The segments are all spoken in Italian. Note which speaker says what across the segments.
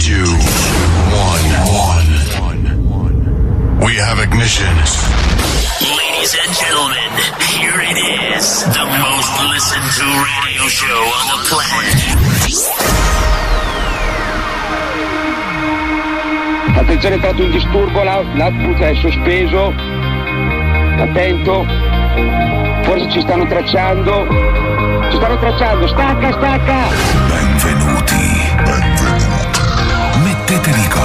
Speaker 1: two, one, one. We have ignition.
Speaker 2: Ladies and gentlemen, here it is, the most listened to radio show on the planet.
Speaker 3: Attenzione, è entrato un disturbo, l'out- l'output è sospeso. Attento. Forse ci stanno tracciando. Ci stanno tracciando. Stacca, stacca.
Speaker 4: Benvenuti. Benvenuti. Mettetevi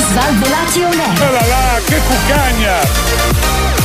Speaker 5: Svalvolati on air.
Speaker 6: Oh là là, che cuccagna!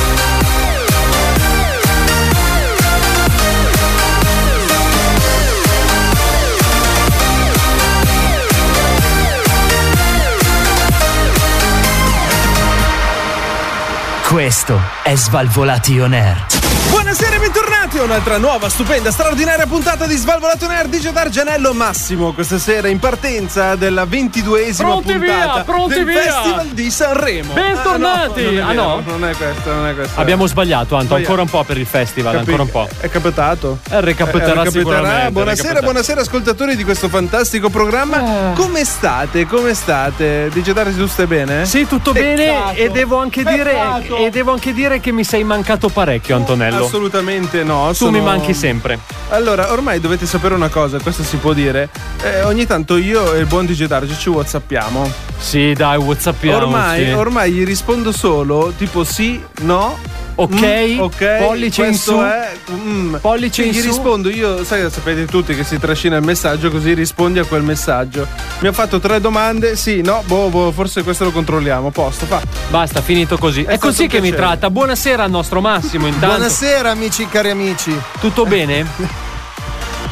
Speaker 7: Questo è Svalvolati On Air.
Speaker 8: Buonasera e bentornati a un'altra nuova, stupenda, straordinaria puntata di Svalvolato Nerd di Gio D'Argianello Massimo questa sera in partenza della ventiduesima
Speaker 9: Pronti via,
Speaker 8: puntata
Speaker 9: pronti
Speaker 8: del
Speaker 9: via.
Speaker 8: Festival di Sanremo.
Speaker 9: Bentornati.
Speaker 8: Ah no,
Speaker 9: Ah, no?
Speaker 8: non è questo, non è questo.
Speaker 9: Abbiamo sbagliato, Anto,
Speaker 8: Sbagliato.
Speaker 9: ancora un po' per il festival,
Speaker 8: Capi-
Speaker 9: ancora un po'.
Speaker 8: È capitato?
Speaker 9: Eh, recapiterà
Speaker 8: Eh,
Speaker 9: sicuramente.
Speaker 8: Buonasera,
Speaker 9: recapiterà. Eh.
Speaker 8: buonasera ascoltatori di questo fantastico programma. Come state? Come state? Dice Dario, tu stai bene?
Speaker 9: Sì, tutto bene e devo, anche dire,
Speaker 8: Peccato.
Speaker 9: e devo anche dire che mi sei mancato parecchio, Antonello.
Speaker 8: Assolutamente no.
Speaker 9: Tu mi manchi sempre.
Speaker 8: Allora, ormai dovete sapere una cosa, questo si può dire. Eh, ogni tanto io e il buon DJ Darge ci whatsappiamo.
Speaker 9: Sì, dai, whatsappiamo.
Speaker 8: Ormai,
Speaker 9: sì.
Speaker 8: ormai gli rispondo solo tipo sì, no.
Speaker 9: Ok,
Speaker 8: mm, ok,
Speaker 9: pollice in
Speaker 8: questo
Speaker 9: su.
Speaker 8: È, mm.
Speaker 9: Pollice
Speaker 8: Cioè,
Speaker 9: in
Speaker 8: gli
Speaker 9: su.
Speaker 8: rispondo io, sai, sapete tutti che si trascina il messaggio, così rispondi a quel messaggio. Mi ha fatto tre domande, sì, no, boh, boh, forse questo lo controlliamo, posto, fa.
Speaker 9: Basta, finito così. È,
Speaker 8: stato
Speaker 9: così
Speaker 8: un
Speaker 9: che mi
Speaker 8: piacere.
Speaker 9: tratta. Buonasera al nostro Massimo, intanto.
Speaker 10: Buonasera amici, cari amici.
Speaker 9: Tutto bene?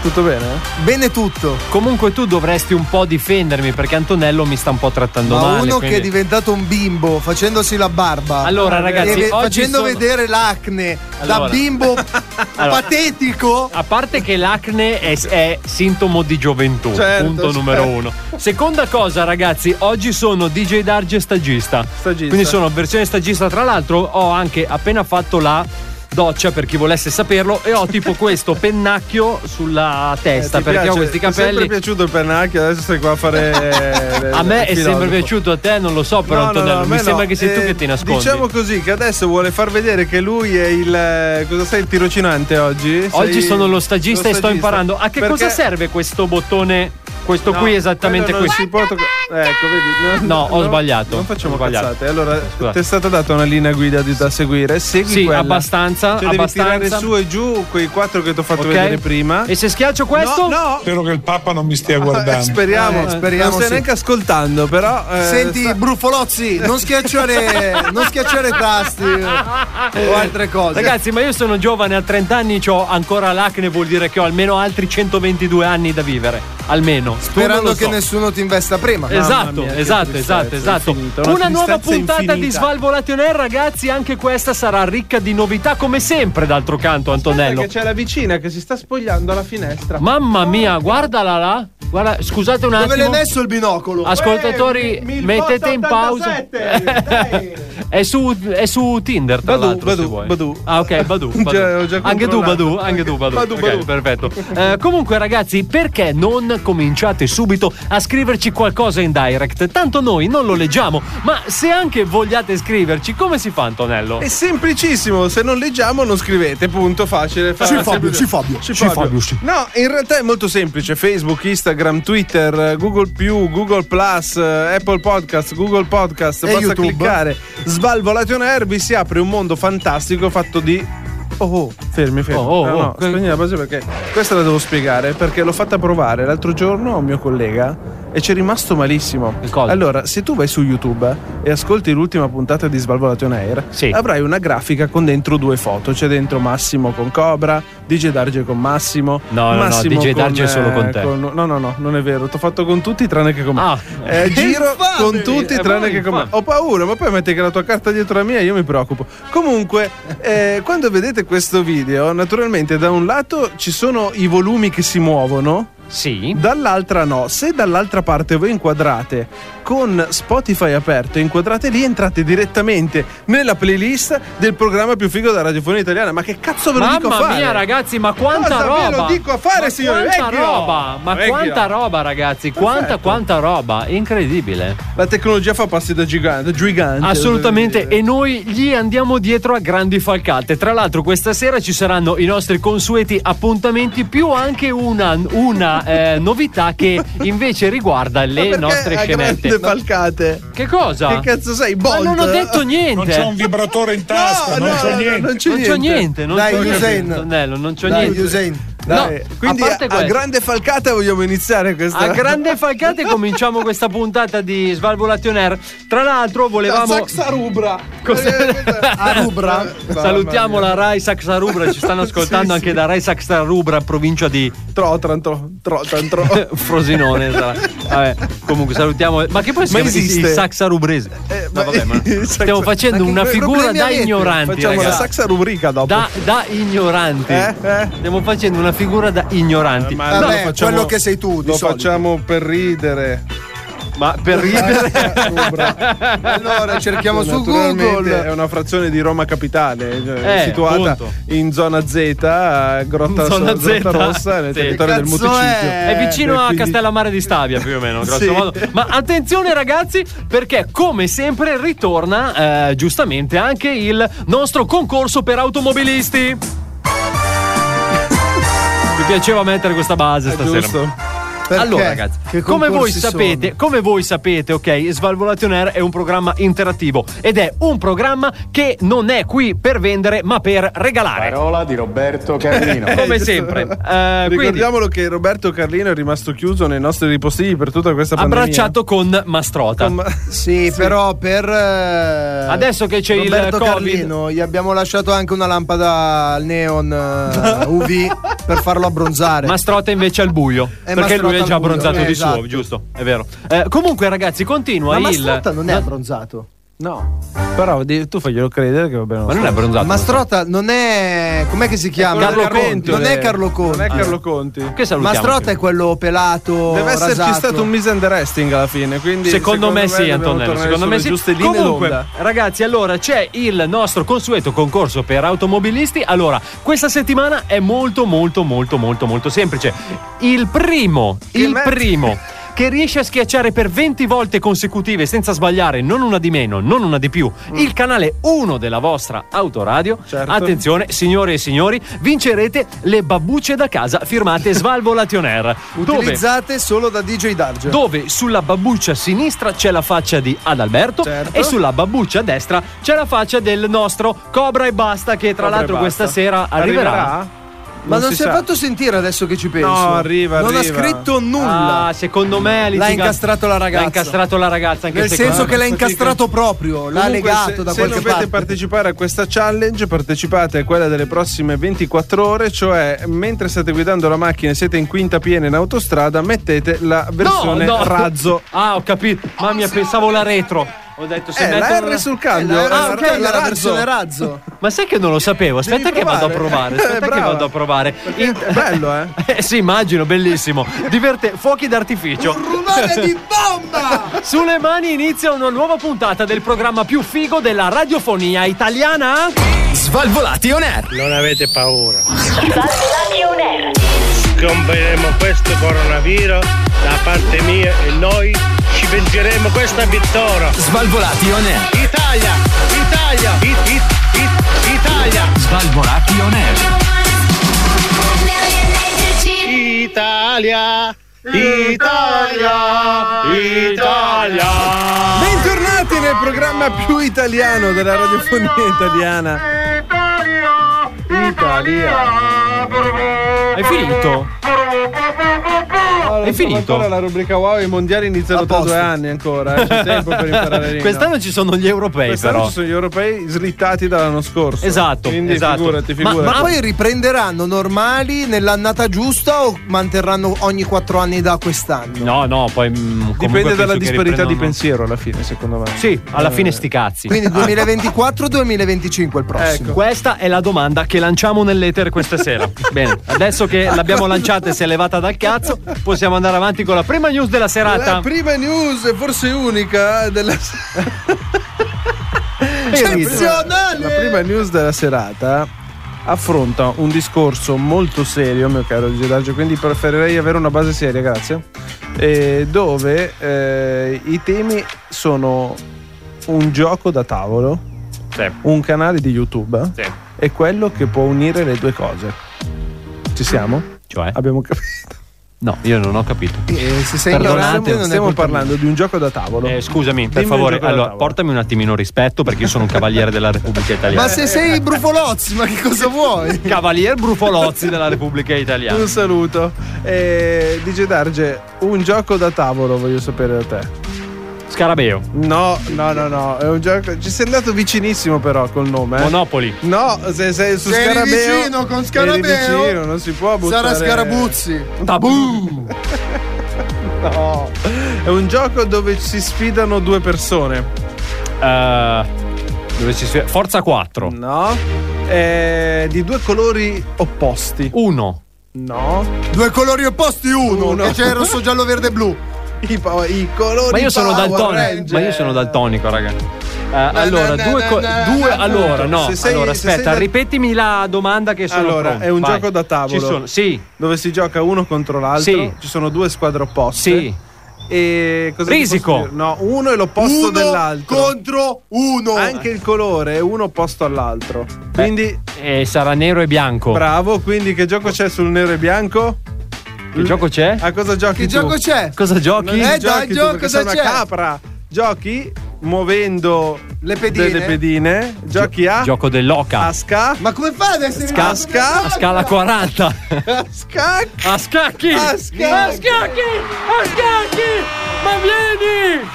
Speaker 8: Tutto bene?
Speaker 10: Bene tutto.
Speaker 9: Comunque tu dovresti un po' difendermi perché Antonello mi sta un po' trattando
Speaker 10: Ma
Speaker 9: male.
Speaker 10: uno
Speaker 9: quindi-
Speaker 10: che è diventato un bimbo facendosi la barba.
Speaker 9: Allora,
Speaker 10: E
Speaker 9: ragazzi,
Speaker 10: ve-
Speaker 9: oggi
Speaker 10: facendo
Speaker 9: sono-
Speaker 10: vedere l'acne
Speaker 9: Allora.
Speaker 10: da bimbo
Speaker 9: Allora.
Speaker 10: patetico.
Speaker 9: A parte che l'acne è, è sintomo di gioventù,
Speaker 8: Certo,
Speaker 9: punto
Speaker 8: certo.
Speaker 9: numero uno. Seconda cosa, ragazzi, oggi sono DJ Darge stagista.
Speaker 8: Stagista.
Speaker 9: Quindi sono versione stagista. Tra l'altro, ho anche appena fatto la doccia per chi volesse saperlo e ho tipo questo pennacchio sulla testa
Speaker 8: Eh, Ti
Speaker 9: perché ho
Speaker 8: piace?
Speaker 9: questi
Speaker 8: Ti è sempre
Speaker 9: capelli.
Speaker 8: piaciuto il pernacchio, adesso stai qua a fare.
Speaker 9: A me è
Speaker 8: il Eh,
Speaker 9: sempre
Speaker 8: filosofo.
Speaker 9: piaciuto, a te non lo so però
Speaker 8: No, no,
Speaker 9: Antonello,
Speaker 8: no, a me
Speaker 9: mi
Speaker 8: no.
Speaker 9: sembra che sei tu
Speaker 8: Eh,
Speaker 9: che ti nascondi.
Speaker 8: Diciamo così che adesso vuole far vedere che lui è il. eh, Cosa sei il tirocinante oggi?
Speaker 9: Oggi
Speaker 8: Sei-
Speaker 9: sono lo stagista
Speaker 8: lo
Speaker 9: e sto imparando. A che
Speaker 8: Perché-
Speaker 9: cosa serve questo bottone? Questo
Speaker 8: No,
Speaker 9: qui esattamente
Speaker 8: quello non
Speaker 9: questo.
Speaker 8: si può tocca- Ecco, vedi.
Speaker 9: No, ho sbagliato.
Speaker 8: Non facciamo
Speaker 9: Ho sbagliato.
Speaker 8: cazzate. Allora,
Speaker 9: Scusate.
Speaker 8: ti è stata data una linea guida di- da seguire. Segui
Speaker 9: Sì,
Speaker 8: quella.
Speaker 9: abbastanza,
Speaker 8: Cioè,
Speaker 9: abbastanza.
Speaker 8: devi tirare su e giù quei quattro che ti ho fatto
Speaker 9: Ok?
Speaker 8: vedere prima.
Speaker 9: E se schiaccio questo?
Speaker 8: No, no.
Speaker 11: Spero che il Papa non mi stia
Speaker 8: Eh,
Speaker 11: guardando.
Speaker 8: speriamo,
Speaker 10: Eh, speriamo
Speaker 8: Non stai
Speaker 10: sì.
Speaker 8: neanche ascoltando, però. eh,
Speaker 10: Senti,
Speaker 8: sta-
Speaker 10: brufolozzi, non schiacciare, non schiacciare tasti eh, o altre cose.
Speaker 9: Ragazzi, ma io sono giovane, a 30 anni ho ancora l'acne, vuol dire che ho almeno altri 122 anni da vivere. Almeno. Tu non
Speaker 10: Sperando
Speaker 9: lo
Speaker 10: che
Speaker 9: so.
Speaker 10: nessuno ti investa prima.
Speaker 9: Esatto,
Speaker 8: mia, che
Speaker 9: esatto,
Speaker 8: tristezza,
Speaker 9: esatto, esatto.
Speaker 8: infinita, una
Speaker 9: Una nuova
Speaker 8: tristezza
Speaker 9: puntata di
Speaker 8: infinita.
Speaker 9: Svalvolation Air, ragazzi, anche questa sarà ricca di novità come sempre, d'altro canto,
Speaker 8: Guarda
Speaker 9: Antonello.
Speaker 8: che c'è la vicina che si sta spogliando alla finestra.
Speaker 9: Mamma mia, guardala là. Guarda, scusate un
Speaker 10: Dove l'hai
Speaker 9: attimo.
Speaker 10: messo il binocolo?
Speaker 9: Ascoltatori,
Speaker 8: Eh, mi- mi-
Speaker 9: mettete in pausa.
Speaker 8: 87, dai.
Speaker 9: è, su, è su Tinder, tra
Speaker 8: Badu,
Speaker 9: l'altro. se
Speaker 8: Badu,
Speaker 9: vuoi.
Speaker 8: Badu.
Speaker 9: Ah, ok, Badu.
Speaker 8: Già-
Speaker 9: Badu.
Speaker 8: ho già
Speaker 9: anche
Speaker 8: controllato.
Speaker 9: tu, Badu. Anche tu, Badu.
Speaker 8: Badu,
Speaker 9: Ok,
Speaker 8: Badu.
Speaker 9: perfetto. Eh, comunque, ragazzi, perché non cominciate subito a scriverci qualcosa in direct? Tanto noi non lo leggiamo, ma se anche vogliate scriverci, come si fa, Antonello?
Speaker 8: È semplicissimo, se non leggiamo non scrivete, punto facile. Fa-
Speaker 10: Sì, Fabio,
Speaker 8: semplice.
Speaker 10: sì, Fabio.
Speaker 8: Sì, Fabio. No, in realtà è molto semplice, Facebook, Instagram, Twitter, eh, Google ⁇ Google Plus, eh, Apple Podcast, Google Podcast,
Speaker 10: E
Speaker 8: basta
Speaker 10: YouTube.
Speaker 8: cliccare, svalvolate on air, vi si apre un mondo fantastico fatto di... Oh, oh, Fermi, fermi.
Speaker 9: Oh, oh,
Speaker 8: no, no,
Speaker 9: oh.
Speaker 8: spegni la base perché questa la devo spiegare perché l'ho fatta provare l'altro giorno a un mio collega e ci è rimasto malissimo. Allora, se tu vai su YouTube e ascolti l'ultima puntata di Svalvolation Air, avrai una grafica con dentro due foto. C'è dentro Massimo con Cobra, DJ Darge con Massimo.
Speaker 9: No, no, no,
Speaker 8: Massimo
Speaker 9: DJ Darge
Speaker 8: eh,
Speaker 9: solo con te.
Speaker 8: no, no, no, non è vero. T'ho fatto con tutti tranne che con me. Eh, giro
Speaker 9: Infame!
Speaker 8: con tutti
Speaker 9: Eh,
Speaker 8: tranne
Speaker 9: poi
Speaker 8: che con me.
Speaker 9: infame.
Speaker 8: Ho paura, ma poi metti che la tua carta dietro la mia, io mi preoccupo. Comunque, eh, quando vedete questo video, naturalmente da un lato ci sono i volumi che si muovono.
Speaker 9: Sì.
Speaker 8: Dall'altra no. Se dall'altra parte voi inquadrate con Spotify aperto e inquadrate lì, entrate direttamente nella playlist del programma più figo della radiofonia italiana. Ma che cazzo ve lo dico a
Speaker 9: Mamma
Speaker 8: fare?
Speaker 9: mia, ragazzi, ma quanta
Speaker 8: Cosa
Speaker 9: roba!
Speaker 8: ve lo dico a fare,
Speaker 9: ma
Speaker 8: signore?
Speaker 9: Quanta
Speaker 8: Vecchio!
Speaker 9: roba! Ma
Speaker 8: Vecchio.
Speaker 9: quanta roba, ragazzi! Quanta,
Speaker 8: Perfetto.
Speaker 9: quanta roba! Incredibile!
Speaker 8: La tecnologia fa passi da gigante, gigante.
Speaker 9: Assolutamente, e noi gli andiamo dietro a grandi falcate. Tra l'altro, questa sera ci saranno i nostri consueti appuntamenti, più anche una, una, eh, novità che invece riguarda le
Speaker 8: Perché
Speaker 9: nostre
Speaker 8: a
Speaker 9: scenette.
Speaker 8: grande falcate.
Speaker 9: Che cosa?
Speaker 8: Che cazzo sei? Bolt?
Speaker 9: Ma non ho detto niente.
Speaker 11: Non c'è un vibratore in tasca,
Speaker 8: No,
Speaker 11: non
Speaker 8: no,
Speaker 11: c'è
Speaker 8: no,
Speaker 11: niente.
Speaker 8: non c'è
Speaker 9: Non c'ho niente, non
Speaker 10: Dai,
Speaker 9: c'ho
Speaker 10: Usain.
Speaker 9: niente. Antonello, non c'ho
Speaker 10: Dai,
Speaker 9: niente.
Speaker 10: Usain.
Speaker 8: Dai,
Speaker 9: No,
Speaker 8: quindi
Speaker 9: a
Speaker 8: a,
Speaker 9: parte
Speaker 8: a
Speaker 9: questo.
Speaker 8: grande falcata vogliamo iniziare questa.
Speaker 9: A grande falcate cominciamo questa puntata di Svalvolation Air. Tra l'altro volevamo
Speaker 8: rubra. Eh,
Speaker 10: A Rubra.
Speaker 9: salutiamo la Rai Saxa Rubra, ci stanno ascoltando anche da Rai Saxa Rubra, provincia di
Speaker 8: Trotantro, trotantro.
Speaker 9: Frosinone. sarà. Vabbè, comunque salutiamo. Ma che poi si
Speaker 8: Ma
Speaker 9: chiama
Speaker 8: esiste?
Speaker 9: il Saxa Rubrese?
Speaker 8: Eh, ma-
Speaker 9: No, vabbè, ma
Speaker 8: il saxa-
Speaker 9: stiamo facendo
Speaker 10: ma che
Speaker 9: una
Speaker 10: pro-
Speaker 9: figura
Speaker 10: problemi
Speaker 9: da
Speaker 10: avete?
Speaker 9: ignoranti.
Speaker 8: Facciamo la
Speaker 9: ragazzi.
Speaker 8: saxa rubrica dopo.
Speaker 9: da, da ignoranti.
Speaker 8: Eh, eh.
Speaker 9: Stiamo facendo una figura da ignoranti. Ma,
Speaker 10: Vabbè, quello che sei tu, di
Speaker 8: Lo
Speaker 10: solito.
Speaker 8: facciamo per ridere.
Speaker 9: per ridere.
Speaker 10: Allora, cerchiamo su
Speaker 8: Naturalmente È
Speaker 10: Google.
Speaker 8: una frazione di Roma Capitale, cioè,
Speaker 9: Eh,
Speaker 8: situata
Speaker 9: appunto.
Speaker 8: in zona Z, a Grotta,
Speaker 9: In zona
Speaker 8: Grotta
Speaker 9: Z.
Speaker 8: Rossa, nel
Speaker 9: Sì.
Speaker 8: territorio del
Speaker 10: Cazzo
Speaker 8: Muticizio.
Speaker 10: è?
Speaker 9: È vicino
Speaker 8: Eh,
Speaker 9: a
Speaker 8: quindi-
Speaker 9: Castellammare di Stabia, più o meno, grosso
Speaker 8: Sì.
Speaker 9: modo. Ma attenzione, ragazzi, perché come sempre ritorna eh, giustamente anche il nostro concorso per automobilisti. Mi piaceva mettere questa base stasera.
Speaker 8: Giusto.
Speaker 10: Perché?
Speaker 9: Allora, ragazzi,
Speaker 10: Che
Speaker 9: come voi
Speaker 10: concorsi
Speaker 9: sapete, come voi sapete, ok, Svalvolation Air è un programma interattivo ed è un programma che non è qui per vendere, ma per regalare.
Speaker 12: Parola di Roberto Carlino.
Speaker 9: Eh, Come
Speaker 8: giusto.
Speaker 9: sempre. Eh, quindi,
Speaker 8: Eh, Ricordiamolo che Roberto Carlino è rimasto chiuso nei nostri ripostigli per tutta questa pandemia.
Speaker 9: abbracciato con Mastrota.
Speaker 8: Con-
Speaker 10: Sì, però per eh,
Speaker 9: Adesso che c'è il
Speaker 10: Roberto
Speaker 9: Covid.
Speaker 10: Carlino gli abbiamo lasciato anche una lampada al neon eh, UV per farlo abbronzare.
Speaker 9: Mastrota invece al buio.
Speaker 10: È
Speaker 9: perché lui è
Speaker 10: Mastrota
Speaker 9: già
Speaker 10: al buio.
Speaker 9: abbronzato
Speaker 10: Eh,
Speaker 9: di
Speaker 10: esatto.
Speaker 9: suo, giusto? È vero. Eh, comunque, ragazzi, continua
Speaker 10: Ma
Speaker 9: il.
Speaker 10: Mastrotta non è
Speaker 9: Ma-
Speaker 10: abbronzato.
Speaker 8: No, però di- tu faglielo credere che va bene.
Speaker 9: Ma non è abbronzato.
Speaker 10: Mastrota non è com'è che si chiama?
Speaker 9: Carlo Conti.
Speaker 10: Non è Carlo Conti.
Speaker 8: Non è Carlo Conti.
Speaker 9: Che salutiamo?
Speaker 10: Mastrota è quello pelato.
Speaker 8: Deve esserci
Speaker 10: rasato.
Speaker 8: stato un misunderstanding alla fine. Quindi
Speaker 9: Secondo, me, sì,
Speaker 8: dobbiamo
Speaker 9: Antonello.
Speaker 8: tornare
Speaker 9: Secondo me
Speaker 8: sulle
Speaker 9: sì.
Speaker 8: giuste linee
Speaker 9: Comunque,
Speaker 8: d'onda.
Speaker 9: ragazzi, allora c'è il nostro consueto concorso per automobilisti. Allora, questa settimana è molto, molto, molto, molto, molto semplice. Il primo, il
Speaker 8: me-
Speaker 9: primo. Che riesce a schiacciare per 20 volte consecutive senza sbagliare, non una di meno, non una di più,
Speaker 10: Mm.
Speaker 9: il canale 1 della vostra autoradio.
Speaker 8: Certo.
Speaker 9: Attenzione, signore e signori, vincerete le babbucce da casa firmate Svalvolation Air. Dove-
Speaker 10: Utilizzate solo da DJ Darge.
Speaker 9: dove sulla babbuccia sinistra c'è la faccia di Adalberto
Speaker 8: Certo.
Speaker 9: e sulla babbuccia destra c'è la faccia del nostro Cobra e Basta che tra
Speaker 8: Vabbè,
Speaker 9: l'altro
Speaker 8: basta.
Speaker 9: questa sera arriverà.
Speaker 10: Ma non,
Speaker 8: si
Speaker 10: si è
Speaker 8: sa.
Speaker 10: fatto sentire adesso che ci penso.
Speaker 8: No, arriva,
Speaker 10: Non
Speaker 8: arriva.
Speaker 10: ha scritto nulla.
Speaker 9: Ah, secondo me ha litigato-
Speaker 10: incastrato la ragazza.
Speaker 9: L'ha incastrato la ragazza anche
Speaker 10: Nel
Speaker 9: secondo
Speaker 10: senso
Speaker 9: me.
Speaker 10: che l'ha incastrato proprio, l'ha
Speaker 8: Comunque,
Speaker 10: legato
Speaker 8: se,
Speaker 10: da
Speaker 8: se
Speaker 10: qualche
Speaker 8: dovete
Speaker 10: parte.
Speaker 8: partecipare a questa challenge, partecipate a quella delle prossime 24 ore, cioè mentre state guidando la macchina e siete in quinta piena in autostrada, mettete la versione
Speaker 9: no, no.
Speaker 8: razzo.
Speaker 9: Ah, ho capito. Mamma mia, pensavo la retro. Ho detto se
Speaker 8: Eh,
Speaker 9: metto
Speaker 8: la
Speaker 9: una-
Speaker 8: R sul cambio.
Speaker 10: Eh, la
Speaker 9: Ah,
Speaker 10: R-
Speaker 9: ok,
Speaker 10: la
Speaker 9: la
Speaker 8: razzo.
Speaker 10: versione razzo.
Speaker 9: Ma sai che non lo sapevo? Aspetta
Speaker 8: Devi
Speaker 9: che vado a
Speaker 8: provare.
Speaker 9: provare. Aspetta
Speaker 8: Eh,
Speaker 9: che
Speaker 8: brava.
Speaker 9: vado a provare. In-
Speaker 8: È bello, eh?
Speaker 9: Eh, sì, immagino, bellissimo. Diverte fuochi d'artificio.
Speaker 10: Rumore di bomba!
Speaker 9: Sulle mani inizia una nuova puntata del programma più figo della radiofonia italiana.
Speaker 7: Svalvolati on air.
Speaker 13: Non avete paura. Scomperemo questo coronavirus da parte mia e noi ci vengeremo questa vittoria.
Speaker 7: Svalvolati on air.
Speaker 13: Italia, Italia, it, it, it, Italia,
Speaker 7: Svalvolati on air.
Speaker 13: Italia, Italia, Italia.
Speaker 8: Bentornati nel programma più italiano della radiofonia italiana. Italia.
Speaker 9: È finito?
Speaker 8: È finito. Ancora la rubrica wow, i mondiali iniziano tra due anni ancora. eh, C'è tempo per imparare l'inno.
Speaker 9: Quest'anno ci sono gli europei,
Speaker 8: Quest'anno
Speaker 9: però.
Speaker 8: ci sono gli europei slittati dall'anno scorso.
Speaker 9: Esatto,
Speaker 8: Quindi
Speaker 9: esatto.
Speaker 8: figurati,
Speaker 10: Ma,
Speaker 8: figurati.
Speaker 10: ma poi riprenderanno normali nell'annata giusta o manterranno ogni quattro anni da quest'anno?
Speaker 9: No, no, poi. mm,
Speaker 8: Dipende dalla disparità di pensiero alla fine, secondo me.
Speaker 9: Sì, alla
Speaker 8: Eh.
Speaker 9: fine sti cazzi. Ah, ecco.
Speaker 10: Quindi Ecco. 2024-2025 il prossimo.
Speaker 9: Questa è la domanda che lanciamo nell'eter questa sera. Bene, adesso che l'abbiamo lanciata e si è levata dal cazzo, possiamo andare avanti con la prima news della
Speaker 8: La
Speaker 10: Eh,
Speaker 9: serata.
Speaker 8: prima news, forse unica, eh, della
Speaker 10: Eccezionale!
Speaker 8: La prima news della serata affronta un discorso molto serio, mio caro Giorgio, quindi preferirei avere una base seria, grazie. eh, dove eh, i temi sono un gioco da tavolo, un canale di YouTube eh,
Speaker 9: Sì.
Speaker 8: e quello che può unire le due cose. Ci siamo?
Speaker 9: Cioè?
Speaker 8: Abbiamo capito.
Speaker 9: No, io non ho capito.
Speaker 10: Eh, se sei
Speaker 9: Perdonate,
Speaker 8: ignorante,
Speaker 9: non è
Speaker 8: stiamo
Speaker 9: colpa
Speaker 8: parlando di un gioco da tavolo.
Speaker 9: Eh, scusami, per
Speaker 8: Dimmi un
Speaker 9: favore,
Speaker 8: gioco da
Speaker 9: allora,
Speaker 8: tavolo.
Speaker 9: portami un attimino rispetto perché io sono un cavaliere della Repubblica Italiana.
Speaker 10: Ma se sei Brufolozzi, ma che cosa vuoi?
Speaker 9: Cavalier Brufolozzi della Repubblica Italiana.
Speaker 8: Un saluto. Eh, DJ Darge, un gioco da tavolo voglio sapere da te.
Speaker 9: Scarabeo.
Speaker 8: No, no, no, no, è un gioco. Ci sei andato vicinissimo però col nome. eh.
Speaker 9: Monopoli.
Speaker 8: No, se sei su
Speaker 10: Sei
Speaker 8: Scarabeo.
Speaker 10: vicino con Scarabeo.
Speaker 8: Eri vicino, non si può buttare.
Speaker 10: Sara Scarabuzzi.
Speaker 9: Tabù.
Speaker 8: no. È un gioco dove si sfidano due persone.
Speaker 9: Eh, dove ci si... Forza 4.
Speaker 8: No. Eh, di due colori opposti.
Speaker 9: Uno.
Speaker 8: No.
Speaker 10: Due colori opposti, uno.
Speaker 8: Uno.
Speaker 10: Che c'è rosso, giallo, verde, blu.
Speaker 8: I, pa- i colori
Speaker 9: Ma io sono
Speaker 8: Power
Speaker 9: daltonico.
Speaker 8: Ranger.
Speaker 9: Ma io sono daltonico, raga. Eh, allora,
Speaker 8: na,
Speaker 9: due.
Speaker 8: na,
Speaker 9: co-
Speaker 8: na,
Speaker 9: due
Speaker 8: na,
Speaker 9: allora,
Speaker 8: punto.
Speaker 9: no.
Speaker 8: Se sei-
Speaker 9: allora,
Speaker 8: se sei
Speaker 9: aspetta,
Speaker 8: da-
Speaker 9: ripetimi la domanda che sono.
Speaker 8: Allora,
Speaker 9: pronto.
Speaker 8: è un
Speaker 9: Vai.
Speaker 8: gioco da tavolo.
Speaker 9: Ci sono, sì.
Speaker 8: Dove si gioca uno contro l'altro.
Speaker 9: Sì.
Speaker 8: Ci sono due squadre opposte.
Speaker 9: Sì.
Speaker 8: E cosa ti
Speaker 9: Risico.
Speaker 8: posso dire? No, uno è l'opposto
Speaker 10: Uno
Speaker 8: dell'altro.
Speaker 10: contro uno.
Speaker 8: Anche il colore è uno opposto all'altro. Quindi,
Speaker 9: Eh, sarà nero e bianco.
Speaker 8: bravo. Quindi, che gioco c'è sul nero e bianco?
Speaker 9: Che gioco c'è?
Speaker 8: A cosa giochi
Speaker 10: Che
Speaker 8: tu?
Speaker 10: gioco c'è?
Speaker 9: Cosa
Speaker 8: Non
Speaker 9: giochi?
Speaker 10: Eh,
Speaker 8: giochi
Speaker 10: dai,
Speaker 8: tu,
Speaker 10: gioco,
Speaker 8: perché
Speaker 10: cosa
Speaker 8: sei
Speaker 10: c'è?
Speaker 8: una capra. Giochi muovendo
Speaker 10: Le pedine?
Speaker 8: delle pedine. Giochi a
Speaker 9: Gioco dell'oca.
Speaker 8: a ska,
Speaker 10: Ma come fa ad essere
Speaker 9: Sca-
Speaker 8: a ska,
Speaker 9: a scala 40.
Speaker 8: a ska, A
Speaker 9: A scacchi!
Speaker 8: scacchi!
Speaker 9: A scacchi! A scacchi! Ma vieni!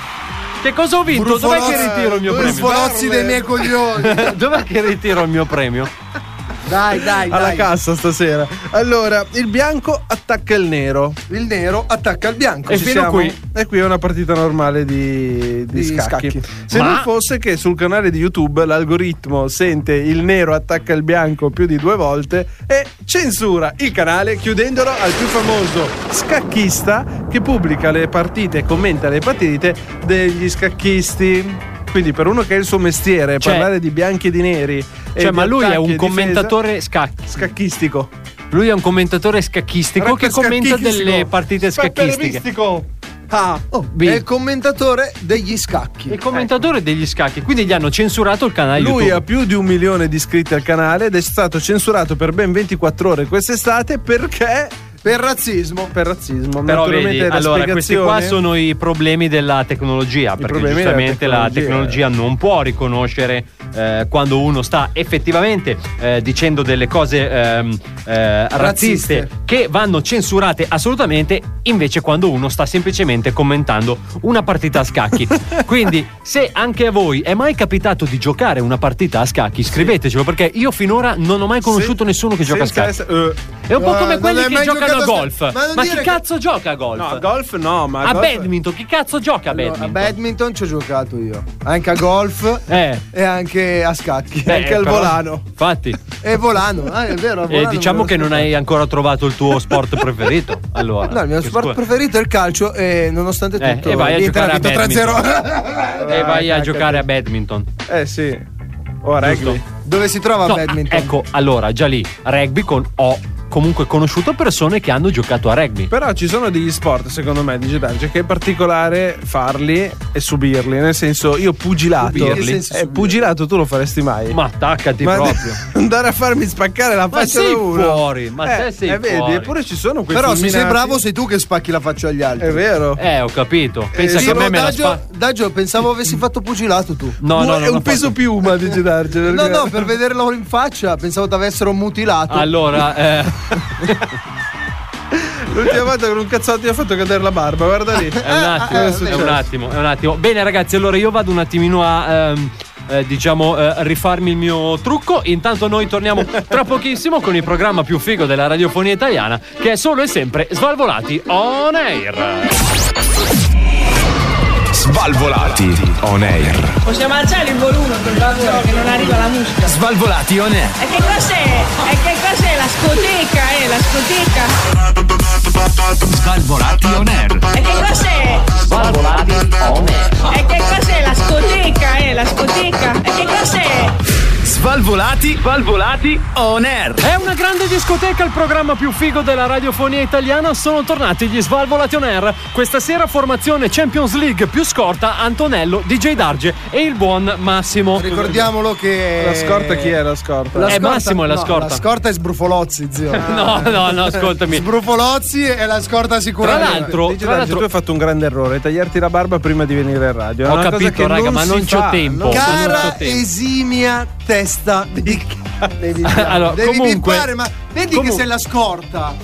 Speaker 9: Che cosa ho vinto? Dov'è che ritiro il mio
Speaker 10: Due
Speaker 9: premio?
Speaker 10: sfolozzi dei miei coglioni.
Speaker 9: Dov'è che ritiro il mio premio?
Speaker 10: Dai, dai,
Speaker 8: alla
Speaker 10: dai.
Speaker 8: cassa stasera. Allora, il bianco attacca il nero.
Speaker 10: Il nero attacca il bianco.
Speaker 9: E
Speaker 8: Ci
Speaker 9: fino a
Speaker 8: siamo.
Speaker 9: qui.
Speaker 8: E qui è una partita normale di, di
Speaker 10: Di
Speaker 8: scacchi.
Speaker 10: scacchi.
Speaker 8: Se
Speaker 9: Ma-
Speaker 8: non fosse che sul canale di YouTube l'algoritmo sente il nero attacca il bianco più di due volte e censura il canale chiudendolo al più famoso scacchista che pubblica le partite e commenta le partite degli scacchisti. Quindi per uno che è il suo mestiere
Speaker 9: Cioè-
Speaker 8: parlare di bianchi e di neri. e
Speaker 9: Cioè,
Speaker 8: di
Speaker 9: ma lui è
Speaker 8: attacchi
Speaker 9: un
Speaker 8: e difesa-
Speaker 9: commentatore scacchi.
Speaker 8: scacchistico.
Speaker 9: Lui è un commentatore scacchistico che commenta delle partite scacchistiche.
Speaker 8: Scacchistico. Ah,
Speaker 10: Oh,
Speaker 9: B.
Speaker 10: è il commentatore degli scacchi.
Speaker 9: Il commentatore degli scacchi, quindi gli hanno censurato il canale
Speaker 8: Lui ha
Speaker 9: Ah, YouTube.
Speaker 8: più di un milione di iscritti al canale ed è stato censurato per ben 24 ore quest'estate perché.
Speaker 10: Per razzismo.
Speaker 8: Per razzismo.
Speaker 9: Però
Speaker 8: Naturalmente
Speaker 9: vedi,
Speaker 8: la
Speaker 9: allora questi qua
Speaker 8: spiegazione-
Speaker 9: sono i problemi della tecnologia, perché
Speaker 8: problemi della
Speaker 9: giustamente la
Speaker 8: tecnologia.
Speaker 9: tecnologia non può riconoscere eh, quando uno sta effettivamente eh, dicendo delle cose ehm, eh,
Speaker 10: Razziste.
Speaker 9: razziste che vanno censurate assolutamente, invece quando uno sta semplicemente commentando una partita a scacchi. Quindi se anche a voi è mai capitato di giocare una partita a scacchi, scrivetecelo perché io finora non ho mai conosciuto
Speaker 8: Sen-
Speaker 9: nessuno che gioca a
Speaker 8: senza
Speaker 9: scacchi.
Speaker 8: essere- eh,
Speaker 9: È un po'
Speaker 10: Eh,
Speaker 9: come
Speaker 10: non
Speaker 9: quelli
Speaker 10: hai
Speaker 9: che
Speaker 10: mai
Speaker 9: giocano a
Speaker 10: giocato a
Speaker 9: golf.
Speaker 10: sta- ma non
Speaker 9: Ma chi
Speaker 10: dire che-
Speaker 9: cazzo gioca a golf?
Speaker 8: No, a golf no, ma.
Speaker 9: a
Speaker 8: golf-
Speaker 9: badminton, chi cazzo gioca a
Speaker 10: A
Speaker 9: badminton?
Speaker 10: badminton ci ho giocato io. Anche a golf
Speaker 9: eh.
Speaker 10: e anche a scacchi.
Speaker 9: beh,
Speaker 8: anche al
Speaker 9: però-
Speaker 8: volano.
Speaker 9: Infatti,
Speaker 10: E volano. Ah, è vero, a
Speaker 9: eh,
Speaker 10: volano
Speaker 9: diciamo
Speaker 10: me
Speaker 9: che
Speaker 10: lo
Speaker 9: non hai ancora trovato il tuo sport preferito. Allora,
Speaker 10: No, il mio
Speaker 9: Che
Speaker 10: sport
Speaker 9: scusa.
Speaker 10: preferito è il calcio e nonostante
Speaker 9: Eh,
Speaker 10: tutto
Speaker 9: e vai a
Speaker 10: l'Inter ha
Speaker 9: giocare a
Speaker 10: vinto 3-0.
Speaker 9: E vai a giocare a badminton.
Speaker 8: Eh sì. Ora,
Speaker 9: Giusto.
Speaker 10: eh.
Speaker 8: rugby.
Speaker 10: Dove si trova
Speaker 9: No,
Speaker 10: badminton?
Speaker 9: ah, Ecco, allora, già lì, rugby con O comunque conosciuto persone che hanno giocato a rugby.
Speaker 8: Però ci sono degli sport, secondo me, di Gedange, che è particolare farli e subirli. Nel senso, io pugilato.
Speaker 9: Subirli? Che
Speaker 8: Eh,
Speaker 9: senso subirli?
Speaker 8: pugilato tu lo faresti mai.
Speaker 9: Ma attaccati
Speaker 8: Ma-
Speaker 9: proprio.
Speaker 8: Andare a farmi spaccare la
Speaker 10: Ma
Speaker 8: faccia
Speaker 10: sei
Speaker 8: da uno.
Speaker 10: fuori, ma te sei
Speaker 8: eh, vedi,
Speaker 10: fuori.
Speaker 8: eppure ci sono questi
Speaker 10: Però se sei
Speaker 8: illuminati-
Speaker 10: bravo sei tu che spacchi la faccia agli altri.
Speaker 8: È vero.
Speaker 9: Eh, ho capito. Pensa
Speaker 10: Eh,
Speaker 9: che a me
Speaker 10: sono
Speaker 9: me la
Speaker 10: Daggio,
Speaker 9: spa-
Speaker 10: Daggio, pensavo avessi fatto pugilato tu.
Speaker 9: No, no, non ho fatto.
Speaker 8: piuma di girarci.
Speaker 10: No,
Speaker 8: perché-
Speaker 10: no, per vederlo in faccia pensavo ti avessero mutilato.
Speaker 9: Allora, eh,
Speaker 8: L'ultima volta con un cazzotto ti ho fatto cadere la barba, guarda lì.
Speaker 9: è un attimo,
Speaker 8: Eh,
Speaker 9: è,
Speaker 8: successo.
Speaker 9: un attimo, è un attimo. Bene, ragazzi, allora io vado un attimino a. ehm, eh, diciamo eh, rifarmi il mio trucco intanto noi torniamo tra pochissimo con il programma più figo della radiofonia italiana che è solo e sempre Svalvolati On Air
Speaker 7: Svalvolati on air.
Speaker 14: Possiamo alzare il volume per favore che non arriva la musica.
Speaker 7: Svalvolati on air.
Speaker 14: E che cos'è? E che cos'è la scoteca? Eh, la scoteca?
Speaker 7: Svalvolati on air.
Speaker 14: E che cos'è?
Speaker 7: Eh, Svalvolati on air.
Speaker 14: E che cos'è la scoteca? Eh, la scoteca? E che cos'è?
Speaker 7: Svalvolati, svalvolati on air.
Speaker 9: è una grande discoteca il programma più figo della radiofonia italiana sono tornati gli Svalvolati On Air questa sera formazione Champions League più scorta Antonello DJ Darge e il buon Massimo
Speaker 10: Ricordiamolo che.
Speaker 8: La scorta chi è la scorta?
Speaker 9: Eh, Massimo è la
Speaker 10: no,
Speaker 9: scorta.
Speaker 10: La scorta è Sbrufolozzi, zio.
Speaker 9: No, no, no, ascoltami.
Speaker 10: Sbrufolozzi è la scorta sicuramente.
Speaker 8: Dice Daggio, tu hai fatto un grande errore, tagliarti la barba prima di venire in radio. È
Speaker 9: Ho
Speaker 8: una cosa
Speaker 9: capito,
Speaker 8: che
Speaker 9: raga, ma
Speaker 8: si
Speaker 9: non c'ho
Speaker 8: fa,
Speaker 9: tempo,
Speaker 8: no?
Speaker 9: ma non
Speaker 10: Cara
Speaker 9: c'ho tempo.
Speaker 10: esimia testa di cazzo. Devi,
Speaker 9: Allora,
Speaker 10: devi
Speaker 9: comunque-
Speaker 10: bippare, ma vedi
Speaker 9: comu-
Speaker 10: che sei la scorta.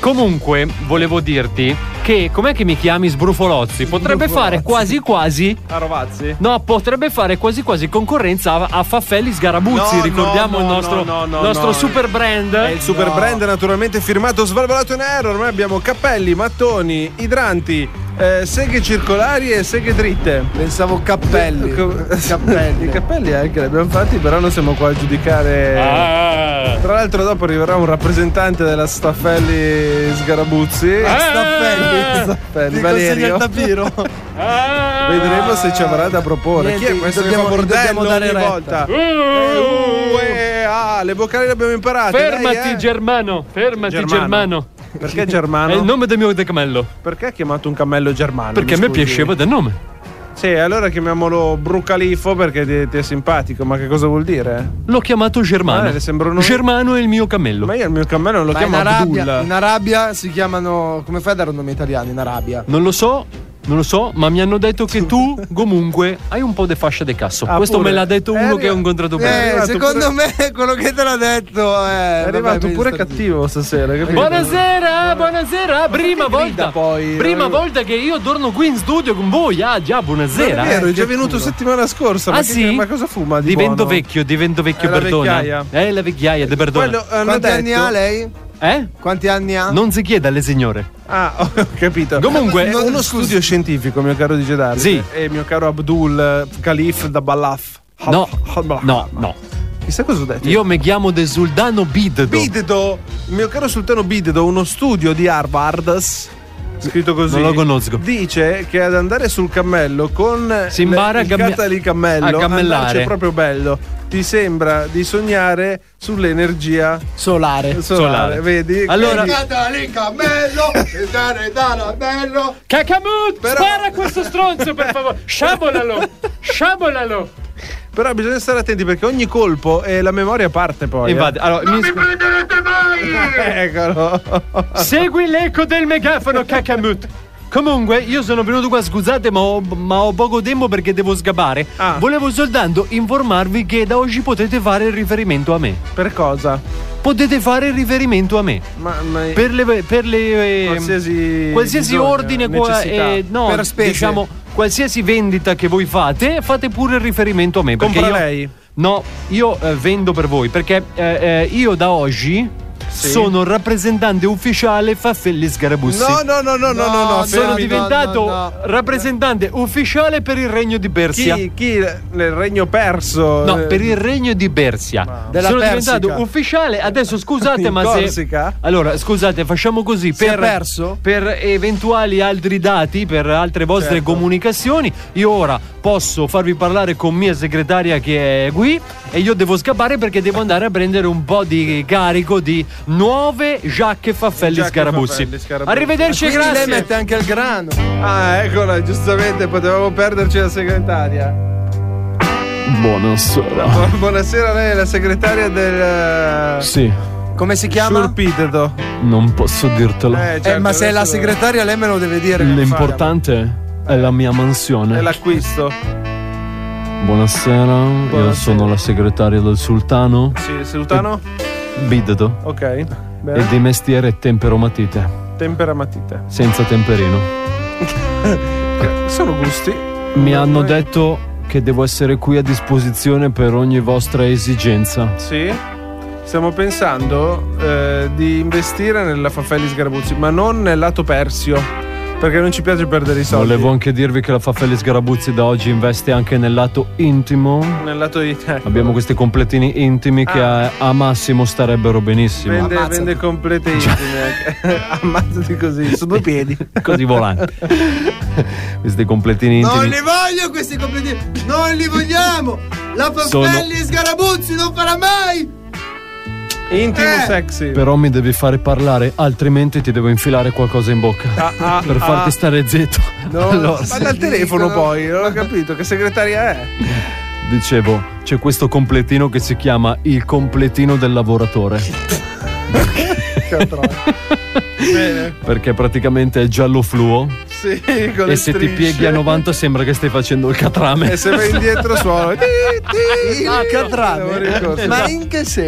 Speaker 9: Comunque, volevo dirti che com'è che mi chiami Sbrufolozzi? Potrebbe
Speaker 8: Sbrufolozzi.
Speaker 9: fare quasi quasi.
Speaker 10: Ah,
Speaker 8: A Rovazzi?
Speaker 9: No, potrebbe fare quasi quasi concorrenza a, a Faffelli Sgarabuzzi.
Speaker 8: No,
Speaker 9: Ricordiamo
Speaker 8: no,
Speaker 9: il
Speaker 8: no,
Speaker 9: nostro,
Speaker 8: no, no,
Speaker 9: nostro
Speaker 8: no. Eh,
Speaker 9: super brand.
Speaker 8: È il super brand naturalmente firmato Svalvolato in aereo. Ormai abbiamo cappelli, mattoni, idranti, eh, seghe circolari e seghe dritte.
Speaker 10: Pensavo cappelli.
Speaker 8: cappelli. I cappelli anche li abbiamo fatti, però non siamo qua a giudicare.
Speaker 9: Ah.
Speaker 8: Tra l'altro dopo arriverà un rappresentante della Staffelli Sgarabuzzi. Staffelli, Staffelli,
Speaker 10: Eh! Ti consegna
Speaker 8: Valerio.
Speaker 10: il tapiro. Eh!
Speaker 8: Vedremo se ci avrà da proporre.
Speaker 10: Niente,
Speaker 8: Chi è questo
Speaker 10: dobbiamo-
Speaker 8: che fa
Speaker 10: dobbiamo
Speaker 8: bordello
Speaker 10: dare
Speaker 8: ogni
Speaker 10: retta.
Speaker 8: volta?
Speaker 10: Uh!
Speaker 8: Eh, uè, ah, le vocali le abbiamo imparate.
Speaker 9: Fermati,
Speaker 8: dai, eh.
Speaker 9: Germano. Fermati, Germano.
Speaker 8: Perché Germano?
Speaker 9: È il nome del mio cammello.
Speaker 8: Perché ha chiamato un cammello Germano?
Speaker 9: Perché a
Speaker 8: mi
Speaker 9: me
Speaker 8: scusi?
Speaker 9: piaceva del nome.
Speaker 8: Sì, allora chiamiamolo Brucalifo perché ti, ti è simpatico, ma che cosa vuol dire?
Speaker 9: L'ho chiamato Germano.
Speaker 8: Ah, le sembra un nome-
Speaker 9: Germano è il mio cammello.
Speaker 8: Ma io il mio cammello non lo
Speaker 10: Ma in
Speaker 8: chiamo
Speaker 10: Arabia, in
Speaker 8: Abdullah.
Speaker 10: Arabia si chiamano. Come fai a dare un nome italiano in Arabia?
Speaker 9: Non lo so, non lo so, ma mi hanno detto che tu comunque hai un po' di fascia di casso.
Speaker 8: Ah,
Speaker 9: Questo
Speaker 8: pure.
Speaker 9: me l'ha detto
Speaker 8: Eh,
Speaker 9: uno
Speaker 8: arriva-
Speaker 9: che ho incontrato
Speaker 8: eh,
Speaker 9: prima.
Speaker 10: Eh,
Speaker 8: arrivato
Speaker 10: secondo me quello che te l'ha detto eh, è.
Speaker 8: È arrivato pure cattivo stasera, capito?
Speaker 9: Buonasera, buonasera, prima
Speaker 8: perché grida
Speaker 9: volta
Speaker 8: poi?
Speaker 9: prima
Speaker 8: Non-
Speaker 9: volta che io torno qui in studio con
Speaker 10: Oh,
Speaker 9: voi, ah già, buonasera.
Speaker 8: Era, vero, è già
Speaker 9: Che
Speaker 8: venuto
Speaker 9: culo.
Speaker 8: settimana scorsa.
Speaker 9: Ah
Speaker 8: ma, che-
Speaker 9: sì?
Speaker 8: ma cosa fuma? Di
Speaker 9: divento
Speaker 8: buono?
Speaker 9: vecchio, divento vecchio
Speaker 8: È la
Speaker 9: Bertona.
Speaker 8: vecchiaia.
Speaker 9: È la vecchiaia di Bertona.
Speaker 8: Quello eh, hanno
Speaker 10: Eh, Quanti
Speaker 8: detto-
Speaker 10: anni ha lei?
Speaker 9: Eh?
Speaker 10: Quanti anni ha?
Speaker 9: Non si chiede alle signore.
Speaker 8: Ah, ho capito.
Speaker 9: Comunque-
Speaker 8: È uno studio scientifico, mio caro DJ Dark.
Speaker 9: Eh, Sì.
Speaker 8: E mio caro Abdul Khalif da Balaf.
Speaker 9: No.
Speaker 8: Hab-
Speaker 9: No, no.
Speaker 8: Chissà cosa ho detto.
Speaker 9: Io mi chiamo De Sultano Bidedo.
Speaker 8: Bidedo, mio caro sultano Bidedo, uno studio di Harvard. Scritto così.
Speaker 9: non lo conosco.
Speaker 8: Dice che ad andare sul cammello con
Speaker 9: Si impara
Speaker 8: le- il
Speaker 9: a cammi-
Speaker 8: catali cammello
Speaker 9: a cammellare.
Speaker 8: andarci è proprio bello. Ti sembra di sognare sull'energia
Speaker 10: Solare.
Speaker 8: solare, vedi?
Speaker 9: Allora-
Speaker 8: Quindi-
Speaker 10: Catalin cammello, il dare dalla bello.
Speaker 9: Cacamut, spara questo stronzo per favore. Sciabolalo, sciabolalo.
Speaker 8: però bisogna stare attenti perché ogni colpo e la memoria parte poi. eh.
Speaker 9: Infatti, allora, mi scuso.
Speaker 8: Eccolo.
Speaker 9: Segui l'eco del megafono, Cacamut. Comunque, io sono venuto qua, scusate, ma ho, ma ho poco tempo perché devo sgabare.
Speaker 8: Ah.
Speaker 9: Volevo soltanto informarvi che da oggi potete fare riferimento a me.
Speaker 8: Per cosa?
Speaker 9: Potete fare riferimento a me.
Speaker 8: Ma, ma
Speaker 9: Per le. Per le ehm,
Speaker 8: qualsiasi,
Speaker 9: qualsiasi
Speaker 8: bisogno,
Speaker 9: ordine, qua-
Speaker 8: necessità.
Speaker 9: eh, no,
Speaker 8: per spese.
Speaker 9: diciamo, qualsiasi vendita che voi fate, fate pure riferimento a me. perché
Speaker 8: Compra
Speaker 9: io-
Speaker 8: lei.
Speaker 9: No, io eh, vendo per voi perché eh, eh, io da oggi sono il rappresentante ufficiale Faffelli Sgarabussi.
Speaker 8: No, no, no, no, no, no, no,
Speaker 9: sono
Speaker 8: fermi.
Speaker 9: diventato
Speaker 10: no, no.
Speaker 9: rappresentante ufficiale per il regno di Persia.
Speaker 8: chi, chi nel regno perso?
Speaker 9: No,
Speaker 8: eh,
Speaker 9: per il regno di Persia.
Speaker 10: Della
Speaker 9: sono
Speaker 10: Persica.
Speaker 9: diventato ufficiale. Adesso scusate,
Speaker 8: In
Speaker 9: ma
Speaker 8: Corsica?
Speaker 9: se. Allora, scusate, facciamo così.
Speaker 10: Si è
Speaker 9: per,
Speaker 10: perso?
Speaker 9: per eventuali altri dati, per altre vostre
Speaker 8: Certo.
Speaker 9: comunicazioni, io ora posso farvi parlare con mia segretaria che è qui. E io devo scappare perché devo andare a prendere un po' di carico di nuove giacche Faffelli
Speaker 8: Giacche
Speaker 9: Scarabuzzi.
Speaker 8: Faffelli Scarabuzzi.
Speaker 9: Arrivederci e
Speaker 10: Ma quindi
Speaker 9: grazie.
Speaker 10: Lei mette anche il grano.
Speaker 8: Ah, eccola, giustamente potevamo perderci la segretaria.
Speaker 15: Buonasera.
Speaker 8: Bu- Buonasera, lei è la segretaria del. eh,
Speaker 15: Sì,
Speaker 8: Come si chiama? Surpitedo.
Speaker 15: non posso dirtelo.
Speaker 10: eh, ma se è la segretaria, lei me lo deve dire.
Speaker 15: L'importante è la mia mansione.
Speaker 8: È l'acquisto.
Speaker 15: Buonasera, io sono la segretaria del sultano.
Speaker 8: Sì, Sultano?
Speaker 15: Bidedo.
Speaker 8: Ok.
Speaker 15: E
Speaker 8: Bene.
Speaker 15: di mestiere temperomatite,
Speaker 8: Tempera matite.
Speaker 15: senza temperino.
Speaker 8: Sono gusti.
Speaker 15: Mi hanno detto che devo essere qui a disposizione per ogni vostra esigenza.
Speaker 8: Sì. Stiamo pensando eh, di investire nella Faffelli Sgarabuzzi, ma non nel lato persio, perché non ci piace perdere i soldi.
Speaker 15: Volevo anche dirvi che la Faffelli Sgarabuzzi da oggi investe anche nel lato intimo.
Speaker 8: Nel lato di te. ecco. Ah.
Speaker 15: Abbiamo questi completini intimi che a, a Massimo starebbero benissimo.
Speaker 8: Vende, vende complete
Speaker 15: Cioè.
Speaker 8: intime. Ammazzati così, su due piedi.
Speaker 15: Così volante. questi completini
Speaker 10: Non
Speaker 15: intimi.
Speaker 10: li voglio questi completini. Non li vogliamo. La Faffelli e Sgarabuzzi non farà mai.
Speaker 8: Intimo
Speaker 10: Eh.
Speaker 8: sexy.
Speaker 15: Però mi devi fare parlare, altrimenti ti devo infilare qualcosa in bocca.
Speaker 8: ah,
Speaker 15: per farti
Speaker 8: ah.
Speaker 15: stare zitto.
Speaker 8: No,
Speaker 15: Allora,
Speaker 8: parla al
Speaker 15: sì.
Speaker 8: telefono poi, non ho capito che segretaria è.
Speaker 15: Dicevo, c'è questo completino che si chiama il completino del lavoratore. Perché praticamente è giallo fluo.
Speaker 8: Sì, con le
Speaker 15: E se ti
Speaker 8: strisce.
Speaker 15: pieghi a 90 sembra che stai facendo il catrame.
Speaker 8: E se vai indietro suono.
Speaker 9: Ah,
Speaker 10: Il
Speaker 8: ricordo.
Speaker 10: catrame. Ma in Eh, che senso?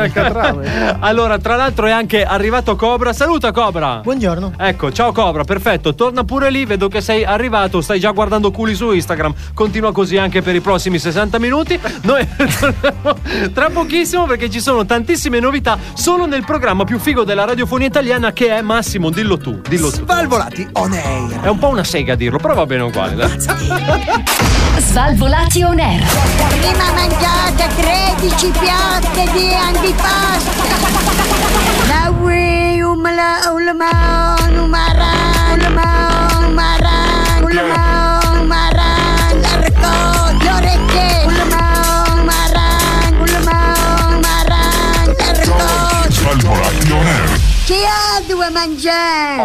Speaker 9: Eh, Allora, tra l'altro è anche arrivato Cobra. Saluta Cobra.
Speaker 16: Buongiorno.
Speaker 9: Ecco, ciao Cobra, perfetto. Torna pure lì, vedo che sei arrivato, stai già guardando culi su Instagram. Continua così anche per i prossimi 60 minuti. Noi torniamo tra pochissimo perché ci sono tantissime novità solo nel programma più figo della radiofonia italiana che è Massimo, dillo tu, dillo tu.
Speaker 10: Svalvolati on air.
Speaker 9: È un po' una sega dirlo, però va bene uguale. dai.
Speaker 5: Svalvolati on air.
Speaker 17: Prima mangiate 13 piatte di antipasto. La ui umla ulma umara ulma umara ulma umara l'arco le orecchie ulma umara ulma umara l'arco
Speaker 1: Svalvolati on air.
Speaker 17: chi ha due mangiare?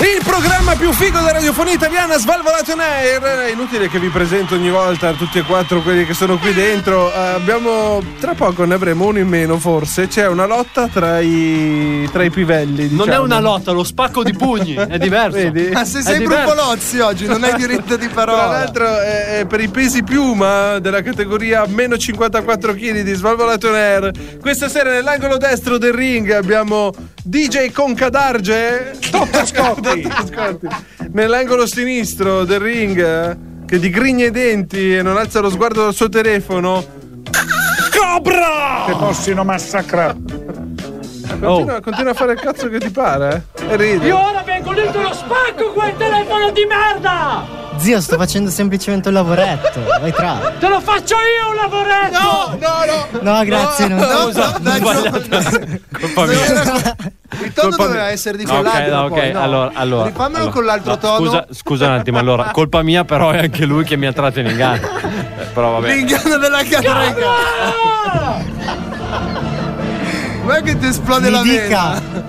Speaker 8: Il programma più figo della radiofonia italiana, Svalvolato on Air. È inutile che vi presento ogni volta tutti e quattro quelli che sono qui dentro. Eh, abbiamo. Tra poco ne avremo uno in meno, forse. C'è una lotta tra i, tra i pivelli.
Speaker 9: Non è
Speaker 8: diciamo.
Speaker 9: una lotta, lo spacco di pugni, è diverso.
Speaker 8: Vedi?
Speaker 10: Cioè, Ma sei
Speaker 9: È
Speaker 10: sempre un
Speaker 9: diverso.
Speaker 10: Polozzi oggi, non hai diritto di parola.
Speaker 8: Tra l'altro, eh, eh, per i pesi piuma della categoria meno 54 kg di Svalvolato on Air, questa sera nell'angolo destro del ring abbiamo DJ Concadarge. Totto Scotti. Nell'angolo sinistro del ring, eh, che digrigna i denti e non alza lo sguardo dal suo telefono. Cobra! Oh. Che possino massacrare. Continua, continua a fare il cazzo che ti pare. eh, E ridi.
Speaker 18: Io ora vengo lì te lo spacco quel telefono di merda!
Speaker 16: Zio, sto facendo semplicemente un lavoretto. Vai tra.
Speaker 18: Te lo faccio io un lavoretto! No, no,
Speaker 16: No, grazie, non-
Speaker 9: Scusa, ho sbagliato. Colpa mia.
Speaker 10: Il tono
Speaker 9: Colpa
Speaker 10: doveva
Speaker 9: mia.
Speaker 10: essere di
Speaker 9: No,
Speaker 10: quell'altro.
Speaker 9: Ok, no, ok,
Speaker 10: poi, no.
Speaker 9: allora, allora.
Speaker 10: Rifammelo
Speaker 9: allora.
Speaker 10: con l'altro
Speaker 9: No,
Speaker 10: tono.
Speaker 9: Scusa, scusa un attimo, allora, colpa mia, però è anche lui che mi ha tratto in inganno. Eh, però vabbè.
Speaker 10: L'inganno della catrega. Guarda che ti esplode la vena.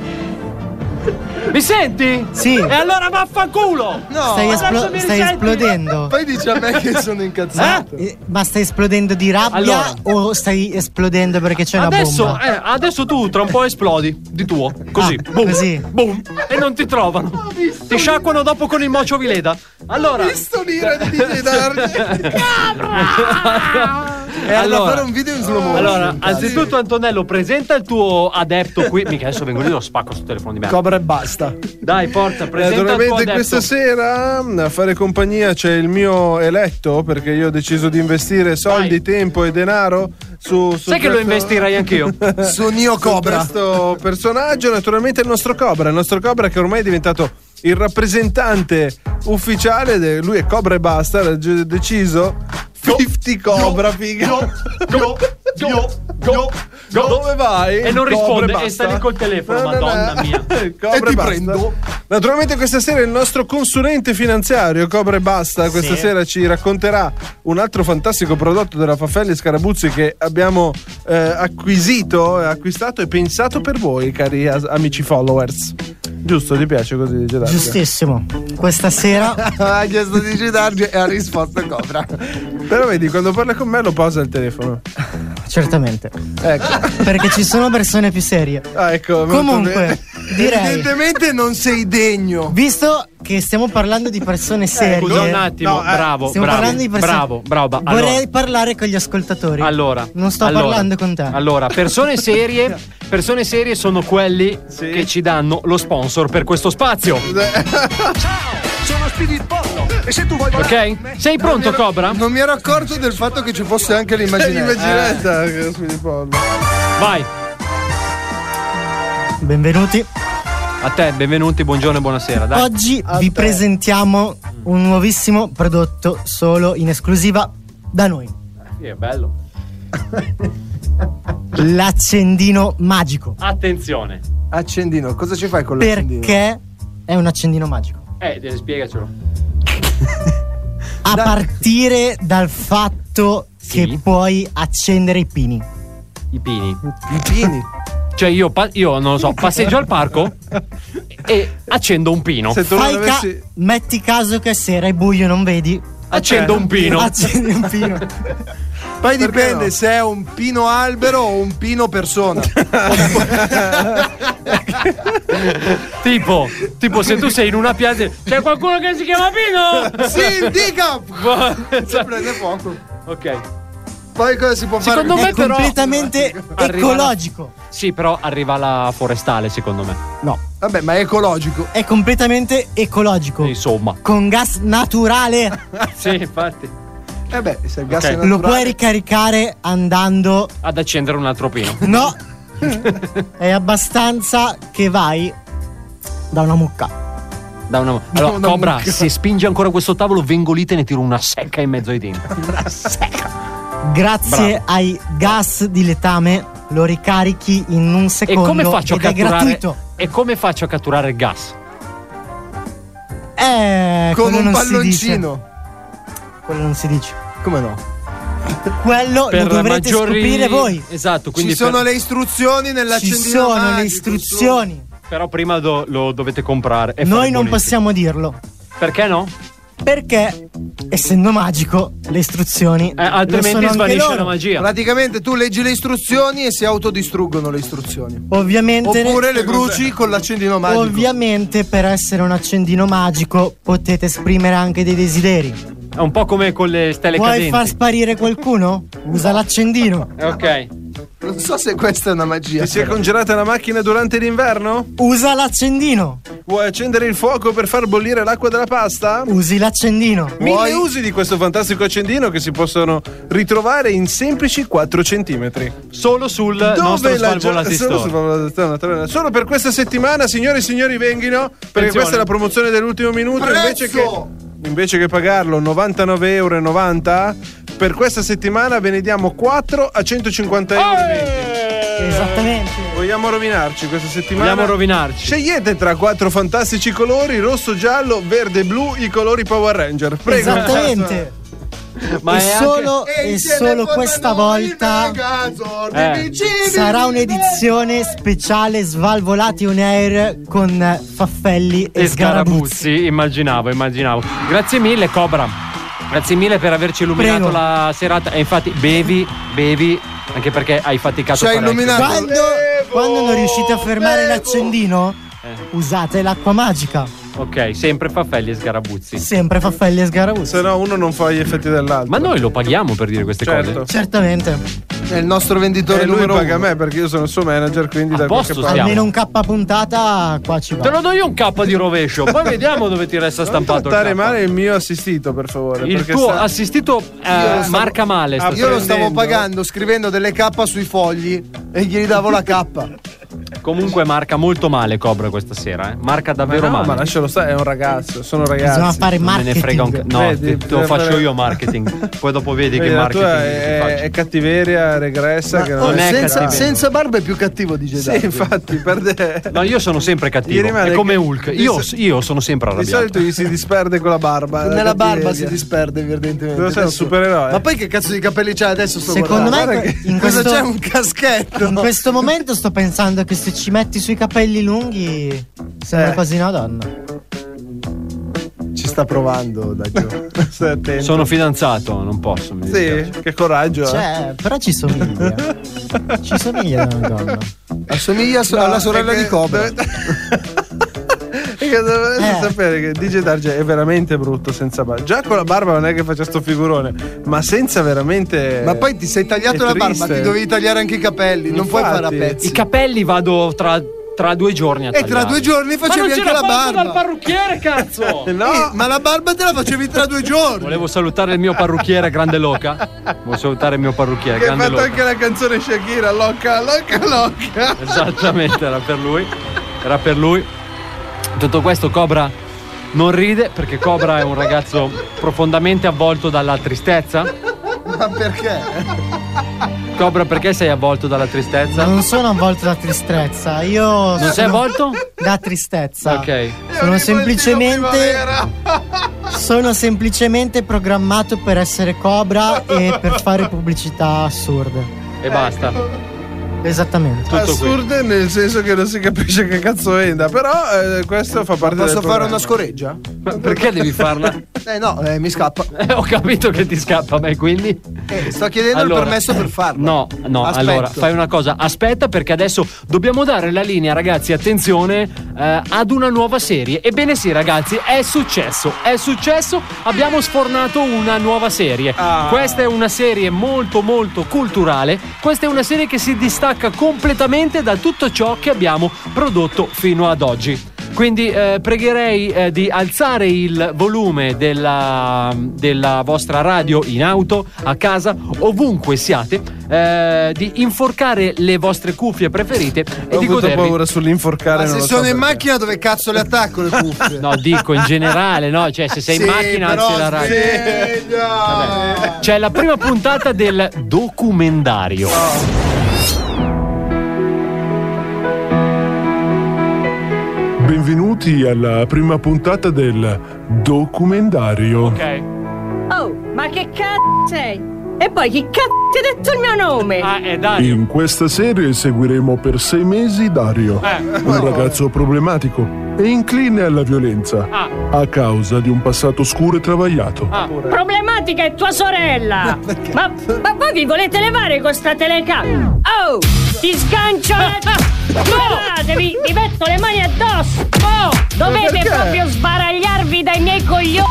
Speaker 9: Mi senti?
Speaker 16: Sì.
Speaker 18: E allora vaffanculo!
Speaker 10: No,
Speaker 16: stai, esplo-
Speaker 18: adesso mi
Speaker 16: stai
Speaker 18: risenti?
Speaker 16: esplodendo.
Speaker 10: Poi dice a me che sono incazzato.
Speaker 16: Eh, Ma stai esplodendo di rabbia
Speaker 9: Allora.
Speaker 16: o stai esplodendo perché c'è una
Speaker 9: Adesso,
Speaker 16: bomba?
Speaker 9: eh, adesso tu tra un po' esplodi di tuo. Così.
Speaker 10: Ah,
Speaker 9: boom,
Speaker 16: così.
Speaker 9: boom, e non ti trovano. Ti sciacquano dopo con il mocio vileda. Allora.
Speaker 10: Visto l'ira Ah, di DJ Darge.
Speaker 9: E
Speaker 10: allora fare un video in slow motion.
Speaker 9: Allora, anzitutto, Antonello, presenta il tuo adepto qui. Mica adesso vengo lì e lo spacco sul telefono di me.
Speaker 10: Cobra e basta.
Speaker 9: Dai,
Speaker 10: Eh,
Speaker 9: porta, presenta il tuo
Speaker 8: Naturalmente
Speaker 9: adepto.
Speaker 8: questa sera a fare compagnia c'è il mio eletto perché io ho deciso di investire soldi, tempo e denaro su, su
Speaker 9: Sai che lo
Speaker 8: questo-
Speaker 9: investirei anch'io?
Speaker 10: Su Neo Cobra.
Speaker 8: questo personaggio naturalmente il nostro Cobra, il nostro Cobra che ormai è diventato il rappresentante ufficiale, de- lui è Cobra e basta, ha gi- deciso 50 Cobra figa. Dove vai?
Speaker 9: E non
Speaker 8: Cobra
Speaker 9: risponde
Speaker 8: basta?
Speaker 9: e sta lì col telefono,
Speaker 8: No, no, no.
Speaker 9: madonna mia.
Speaker 8: Cobra e ti prendo. Naturalmente questa sera il nostro consulente finanziario Cobra e Basta questa
Speaker 19: Sì.
Speaker 8: sera ci racconterà un altro fantastico prodotto della Fafelli Scarabuzzi che abbiamo eh, acquisito, acquistato e pensato per voi cari as- amici followers. Giusto, ti piace così Gerardo?
Speaker 16: Giustissimo. Questa sera.
Speaker 10: ha chiesto di citarci e ha risposto Cobra.
Speaker 8: Però vedi, quando parla con me lo pausa il telefono.
Speaker 16: Certamente.
Speaker 8: Ecco.
Speaker 16: Perché ci sono persone più serie.
Speaker 8: Ah, ecco, molto bene.
Speaker 16: Comunque, direi.
Speaker 10: Evidentemente non sei degno.
Speaker 16: Visto che stiamo parlando di persone serie.
Speaker 9: Eh, Scusa Ecco, un attimo, bravo,
Speaker 16: eh, Stiamo
Speaker 9: bravo,
Speaker 16: parlando di persone.
Speaker 9: bravo, bravo. Allora,
Speaker 16: Vorrei parlare con gli ascoltatori.
Speaker 9: Allora,
Speaker 16: Non sto
Speaker 9: allora,
Speaker 16: parlando con te.
Speaker 9: Allora, persone serie, persone serie sono quelli che ci danno lo sponsor per questo spazio.
Speaker 10: Sono Spirit Porno. E se tu vuoi
Speaker 9: Ok? Sei pronto, Cobra?
Speaker 10: Non mi ero accorto del fatto che ci fosse anche Eh. l'immaginetta.
Speaker 8: L'immaginetta,
Speaker 16: eh.
Speaker 8: che Spirit Porno.
Speaker 9: Vai.
Speaker 16: Benvenuti.
Speaker 9: A te, benvenuti, buongiorno e buonasera. Dai.
Speaker 16: Oggi vi presentiamo un nuovissimo prodotto solo in esclusiva da noi.
Speaker 9: Sì, è bello.
Speaker 16: L'accendino magico.
Speaker 9: Attenzione.
Speaker 10: Accendino, cosa ci fai con l'accendino?
Speaker 16: Perché è un accendino magico?
Speaker 9: Eh, te- spiegacelo.
Speaker 16: A partire dal fatto che puoi accendere i pini.
Speaker 9: I pini. I pini. Cioè io, pa- io non lo so, passeggio al parco e accendo un pino.
Speaker 16: Fai ca- metti caso che è sera è buio, non vedi.
Speaker 9: Accendo un pino.
Speaker 16: Accendi un pino.
Speaker 10: Poi dipende se è un pino albero o un pino persona.
Speaker 9: Tipo, tipo se tu sei in una piazza. C'è qualcuno che si chiama Pino?
Speaker 10: Sì, dica!
Speaker 9: Si
Speaker 10: prende fuoco.
Speaker 9: Ok.
Speaker 10: Poi cosa si può
Speaker 9: Secondo
Speaker 10: fare?
Speaker 9: me però- Arriva la-
Speaker 16: ecologico.
Speaker 9: Sì, però arriva la forestale, secondo me.
Speaker 16: No.
Speaker 10: Vabbè, ma è ecologico.
Speaker 16: È completamente ecologico.
Speaker 9: Insomma.
Speaker 16: Con gas naturale.
Speaker 9: sì, infatti.
Speaker 10: Eh beh, se il gas
Speaker 9: Ok.
Speaker 10: è
Speaker 16: Lo
Speaker 10: naturale-
Speaker 16: puoi ricaricare andando.
Speaker 9: Ad accendere un altro pino.
Speaker 16: No. è abbastanza che vai da una mucca.
Speaker 9: Da una- Allora,
Speaker 16: Da una
Speaker 9: Cobra,
Speaker 16: mucca.
Speaker 9: se spingi ancora questo tavolo, vengo lì e ne tiro una secca in mezzo ai denti. Una secca.
Speaker 16: Grazie
Speaker 9: Bravo.
Speaker 16: ai gas di letame lo ricarichi in un
Speaker 9: E
Speaker 16: secondo.
Speaker 9: come faccio a
Speaker 16: ed è
Speaker 9: catturare?
Speaker 16: gratuito.
Speaker 9: E come faccio a catturare il gas?
Speaker 16: Eh,
Speaker 10: Con
Speaker 16: quello
Speaker 10: un
Speaker 16: non si
Speaker 10: palloncino.
Speaker 16: dice. Quello non si dice.
Speaker 10: Come no?
Speaker 16: Quello
Speaker 9: Per
Speaker 16: lo dovrete
Speaker 9: maggiori-
Speaker 16: scoprire voi.
Speaker 9: Esatto, quindi
Speaker 10: Ci sono
Speaker 9: per-
Speaker 10: le istruzioni
Speaker 16: Ci
Speaker 10: nell'accendino.
Speaker 16: sono le
Speaker 10: magico,
Speaker 16: istruzioni.
Speaker 9: Però prima do- lo dovete comprare. e fare
Speaker 16: Noi non
Speaker 9: bollire.
Speaker 16: possiamo dirlo.
Speaker 9: Perché no?
Speaker 16: Perché, essendo magico, le istruzioni.
Speaker 9: Eh,
Speaker 16: lo sono anche loro.
Speaker 10: Praticamente tu leggi le istruzioni e si autodistruggono le istruzioni.
Speaker 16: Ovviamente.
Speaker 10: Oppure
Speaker 8: Cioè,
Speaker 10: le bruci con l'accendino magico.
Speaker 16: Ovviamente, per essere un accendino magico, potete esprimere anche dei desideri.
Speaker 9: È un po' come con le stelle
Speaker 16: Vuoi
Speaker 9: cadenti.
Speaker 16: far sparire qualcuno? Usa l'accendino.
Speaker 9: Ok.
Speaker 10: Non so se questa è una magia.
Speaker 8: Ti si è congelata la macchina durante l'inverno?
Speaker 16: Usa l'accendino.
Speaker 8: Vuoi accendere il fuoco per far bollire l'acqua della pasta?
Speaker 16: Usi l'accendino.
Speaker 8: Mille usi di questo fantastico accendino che si possono ritrovare in semplici 4 centimetri.
Speaker 9: Solo sul nostro Svalvolati
Speaker 8: solo,
Speaker 9: Store.
Speaker 8: su Svalvolati Store, naturalmente. Solo per questa settimana, signore e signori, venghino. Perché
Speaker 9: Attenzione.
Speaker 8: questa è la promozione dell'ultimo minuto.
Speaker 10: Prezzo!
Speaker 8: Invece che, invece che pagarlo 99,90 euro, per questa settimana ve ne diamo 4 a 150 euro.
Speaker 10: Eh!
Speaker 16: Esattamente.
Speaker 8: Vogliamo rovinarci questa settimana?
Speaker 9: Vogliamo rovinarci.
Speaker 8: Scegliete tra quattro fantastici colori, rosso, giallo, verde e blu, i colori Power Ranger. Prego.
Speaker 16: Esattamente.
Speaker 9: Ma
Speaker 16: e
Speaker 9: è anche-
Speaker 16: solo,
Speaker 10: E
Speaker 16: e
Speaker 10: insieme
Speaker 16: solo
Speaker 10: con
Speaker 16: questa
Speaker 10: noi,
Speaker 16: volta
Speaker 10: ragazzo,
Speaker 9: Eh.
Speaker 10: rivincibili.
Speaker 16: sarà un'edizione speciale Svalvolati on air con eh, Faffelli e,
Speaker 9: e
Speaker 16: Sgarabuzzi.
Speaker 9: Scarabuzzi, immaginavo, immaginavo. Grazie mille, Cobra. Grazie mille per averci illuminato
Speaker 16: Prego.
Speaker 9: la serata. E infatti, bevi, bevi, anche perché hai faticato
Speaker 10: Ci ha
Speaker 9: parecchio.
Speaker 10: illuminato.
Speaker 16: Quando, quando non riuscite a fermare l'accendino,
Speaker 9: Eh.
Speaker 16: usate l'acqua magica.
Speaker 9: Ok, sempre Faffelli e Sgarabuzzi.
Speaker 16: Sempre Faffelli e Sgarabuzzi.
Speaker 8: Se no, uno non fa gli effetti dell'altro.
Speaker 9: Ma noi lo paghiamo per dire queste cose.
Speaker 16: Certamente.
Speaker 10: È il nostro venditore
Speaker 8: E Certo. Eh, lui
Speaker 10: numero
Speaker 8: paga
Speaker 10: uno.
Speaker 8: me perché io sono il suo manager, quindi da
Speaker 9: posto
Speaker 8: qualche parte.
Speaker 9: stiamo.
Speaker 16: Almeno un K puntata qua ci
Speaker 9: Te
Speaker 16: va.
Speaker 9: lo do io un K di rovescio, poi vediamo dove ti resta
Speaker 8: Non
Speaker 9: stampato. il
Speaker 8: trattare
Speaker 9: K.
Speaker 8: male il mio assistito, per favore.
Speaker 9: Il
Speaker 8: perché
Speaker 9: tuo
Speaker 8: sta-
Speaker 9: assistito eh,
Speaker 8: Io lo stavo-
Speaker 9: marca male.
Speaker 8: Ah,
Speaker 9: stasera.
Speaker 10: Io lo stavo pagando scrivendo delle K sui fogli e gli davo la K.
Speaker 9: Comunque marca molto male Cobra questa sera, eh. Marca davvero
Speaker 8: no,
Speaker 9: male.
Speaker 8: ma lascialo stare, è un ragazzo, sono ragazzi.
Speaker 16: Bisogna fare
Speaker 9: Non me ne frega un ca- No,
Speaker 8: Vedi,
Speaker 9: te- te lo
Speaker 8: bisogna
Speaker 9: faccio
Speaker 8: fare-
Speaker 9: io marketing. Poi dopo vedi
Speaker 8: Vedi,
Speaker 9: che
Speaker 8: la tua
Speaker 9: marketing ti
Speaker 8: è,
Speaker 9: faccio.
Speaker 8: è cattiveria regressa.
Speaker 9: Ma-
Speaker 8: che
Speaker 9: oh,
Speaker 8: non è
Speaker 9: senza-
Speaker 8: cattiveria.
Speaker 10: Senza barba è più cattivo di Jedi.
Speaker 8: Sì, infatti, perde.
Speaker 9: Esatto. No, io sono sempre
Speaker 8: Gli
Speaker 9: cattivo.
Speaker 8: rimane
Speaker 9: È come
Speaker 8: che-
Speaker 9: Hulk.
Speaker 8: di
Speaker 9: Io,
Speaker 8: so-
Speaker 9: io sono sempre
Speaker 8: Di
Speaker 9: arrabbiato.
Speaker 8: solito gli si disperde con la barba. la
Speaker 10: Nella barba si
Speaker 8: cattiveria.
Speaker 10: disperde, evidentemente.
Speaker 8: Dove sei, un
Speaker 10: Adesso-
Speaker 8: supereroe?
Speaker 10: Ma poi che cazzo di capelli c'ha adesso? Sto
Speaker 16: Secondo
Speaker 10: guardando.
Speaker 16: me
Speaker 10: Guarda che-
Speaker 16: in
Speaker 10: cosa
Speaker 16: questo,
Speaker 10: c'è un caschetto.
Speaker 16: in questo momento sto pensando che se ci metti sui capelli lunghi sembra
Speaker 10: Eh.
Speaker 16: quasi una donna.
Speaker 10: Ci sta provando, dai. Gio.
Speaker 8: Stai attento.
Speaker 9: Sono fidanzato, non posso. Mi
Speaker 8: Sì, che coraggio. eh.
Speaker 10: Certo.
Speaker 16: Cioè, però ci somiglia. ci somiglia a una donna.
Speaker 10: Assomiglia so-
Speaker 8: No,
Speaker 10: alla sorella
Speaker 8: è che-
Speaker 10: di Cobra.
Speaker 8: E che dovreste
Speaker 10: Eh.
Speaker 8: sapere che DJ Darge è veramente brutto senza barba. Già con la barba non è che faccia sto figurone, ma senza veramente.
Speaker 10: Ma poi ti sei tagliato
Speaker 8: è
Speaker 10: la barba,
Speaker 8: triste.
Speaker 10: ti dovevi tagliare anche i capelli. Non puoi fare a pezzi.
Speaker 9: I capelli vado tra, tra due giorni a
Speaker 10: E tra
Speaker 9: tagliarli.
Speaker 10: due giorni
Speaker 18: Ma
Speaker 10: facevi
Speaker 18: non ce
Speaker 10: anche
Speaker 18: la
Speaker 10: la
Speaker 18: faccio
Speaker 10: barba.
Speaker 18: dal parrucchiere, cazzo!
Speaker 10: Eh, ma la barba te la facevi tra due giorni.
Speaker 9: Volevo salutare il mio parrucchiere Grande Loca. Volevo salutare il mio parrucchiere
Speaker 8: Che ha
Speaker 9: Grande
Speaker 8: fatto
Speaker 9: Loca.
Speaker 8: anche la canzone Shakira, loca, loca, loca.
Speaker 9: Esattamente, era per lui. Era per lui. Tutto questo Cobra non ride perché Cobra è un ragazzo profondamente avvolto dalla tristezza.
Speaker 10: Ma perché?
Speaker 9: Cobra, perché sei avvolto dalla tristezza?
Speaker 16: Cioè, Non sono avvolto da tristezza, io. Non
Speaker 9: sei avvolto?
Speaker 16: Da tristezza.
Speaker 9: Ok.
Speaker 16: Sono semplicemente. Sono semplicemente programmato per essere cobra e per fare pubblicità assurde.
Speaker 9: E basta.
Speaker 16: Esattamente.
Speaker 8: Assurde Eh, nel senso che non si capisce che cazzo venda, però eh, questo fa parte del
Speaker 10: Posso
Speaker 8: programma.
Speaker 10: fare una scoreggia?
Speaker 9: Ma perché devi farla?
Speaker 10: Eh no, eh, mi scappa.
Speaker 9: Eh, ho capito che ti scappa, beh, quindi.
Speaker 10: Eh, sto chiedendo il permesso per farlo.
Speaker 9: No, no,
Speaker 10: Aspetto.
Speaker 9: allora fai una cosa, aspetta perché adesso dobbiamo dare la linea, ragazzi, attenzione, eh, ad una nuova serie. Ebbene sì, ragazzi, è successo, è successo, abbiamo sfornato una nuova serie.
Speaker 10: Ah.
Speaker 9: Questa è una serie molto molto culturale, questa è una serie che si distacca completamente da tutto ciò che abbiamo prodotto fino ad oggi. Quindi eh, pregherei eh, di alzare il volume della, della vostra radio in auto, a casa, ovunque siate, eh, di inforcare le vostre cuffie preferite e
Speaker 8: Ho
Speaker 9: di
Speaker 8: avuto
Speaker 9: godervi.
Speaker 8: paura sull'inforcare.
Speaker 10: Ma
Speaker 8: non
Speaker 10: se
Speaker 8: lo
Speaker 10: sono
Speaker 8: so
Speaker 10: in macchina dove cazzo le attacco le cuffie?
Speaker 9: No, dico in generale, no? Cioè, se sei in
Speaker 10: Sì,
Speaker 9: macchina,
Speaker 10: però
Speaker 9: alzi la radio.
Speaker 10: sveglia!
Speaker 9: C'è la prima puntata del documentario.
Speaker 19: Benvenuti alla prima puntata del documentario.
Speaker 14: Oh, ma che cazzo sei? E poi chi cazzo ti ha detto il mio nome?
Speaker 9: Ah, è
Speaker 19: In questa serie seguiremo per sei mesi Dario,
Speaker 9: Eh.
Speaker 19: un ragazzo problematico e incline alla violenza
Speaker 9: Ah.
Speaker 19: a causa di un passato scuro e travagliato.
Speaker 18: Ah, Problematica è tua sorella! ma, ma voi vi volete levare con sta telecamera? Oh! Ti sgancio le... Levatevi! Vi metto le mani addosso! Oh! Dovete
Speaker 14: perché?
Speaker 18: proprio sbaragliarvi dai miei coglioni!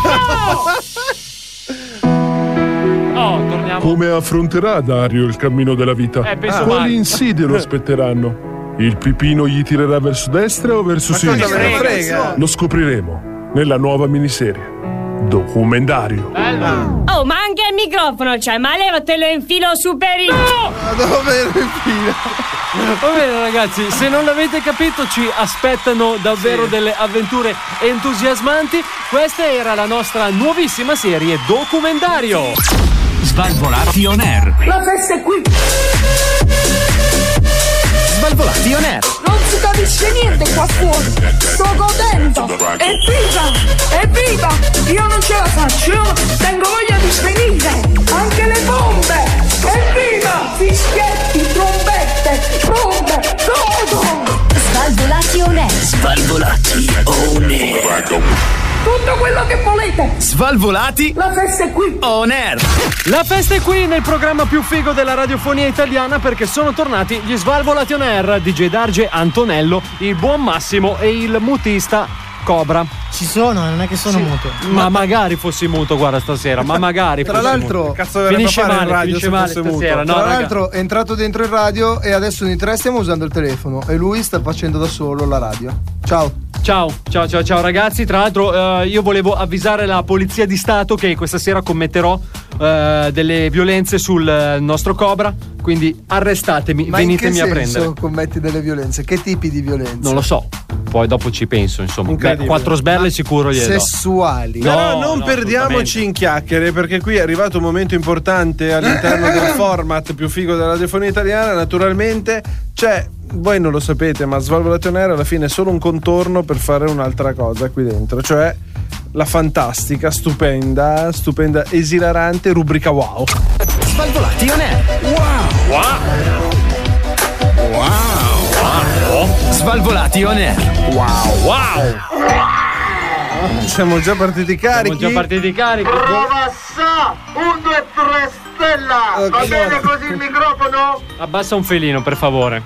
Speaker 9: Oh, torniamo.
Speaker 19: Come affronterà Dario il cammino della vita?
Speaker 9: Eh, penso
Speaker 19: Quali
Speaker 9: male.
Speaker 19: insidie lo aspetteranno? Il pipino gli tirerà verso destra o verso
Speaker 8: Ma cosa
Speaker 19: sinistra?
Speaker 8: me ne frega?
Speaker 19: Lo scopriremo nella nuova miniserie. Documentario.
Speaker 8: Ah.
Speaker 18: Oh, ma anche il microfono c'è, ma leva te lo infilo superino! No!
Speaker 10: Dove lo
Speaker 9: Va bene ragazzi, se non l'avete capito ci aspettano davvero delle avventure entusiasmanti. Questa era la nostra nuovissima serie documentario.
Speaker 7: Svalvolati on air.
Speaker 18: La festa è qui!
Speaker 7: Svalvolati on air.
Speaker 18: Non si capisce niente qua fuori! Sto godendo! Evviva! Evviva! Io non ce la faccio! Io tengo voglia di svenire! Anche le bombe! Evviva! Fischietti, trombette, bombe, godo!
Speaker 5: Svalvolati on air.
Speaker 2: Svalvolati on air.
Speaker 18: Tutto quello che volete!
Speaker 7: Svalvolati.
Speaker 18: La festa è qui.
Speaker 7: On air.
Speaker 9: La festa è qui nel programma più figo della radiofonia italiana perché sono tornati gli Svalvolati on air, DJ Darge, Antonello, il buon Massimo e il mutista Cobra.
Speaker 16: Ci sono, non è che sono muto.
Speaker 9: Ma magari fossi muto guarda stasera, ma magari
Speaker 10: Tra
Speaker 9: fossi
Speaker 10: l'altro-
Speaker 9: muto.
Speaker 10: Cazzo,
Speaker 8: verrebbe
Speaker 9: finisce
Speaker 8: a fare in
Speaker 9: male,
Speaker 8: radio
Speaker 9: finisce
Speaker 8: se
Speaker 9: male
Speaker 8: fosse muto.
Speaker 9: stasera, no,
Speaker 10: Tra
Speaker 9: raga.
Speaker 10: l'altro è entrato dentro il radio e adesso noi tre stiamo usando il telefono e lui sta facendo da solo la radio. Ciao.
Speaker 9: Ciao, ciao, ciao, ciao ragazzi. Tra l'altro, eh, io volevo avvisare la polizia di Stato che questa sera commetterò eh, delle violenze sul eh, nostro Cobra. Quindi arrestatemi,
Speaker 10: Ma in che
Speaker 9: venitemi a
Speaker 10: senso
Speaker 9: prendere.
Speaker 10: commetti delle violenze? Che tipi di violenze?
Speaker 9: Non lo so. Poi dopo ci penso, insomma. Beh,
Speaker 8: Incredibile.
Speaker 9: quattro sberle sicuro gliele do.
Speaker 10: Sessuali.
Speaker 8: Però
Speaker 9: No,
Speaker 8: non
Speaker 9: no,
Speaker 8: perdiamoci in chiacchiere perché qui è arrivato un momento importante all'interno del format più figo della radiofonia italiana. Naturalmente c'è, voi non lo sapete, ma Svalvolato Nero alla fine è solo un contorno per fare un'altra cosa qui dentro, cioè la fantastica, stupenda, stupenda, esilarante rubrica wow.
Speaker 7: Svalvolati on air. Wow. Wow. Wow. Svalvolati on air. Wow.
Speaker 8: Siamo già partiti carichi.
Speaker 9: Siamo già partiti carichi.
Speaker 20: Provassa! 1, 2, 3 stella! Va
Speaker 9: Ok.
Speaker 20: bene così il microfono?
Speaker 9: Abbassa un felino, per favore.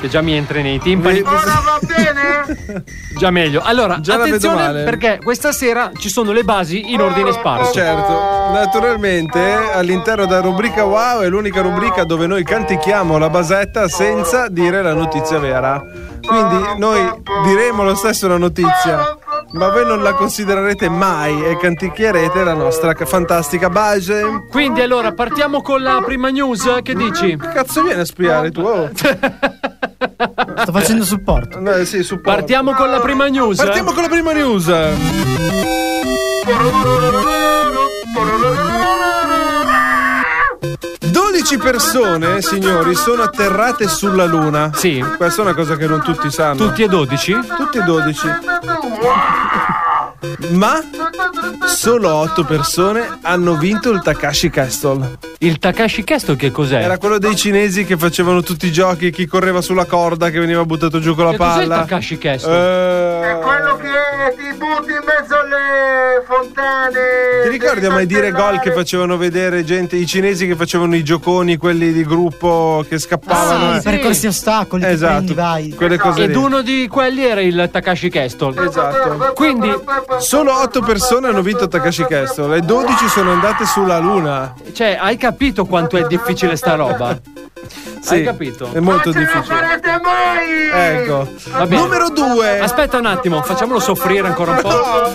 Speaker 9: Che già mi entri nei timpani.
Speaker 20: Ora va bene?
Speaker 9: Già meglio. Allora,
Speaker 8: Già la vedo
Speaker 9: attenzione
Speaker 8: male.
Speaker 9: perché questa sera ci sono le basi in ordine sparso.
Speaker 8: Certo, naturalmente all'interno della rubrica Wow è l'unica rubrica dove noi cantichiamo la basetta senza dire la notizia vera. Quindi noi diremo lo stesso la notizia, ma voi non la considererete mai e cantichierete la nostra ca- fantastica base.
Speaker 9: Quindi allora partiamo con la prima news, che dici?
Speaker 8: Che cazzo viene a spiare tu? Oh.
Speaker 16: Sto facendo supporto.
Speaker 8: No, eh, sì, supporto.
Speaker 9: Partiamo con la prima news.
Speaker 8: Partiamo con la prima news.
Speaker 20: Io
Speaker 8: 12 persone, signori, sono atterrate sulla Luna.
Speaker 9: Sì.
Speaker 8: Questa è una cosa che non tutti sanno.
Speaker 9: Tutti e 12?
Speaker 8: Tutti e 12. Ma solo 8 persone hanno vinto il Takashi Castle.
Speaker 9: Il Takashi Castle che cos'è?
Speaker 8: Era quello dei cinesi che facevano tutti i giochi, chi correva sulla corda, che veniva buttato giù con la
Speaker 9: Che Cioè, cos'è il
Speaker 8: palla. Eh,
Speaker 9: Takashi
Speaker 8: Castle?
Speaker 20: È quello che ti butti in mezzo alle fontane.
Speaker 8: Ti ricordi a mai dire gol che facevano vedere gente, i cinesi che facevano i gioconi, quelli di gruppo che scappavano?
Speaker 16: Ah,
Speaker 8: eh?
Speaker 16: sì, percorsi ostacoli, ti
Speaker 8: Esatto.
Speaker 16: prendi, vai.
Speaker 8: Quelle cose
Speaker 9: Ed
Speaker 8: lì.
Speaker 9: uno di quelli era il Takashi Castle.
Speaker 8: Esatto.
Speaker 9: Quindi
Speaker 8: Solo 8 persone hanno vinto Takashi Castle e 12 sono andate sulla Luna.
Speaker 9: Cioè, hai capito quanto è difficile sta roba? Hai capito?
Speaker 8: È molto
Speaker 20: Non ce la
Speaker 8: difficile.
Speaker 20: farete mai!
Speaker 8: Ecco.
Speaker 9: Va bene.
Speaker 8: Numero 2.
Speaker 9: Aspetta un attimo, facciamolo soffrire ancora un po'.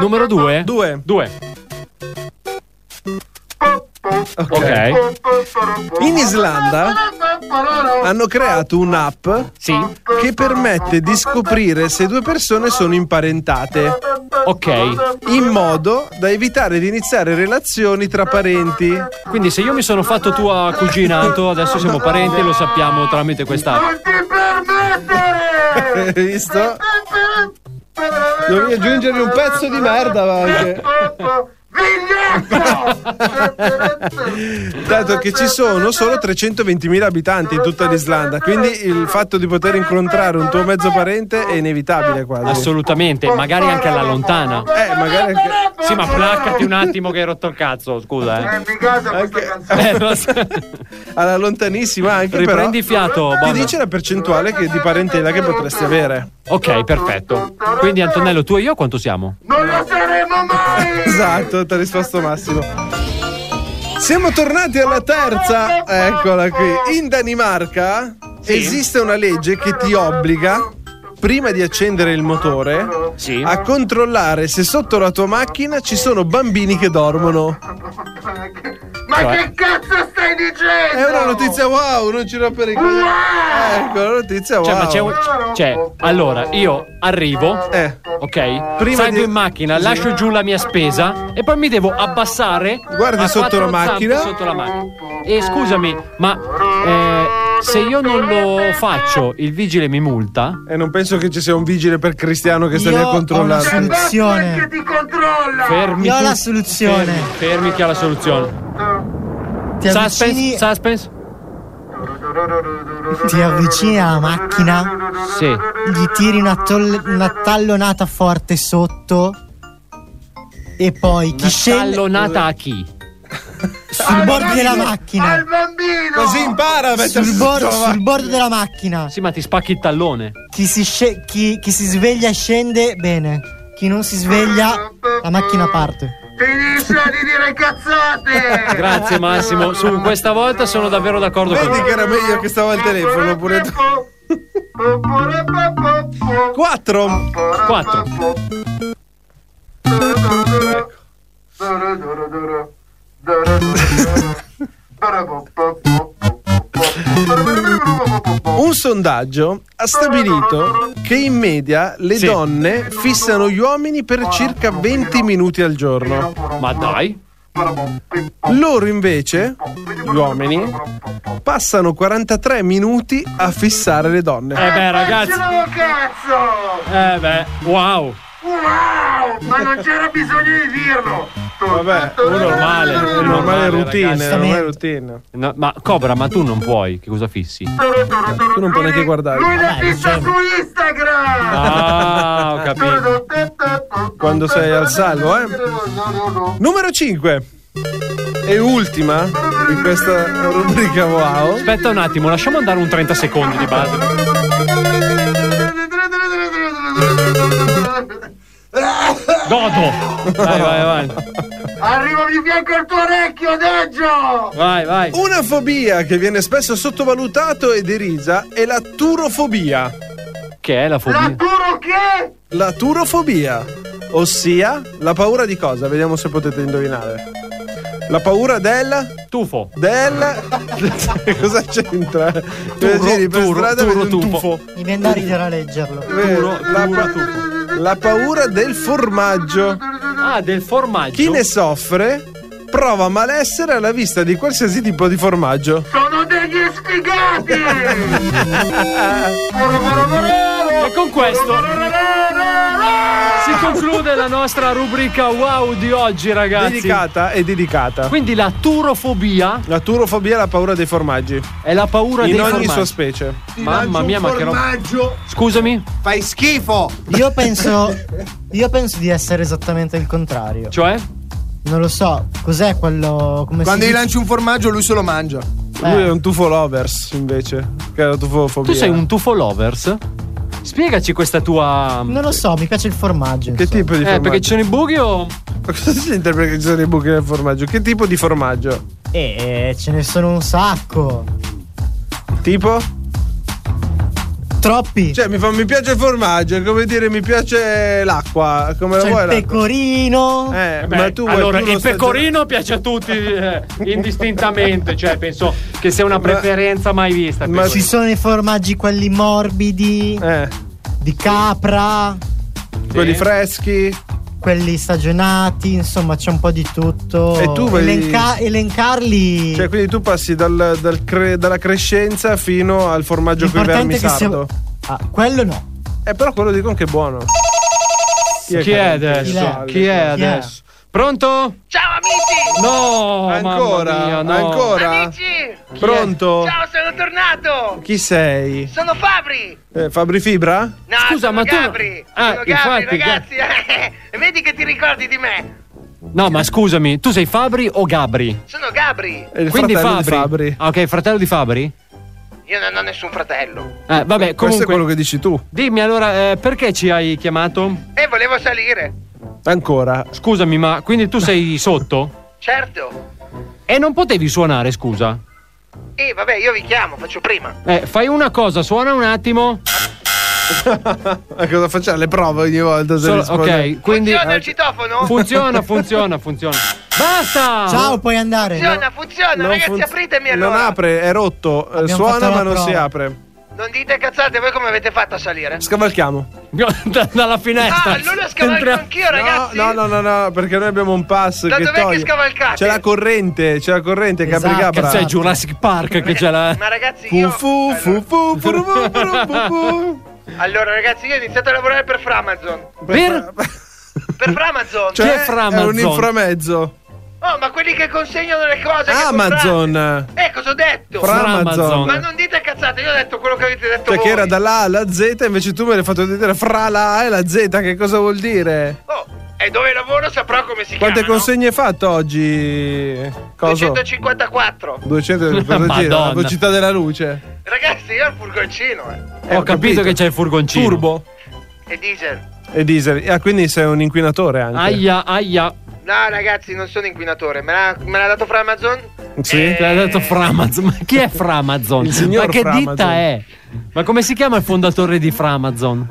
Speaker 9: Numero 2?
Speaker 8: Due.
Speaker 9: 2.
Speaker 8: Ok.
Speaker 9: Ok.
Speaker 8: In Islanda hanno creato un'app che permette di scoprire se due persone sono imparentate.
Speaker 9: Ok.
Speaker 8: In modo da evitare di iniziare relazioni tra parenti.
Speaker 9: Quindi se io mi sono fatto tua cuginato, adesso siamo parenti, lo sappiamo tramite questa.
Speaker 20: Non ti permettere!
Speaker 8: Hai visto? Dovevi aggiungere un pezzo di merda ma anche. Dato che ci sono solo 320.000 abitanti in tutta l'Islanda, quindi il fatto di poter incontrare un tuo mezzo parente è inevitabile quasi.
Speaker 9: Assolutamente, magari anche alla lontana.
Speaker 8: Eh, magari anche.
Speaker 9: Sì, ma placcati un attimo che hai rotto il cazzo, scusa, oh, eh. Eh, lo so.
Speaker 8: alla lontanissima anche
Speaker 9: Riprendi
Speaker 8: però,
Speaker 9: fiato,
Speaker 8: ti
Speaker 9: Bob.
Speaker 8: dice la percentuale che- di parentela che potresti avere
Speaker 9: Ok, perfetto. Quindi Antonello, tu e io quanto siamo?
Speaker 20: Non lo saremo mai!
Speaker 8: esatto ti ha risposto Massimo siamo tornati alla terza eccola qui in Danimarca esiste una legge che ti obbliga prima di accendere il motore a controllare se sotto la tua macchina ci sono bambini che dormono
Speaker 20: Ma
Speaker 8: Cioè-
Speaker 20: che cazzo stai dicendo?
Speaker 8: è una notizia wow non ci rompere i coglioni ecco la notizia wow
Speaker 9: Cioè, ma c'è un. Cioè, allora, io arrivo.
Speaker 8: Eh.
Speaker 9: Ok?
Speaker 8: Prima
Speaker 9: salgo
Speaker 8: di-
Speaker 9: in macchina,
Speaker 8: Sì.
Speaker 9: lascio giù la mia spesa e poi mi devo abbassare.
Speaker 8: Guardi
Speaker 9: a
Speaker 8: sotto la
Speaker 9: quattro zampe
Speaker 8: macchina.
Speaker 9: sotto la macchina. E scusami, ma eh, se io non lo faccio, il vigile mi multa?
Speaker 8: E non penso che ci sia un vigile per Cristiano che sta lì
Speaker 16: Io
Speaker 8: a
Speaker 16: ho una
Speaker 8: controllare.
Speaker 16: soluzione.
Speaker 20: Che ti controlla!
Speaker 9: Fermi.
Speaker 16: Io ho
Speaker 9: tu-
Speaker 16: la soluzione.
Speaker 9: Fermi, fermi che ha la soluzione.
Speaker 16: Ti
Speaker 9: Suspense,
Speaker 16: avvicini,
Speaker 9: suspense.
Speaker 16: ti avvicini alla macchina,
Speaker 9: Sì.
Speaker 16: gli tiri una, toll- una tallonata forte sotto e poi chi scende
Speaker 9: Tallonata a chi?
Speaker 16: sul bordo della macchina.
Speaker 20: Al bambino!
Speaker 8: Così impara a mettere
Speaker 16: Sul,
Speaker 8: sotto
Speaker 16: bor-
Speaker 8: la
Speaker 16: sul
Speaker 8: macchina.
Speaker 16: bordo della macchina.
Speaker 9: Sì, ma ti spacchi il tallone.
Speaker 16: Chi si, sce- chi- chi si sveglia scende, bene. Chi non si sveglia, la macchina parte.
Speaker 20: Finisce di dire cazzate!
Speaker 9: Grazie Massimo. Su, questa volta sono davvero d'accordo con
Speaker 8: Vedi
Speaker 9: te.
Speaker 8: che era meglio che stavo al telefono pure tu. 4
Speaker 9: 4.
Speaker 20: doro, doro, doro, doro, doro,
Speaker 8: Un sondaggio ha stabilito che in media le
Speaker 9: Sì.
Speaker 8: donne fissano gli uomini per circa 20 minuti al giorno.
Speaker 9: Ma dai.
Speaker 8: Loro invece, gli uomini, passano 43 minuti a fissare le donne.
Speaker 9: Eh beh, ragazzi.
Speaker 20: Faccelo, cazzo!
Speaker 9: Eh beh, wow.
Speaker 20: Wow! Ma non c'era bisogno di dirlo!
Speaker 8: Vabbè,
Speaker 9: è normale, è normale,
Speaker 8: routine,
Speaker 9: ragazzi.
Speaker 8: è normale routine.
Speaker 9: No, ma Cobra, ma tu non puoi, che cosa fissi?
Speaker 8: Tu non puoi neanche
Speaker 20: Lui
Speaker 8: guardare.
Speaker 20: l'ha vista su Instagram!
Speaker 9: Ah, ho capito.
Speaker 8: Quando sei al salvo, eh. Numero 5. E ultima in questa rubrica wow.
Speaker 9: Aspetta un attimo, lasciamo andare un 30 secondi di base. Godo! Vai, vai, vai.
Speaker 20: Arrivo di fianco al tuo orecchio, Deggio!
Speaker 9: Vai, vai.
Speaker 8: Una fobia che viene spesso sottovalutata e derisa è la turofobia.
Speaker 9: Che è la
Speaker 20: La turo che?
Speaker 8: La turofobia, ossia la paura di cosa? Vediamo se potete indovinare. La paura del
Speaker 9: tufo.
Speaker 8: Del cosa c'entra?
Speaker 16: Turo,
Speaker 8: Giri per
Speaker 16: turo,
Speaker 8: strada
Speaker 16: turo,
Speaker 8: vedi un
Speaker 16: tufo.
Speaker 8: tufo.
Speaker 16: Mi viene da ridere a leggerlo.
Speaker 8: la, pa- la paura del formaggio.
Speaker 9: Ah, del formaggio.
Speaker 8: Chi ne soffre prova malessere alla vista di qualsiasi tipo di formaggio.
Speaker 20: Sono degli sfigati!
Speaker 9: E con questo si conclude la nostra rubrica wow di oggi, ragazzi.
Speaker 8: Dedicata e dedicata.
Speaker 9: Quindi la turofobia
Speaker 8: La turofobia è la paura dei formaggi.
Speaker 9: è la paura
Speaker 8: In
Speaker 9: dei
Speaker 8: ogni
Speaker 9: formaggi.
Speaker 8: sua specie.
Speaker 9: Mamma mia, ma che roba.
Speaker 10: Formaggio!
Speaker 9: Scusami?
Speaker 10: Fai schifo!
Speaker 16: Io penso, io penso di essere esattamente il contrario.
Speaker 9: Cioè?
Speaker 16: Non lo so, cos'è quello. Come
Speaker 10: Quando gli
Speaker 16: si dice?
Speaker 10: lanci un formaggio, lui se lo mangia.
Speaker 8: Lui è un tufo lovers, invece. Che è la tufofobia.
Speaker 9: Tu sei un tufo lovers? Spiegaci questa tua.
Speaker 16: Non lo so, mi piace il formaggio.
Speaker 8: Che tipo di
Speaker 9: Eh,
Speaker 8: formaggio?
Speaker 9: perché ci sono i buchi o.
Speaker 8: Ma Cosa c'entra perché ci sono i buchi nel formaggio? Che tipo di formaggio?
Speaker 16: Eh, ce ne sono un sacco.
Speaker 8: Tipo?
Speaker 16: Troppi.
Speaker 8: Cioè, mi, fa, mi piace il formaggio, è come dire mi piace l'acqua. Come
Speaker 16: C'è
Speaker 8: la vuoi?
Speaker 16: il
Speaker 8: l'acqua?
Speaker 16: pecorino.
Speaker 8: Eh,
Speaker 9: Beh,
Speaker 8: ma tu vuoi
Speaker 9: allora,
Speaker 8: più lo
Speaker 9: il
Speaker 8: stagione-
Speaker 9: pecorino piace a tutti eh, indistintamente, cioè penso che sia una preferenza mai vista. il
Speaker 16: Ci
Speaker 9: pecorino.
Speaker 16: sono i formaggi quelli morbidi. Di capra.
Speaker 8: Eh. Quelli freschi.
Speaker 16: Quelli stagionati, insomma, c'è un po' di tutto.
Speaker 8: E tu vai-
Speaker 16: Elenca- elencarli.
Speaker 8: Cioè, quindi tu passi dal- dal cre- dalla crescenza fino al formaggio con i vermi
Speaker 16: L'importante è che sia-
Speaker 8: sardo.
Speaker 16: Ah, quello no.
Speaker 8: Eh, però quello dicono che è buono.
Speaker 9: Chi è, adesso? Chi è adesso? Pronto?
Speaker 20: Ciao amici!
Speaker 9: No,
Speaker 8: Ancora?
Speaker 9: mamma mia, no.
Speaker 8: Ancora?
Speaker 20: Amici!
Speaker 8: Pronto?
Speaker 20: Ciao, sono tornato!
Speaker 8: Chi sei?
Speaker 20: Sono Fabri!
Speaker 8: Eh, Fabri Fibra?
Speaker 20: No,
Speaker 9: Scusa,
Speaker 20: sono
Speaker 9: ma tu-
Speaker 20: Gabri!
Speaker 9: Ah,
Speaker 20: sono Gabri,
Speaker 9: infatti,
Speaker 20: ragazzi! eh! Vedi che ti ricordi di me!
Speaker 9: No, ma scusami, tu sei Fabri o Gabri?
Speaker 20: Sono Gabri!
Speaker 8: È il
Speaker 9: Quindi
Speaker 8: fratello
Speaker 9: Fabri.
Speaker 8: di Fabri.
Speaker 9: Ah, ok, fratello di Fabri?
Speaker 20: Io non ho nessun fratello!
Speaker 9: Eh, vabbè,
Speaker 8: Questo è
Speaker 9: comunque.
Speaker 8: quello che dici tu.
Speaker 9: Dimmi allora, eh, perché ci hai chiamato?
Speaker 20: E volevo salire!
Speaker 8: Ancora.
Speaker 9: Scusami, ma quindi tu sei sotto?
Speaker 20: Certo!
Speaker 9: E non potevi suonare, scusa?
Speaker 20: E vabbè, io vi chiamo, faccio prima!
Speaker 9: Eh, fai una cosa, suona un attimo.
Speaker 8: Ma cosa facciamo? Cioè, Le prove ogni volta. Se
Speaker 9: Solo-
Speaker 8: risponde.
Speaker 9: ok, quindi. eh,
Speaker 20: Funziona il citofono?
Speaker 9: Funziona, funziona, funziona. Basta!
Speaker 16: Ciao, puoi andare.
Speaker 20: Funziona, funziona!
Speaker 8: Non
Speaker 20: ragazzi,
Speaker 8: funz-
Speaker 20: apritemi
Speaker 8: Non
Speaker 20: allora!
Speaker 8: apre, è rotto. eh,
Speaker 16: Abbiamo
Speaker 8: Suona
Speaker 16: fatto la
Speaker 8: ma non
Speaker 16: prova.
Speaker 8: si apre.
Speaker 20: Non dite cazzate, voi come avete fatto a salire?
Speaker 8: Scavalchiamo.
Speaker 9: Da- Dalla finestra.
Speaker 20: Ah, allora scavalco
Speaker 9: Entra-
Speaker 20: anch'io, ragazzi!
Speaker 8: No, no, no, no, perché noi abbiamo un pass
Speaker 20: Da
Speaker 8: che
Speaker 20: dov'è che
Speaker 8: toglie.
Speaker 20: scavalcate?
Speaker 8: C'è la corrente, c'è la corrente,
Speaker 16: Esatto.
Speaker 8: Capricabra.
Speaker 9: Cazzo, è Jurassic Park che c'è la.
Speaker 20: Ma ragazzi,
Speaker 8: Fu
Speaker 20: io...
Speaker 8: fu fu fu fu fu fu fu
Speaker 20: Allora, ragazzi, io ho iniziato a lavorare per Framazon!
Speaker 9: Per?
Speaker 20: Per Framazon!
Speaker 9: Cioè- Che
Speaker 8: è
Speaker 9: framazzo?
Speaker 8: un inframezzo.
Speaker 20: Oh, ma quelli che consegnano le cose
Speaker 8: Amazon.
Speaker 20: Che comprate. eh, cosa ho detto?
Speaker 8: Framazon.
Speaker 20: Ma non dite cazzate, io ho detto quello che avete detto
Speaker 8: Cioè
Speaker 20: voi.
Speaker 8: che era dalla A alla Z, invece tu me l'hai fatto dire fra la A e la Z, che cosa vuol dire?
Speaker 20: Oh, e dove lavoro saprò come si
Speaker 8: Quante
Speaker 20: chiama,
Speaker 8: consegne hai fatto oggi?
Speaker 20: no?
Speaker 8: Coso?
Speaker 20: 254.
Speaker 8: 200 cosa
Speaker 9: Madonna.
Speaker 8: gira? La velocità della luce.
Speaker 20: Ragazzi, io ho il furgoncino, eh.
Speaker 8: Eh,
Speaker 9: Ho capito che c'è il furgoncino.
Speaker 8: Turbo
Speaker 20: E diesel.
Speaker 8: e diesel. Ah, quindi sei un inquinatore anche.
Speaker 9: Aia, aia.
Speaker 20: No, ragazzi, non sono inquinatore. Me l'ha, me l'ha dato Framazon?
Speaker 8: Sì?
Speaker 9: Te l'ha detto Framazon. Ma chi è Framazon?
Speaker 8: Eh. Il signor
Speaker 9: Ma che
Speaker 8: Framazon.
Speaker 9: ditta è? Ma come si chiama il fondatore di Framazon?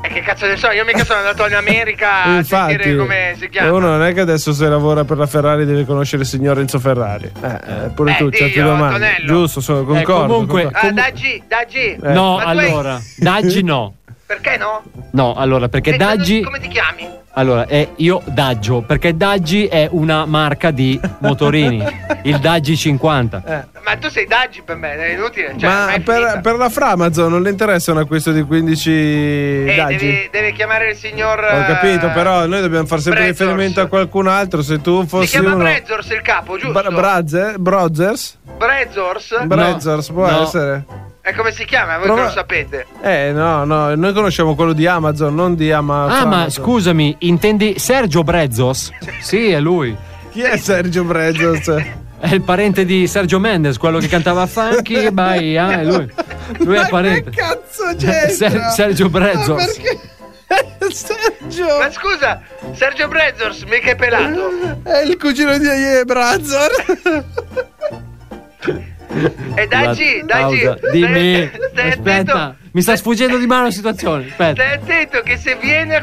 Speaker 10: E che cazzo ne so, io mica sono andato in America a
Speaker 8: Infatti,
Speaker 10: Ah, sentire come si chiama.
Speaker 8: uno non è che adesso se lavora per la Ferrari deve conoscere il signor Enzo Ferrari. Eh, eh, pure
Speaker 10: Eh,
Speaker 8: tu, certe
Speaker 10: Dio,
Speaker 8: domande.
Speaker 10: Antonello.
Speaker 8: Giusto,
Speaker 9: Eh,
Speaker 8: sono concordo. concordo.
Speaker 10: Ah, Daggi, Daggi.
Speaker 8: Eh. No,
Speaker 10: Ma tu hai-
Speaker 9: Allora, Daggi no.
Speaker 10: Perché no?
Speaker 9: No, allora, perché
Speaker 20: Eh,
Speaker 10: Senti,
Speaker 9: Daggi.
Speaker 10: Come ti chiami?
Speaker 9: Allora, eh, io Daggio, perché Daggi è una marca di motorini, il Daggi 50.
Speaker 8: Eh.
Speaker 10: Ma tu sei Daggi per me, è inutile. Cioè,
Speaker 8: Ma
Speaker 10: ormai è
Speaker 8: per,
Speaker 10: finita.
Speaker 8: per la Framazon non le interessa un acquisto di 15
Speaker 10: Eh,
Speaker 8: daggi?
Speaker 10: devi, devi chiamare il signor.
Speaker 8: Ho capito,
Speaker 10: eh,
Speaker 8: però noi dobbiamo fare sempre
Speaker 10: Brezzors.
Speaker 8: riferimento a qualcun altro. Se tu
Speaker 10: Si
Speaker 8: fossi
Speaker 10: chiama
Speaker 8: uno.
Speaker 10: Brezzors il capo, giusto?
Speaker 8: Bra- Brazze- Brothers?
Speaker 10: Brezzors?
Speaker 8: Brezzors, può essere?
Speaker 10: E come si chiama? Voi
Speaker 8: Prova-
Speaker 10: che lo sapete.
Speaker 8: Eh, no, no, noi conosciamo quello di Amazon, non di Ama-
Speaker 9: Ah,
Speaker 8: Amazon.
Speaker 9: ma scusami, intendi Sergio Brezos? Sì, è lui.
Speaker 8: Chi è Sergio Brezos?
Speaker 9: È il parente di Sergio Mendes, quello che cantava Funky Bahia, è lui. Lui è il parente.
Speaker 8: Cazzo,
Speaker 9: c'entra? Ser- Sergio Brezzos. Ma
Speaker 10: Sergio! Ma scusa, Sergio Brezzors, mica è pelato.
Speaker 8: È il cugino di Brazzor.
Speaker 10: E Daggi,
Speaker 9: La-
Speaker 10: Daggi,
Speaker 9: pausa,
Speaker 10: stai,
Speaker 9: dimmi.
Speaker 10: stai
Speaker 9: Aspetta,
Speaker 10: attento.
Speaker 9: mi sta sfuggendo di mano la situazione. Aspetta.
Speaker 10: Stai attento che se viene a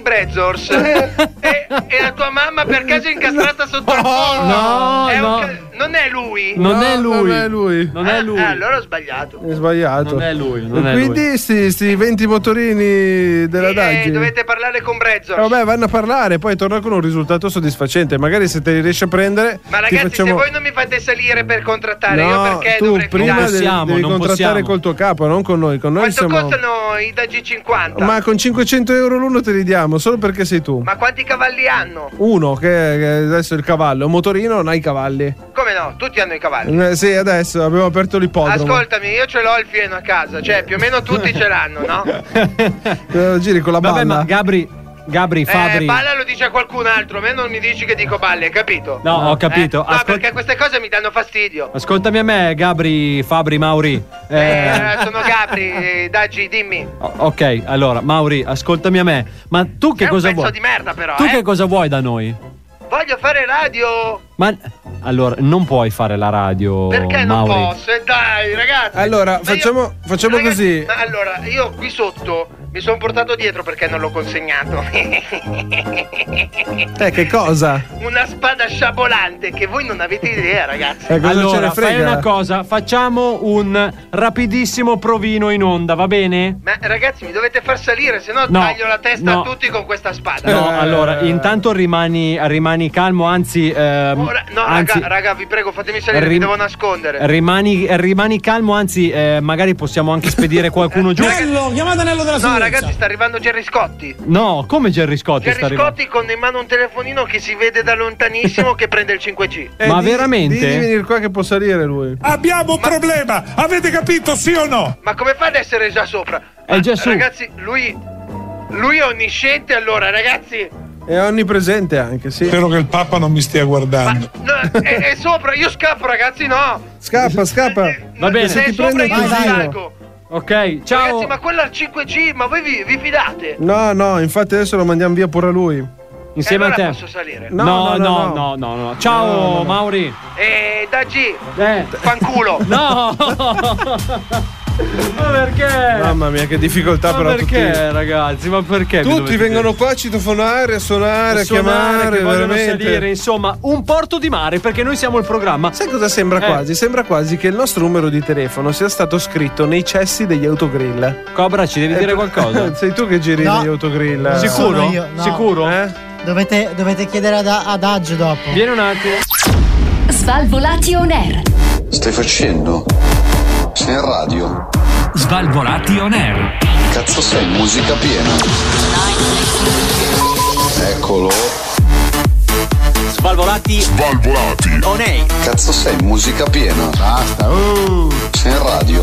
Speaker 10: Brezzors e, e la tua mamma per caso è incastrata sotto il ponte,
Speaker 8: no,
Speaker 10: è un
Speaker 8: no.
Speaker 10: ca- non è lui?
Speaker 8: Non No, è lui. non è lui. Non è
Speaker 10: Ah,
Speaker 8: lui.
Speaker 10: ah, allora ho sbagliato.
Speaker 8: È sbagliato.
Speaker 9: Non è lui, non
Speaker 8: E
Speaker 9: è
Speaker 8: Quindi Sti, sti 20 motorini della Daggi.
Speaker 10: Eh, dovete parlare con Brezzors.
Speaker 8: Eh, Vabbè, vanno a parlare, poi torna con un risultato soddisfacente. Magari se te li riesci a prendere.
Speaker 10: Ma
Speaker 8: ti
Speaker 10: ragazzi,
Speaker 8: facciamo...
Speaker 10: se voi non mi fate salire per contrattare,
Speaker 8: no,
Speaker 10: io perché
Speaker 8: tu
Speaker 10: dovrei
Speaker 8: prima
Speaker 10: fidarmi?
Speaker 8: devi, devi contrattare col tuo capo, non con noi. Con noi
Speaker 10: Quanto
Speaker 8: siamo.
Speaker 10: costano i Daggi 50?
Speaker 8: Ma con 500 euro l'uno te li diamo solo perché sei tu.
Speaker 10: Ma quanti cavalli hanno?
Speaker 8: Uno, che che adesso è il cavallo, un motorino non hai cavalli.
Speaker 10: Come no? Tutti hanno i cavalli.
Speaker 8: Eh, sì, adesso abbiamo aperto l'ippodromo.
Speaker 10: Ascoltami, io ce l'ho il fieno a casa, cioè più o meno tutti ce l'hanno, no?
Speaker 8: Eh, Giri con la
Speaker 9: Vabbè,
Speaker 8: balla.
Speaker 9: ma Gabri, Gabri,
Speaker 10: Eh,
Speaker 9: Fabri.
Speaker 10: balla lo dice a qualcun altro, a me non mi dici che dico balle, hai capito?
Speaker 9: No, ho capito.
Speaker 10: Eh, no,
Speaker 9: Ascol-
Speaker 10: perché queste cose mi danno fastidio.
Speaker 9: Ascoltami a me, Gabri, Fabri, Mauri. Eh,
Speaker 10: Eh, sono Gabri, eh, Daggi, dimmi.
Speaker 9: o- ok, allora, Mauri, ascoltami a me. Ma tu che
Speaker 10: Sei
Speaker 9: cosa
Speaker 10: un pezzo
Speaker 9: vuoi?
Speaker 10: di merda però,
Speaker 9: tu
Speaker 10: eh.
Speaker 9: che cosa vuoi da noi?
Speaker 10: Voglio fare radio.
Speaker 9: Ma allora, non puoi fare la radio,
Speaker 10: Perché non
Speaker 9: Oh, Mauri.
Speaker 10: posso? E dai, ragazzi.
Speaker 8: Allora,
Speaker 10: Ma io-
Speaker 8: facciamo- facciamo
Speaker 10: ragazzi,
Speaker 8: così.
Speaker 10: ma allora, io qui sotto mi sono portato dietro perché non l'ho consegnato.
Speaker 8: Eh, che cosa?
Speaker 10: Una spada sciabolante che voi non avete idea,
Speaker 8: Eh,
Speaker 10: ragazzi.
Speaker 9: allora, fai una cosa, facciamo un rapidissimo provino in onda, va bene?
Speaker 10: Ma ragazzi, mi dovete far salire, se no
Speaker 9: No,
Speaker 10: taglio la testa
Speaker 9: no.
Speaker 10: a tutti con questa spada.
Speaker 8: Eh.
Speaker 9: No, allora, intanto rimani, rimani calmo, anzi, ehm,
Speaker 10: Ora- no,
Speaker 9: anzi,
Speaker 10: raga, raga, vi prego, fatemi salire, mi
Speaker 9: Rim-
Speaker 10: devo nascondere.
Speaker 9: rimani, rimani calmo, anzi, eh, magari possiamo anche spedire qualcuno giù.
Speaker 10: chiamate Nello della No, ragazzi, sta arrivando Gerry Scotti.
Speaker 9: No, come Gerry Scotti sta
Speaker 10: Gerry
Speaker 9: arrivando?
Speaker 10: Scotti con in mano un telefonino che si vede da lontanissimo che prende il 5G.
Speaker 8: Eh, di- Di, di venire qua che può salire lui.
Speaker 21: Abbiamo un problema, avete capito sì o no?
Speaker 10: Ma come fa ad essere già sopra?
Speaker 21: È
Speaker 10: Ma,
Speaker 21: già su.
Speaker 10: Ragazzi, lui. Lui è onnisciente allora, ragazzi.
Speaker 8: È onnipresente anche, sì.
Speaker 21: Spero che il Papa non mi stia guardando.
Speaker 10: No, è, è sopra, io scappo, ragazzi, no.
Speaker 8: Scappa, scappa.
Speaker 10: Eh,
Speaker 9: Va bene.
Speaker 10: Se è sopra io salgo.
Speaker 9: Ok, ciao.
Speaker 10: Ragazzi, ma quello al 5G, ma voi vi, vi fidate?
Speaker 8: No, no, infatti adesso lo mandiamo via pure a lui.
Speaker 9: Insieme
Speaker 10: E Eh, allora posso salire.
Speaker 9: No, no, no, no, no, no. Ciao,
Speaker 8: No, no, no.
Speaker 9: Mauri.
Speaker 10: Eh, Daggi,
Speaker 9: Eh.
Speaker 10: fanculo.
Speaker 9: No. ma perché?
Speaker 8: Mamma mia, che difficoltà
Speaker 9: Ma
Speaker 8: però
Speaker 9: perché,
Speaker 8: tutti.
Speaker 9: ragazzi? Ma perché? mi
Speaker 8: Tutti
Speaker 9: dovete
Speaker 8: vengono qua a citofonare, a suonare, a
Speaker 9: suonare,
Speaker 8: chiamare,
Speaker 9: che vogliono
Speaker 8: veramente.
Speaker 9: salire, insomma, un porto di mare perché noi siamo il programma.
Speaker 8: Sai cosa sembra
Speaker 9: Eh.
Speaker 8: quasi? Sembra quasi che il nostro numero di telefono sia stato scritto nei cessi degli autogrill.
Speaker 9: Cobra, ci devi
Speaker 8: Eh,
Speaker 9: dire qualcosa?
Speaker 8: Sei tu che giri
Speaker 16: No.
Speaker 8: gli autogrill. eh?
Speaker 9: Sicuro?
Speaker 16: Sono io, no. Eh?
Speaker 9: Sicuro?
Speaker 16: Dovete, dovete chiedere ad, ad Agio dopo.
Speaker 9: Vieni un attimo.
Speaker 17: Svalvolati on air.
Speaker 20: Stai facendo? Sei in radio?
Speaker 22: Svalvolati on air.
Speaker 20: Cazzo sei, musica piena. Eccolo.
Speaker 22: Svalvolati.
Speaker 20: Svalvolati.
Speaker 9: Oh,
Speaker 22: On air.
Speaker 20: Cazzo sei, musica piena. Basta. Sei in radio.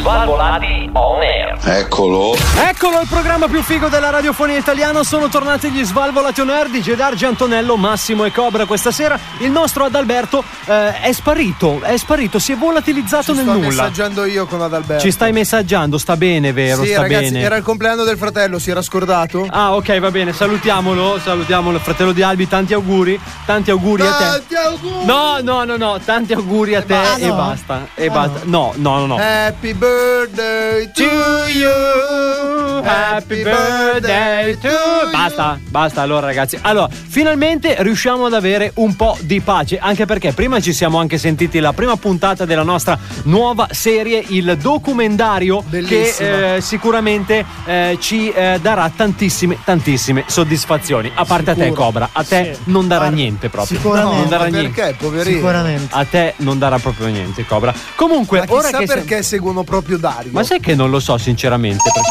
Speaker 22: Svalvolati on air.
Speaker 20: Eccolo.
Speaker 9: Eccolo il programma più figo della radiofonia italiana. Sono tornati gli Svalvolati on air di Gedargi, Antonello, Massimo e Cobra questa sera. Il nostro Adalberto eh, è sparito, è sparito, si è volatilizzato nel
Speaker 23: Sto
Speaker 9: nulla.
Speaker 23: messaggiando io con Adalberto.
Speaker 9: Ci stai messaggiando, sta bene, vero?
Speaker 23: Sì,
Speaker 9: sta
Speaker 23: ragazzi,
Speaker 9: bene.
Speaker 23: era il compleanno del fratello, si era scordato.
Speaker 9: Ah, ok, va bene, salutiamolo, salutiamolo, fratello di Albi, tanti auguri, tanti auguri a te.
Speaker 23: Tanti auguri!
Speaker 10: Ah,
Speaker 9: No, no, no, no, tanti auguri a te e Eh, basta. E basta. No. No, no, no, no.
Speaker 10: Happy birthday to you.
Speaker 9: Happy birthday to you. Basta, basta allora ragazzi. Allora, finalmente riusciamo ad avere un po' di pace, anche perché prima ci siamo anche sentiti la prima puntata della nostra nuova serie, il documentario che eh, sicuramente eh, ci eh, darà tantissime tantissime soddisfazioni. A parte a te
Speaker 10: Sicuro.
Speaker 9: Cobra, a te
Speaker 10: Sì.
Speaker 9: non darà niente proprio.
Speaker 10: Sicuramente.
Speaker 9: Non darà
Speaker 10: Ma
Speaker 9: niente.
Speaker 10: perché, poverino? Sicuramente.
Speaker 9: A te non darà proprio niente Cobra. Comunque,
Speaker 10: Ma chissà
Speaker 9: ora che se-
Speaker 10: perché seguono proprio Dario.
Speaker 9: ma sai che non lo so, sinceramente. perché-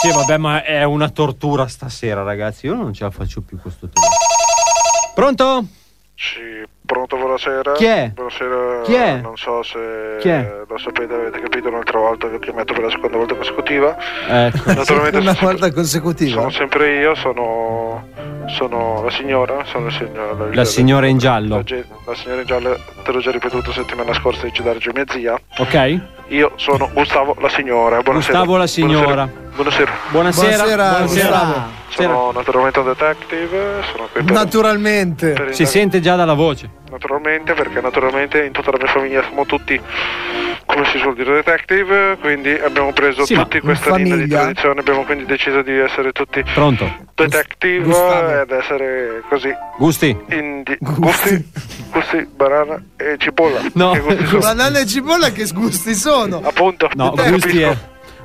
Speaker 9: Sì, vabbè, ma è una tortura stasera, ragazzi. Io non ce la faccio più questo telefono. Pronto?
Speaker 3: Sì, pronto, buonasera.
Speaker 9: Chi è?
Speaker 3: Buonasera.
Speaker 9: Chi è?
Speaker 3: Non so se
Speaker 9: Chi è?
Speaker 3: lo sapete, avete capito un'altra volta, vi ho chiamato per la seconda volta consecutiva.
Speaker 10: Ecco.
Speaker 3: Naturalmente
Speaker 10: Una
Speaker 3: sono-
Speaker 10: volta consecutiva.
Speaker 3: Sono sempre io, sono, sono la signora, sono il signor- la,
Speaker 9: La signora in giallo.
Speaker 3: la ge- la signora in giallo, te l'ho già ripetuto settimana scorsa di Cidargio, mia zia.
Speaker 9: Ok?
Speaker 3: Io sono Gustavo la signora. Buonasera.
Speaker 9: Gustavo la signora.
Speaker 3: Buonasera.
Speaker 9: Buonasera, Buonasera, buonasera. Gustavo.
Speaker 3: Sono naturalmente un detective, sono qui per
Speaker 10: Naturalmente.
Speaker 9: Si sente già dalla voce.
Speaker 3: Naturalmente, perché naturalmente in tutta la mia famiglia siamo tutti, come si suol dire, detective, quindi abbiamo preso
Speaker 9: Sì, ma
Speaker 3: tutti
Speaker 9: in
Speaker 3: questa linea di
Speaker 9: famiglia?
Speaker 3: tradizione, abbiamo quindi deciso di essere tutti
Speaker 9: Pronto?
Speaker 3: detective ed essere così.
Speaker 9: Gusti?
Speaker 3: in di- gusti, gusti, banana e cipolla. Che gusti sono?
Speaker 10: Banana e cipolla che sgusti sono.
Speaker 3: Appunto.
Speaker 9: No, Gusti, è-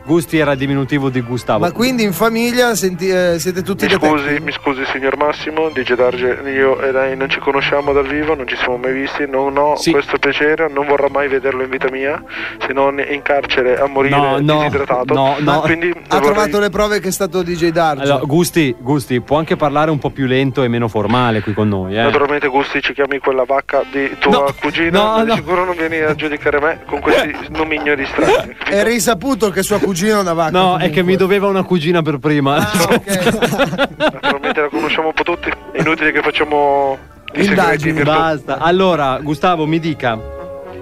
Speaker 9: Gusti era diminutivo di Gustavo.
Speaker 10: Ma quindi in famiglia senti- eh, siete tutti
Speaker 3: Mi
Speaker 10: detective?
Speaker 3: scusi, mi scusi signor Massimo, dice Darge, io e lei non ci conosciamo dal vivo, non ci siamo mai visti, non ho questo piacere, non vorrò mai vederlo in vita mia, se non in carcere a morire
Speaker 9: No, no,
Speaker 3: disidratato.
Speaker 9: no, no.
Speaker 3: Quindi
Speaker 10: Ha
Speaker 3: vorrei-
Speaker 10: trovato le prove che è stato DJ Darge.
Speaker 9: Allora, Gusti, Gusti, può anche parlare un po' più lento e meno formale qui con noi, eh?
Speaker 3: Naturalmente Gusti ci chiami quella vacca di tua cugina, ma di sicuro non vieni a giudicare me con questi nomignoli strani.
Speaker 10: È risaputo che sua cugina è una vacca.
Speaker 9: No, è che mi doveva una cugina per prima.
Speaker 3: Eh, Naturalmente la conosciamo un po' tutti, è inutile che facciamo i segreti in virtù.
Speaker 9: Basta. Allora, Gustavo, mi dica.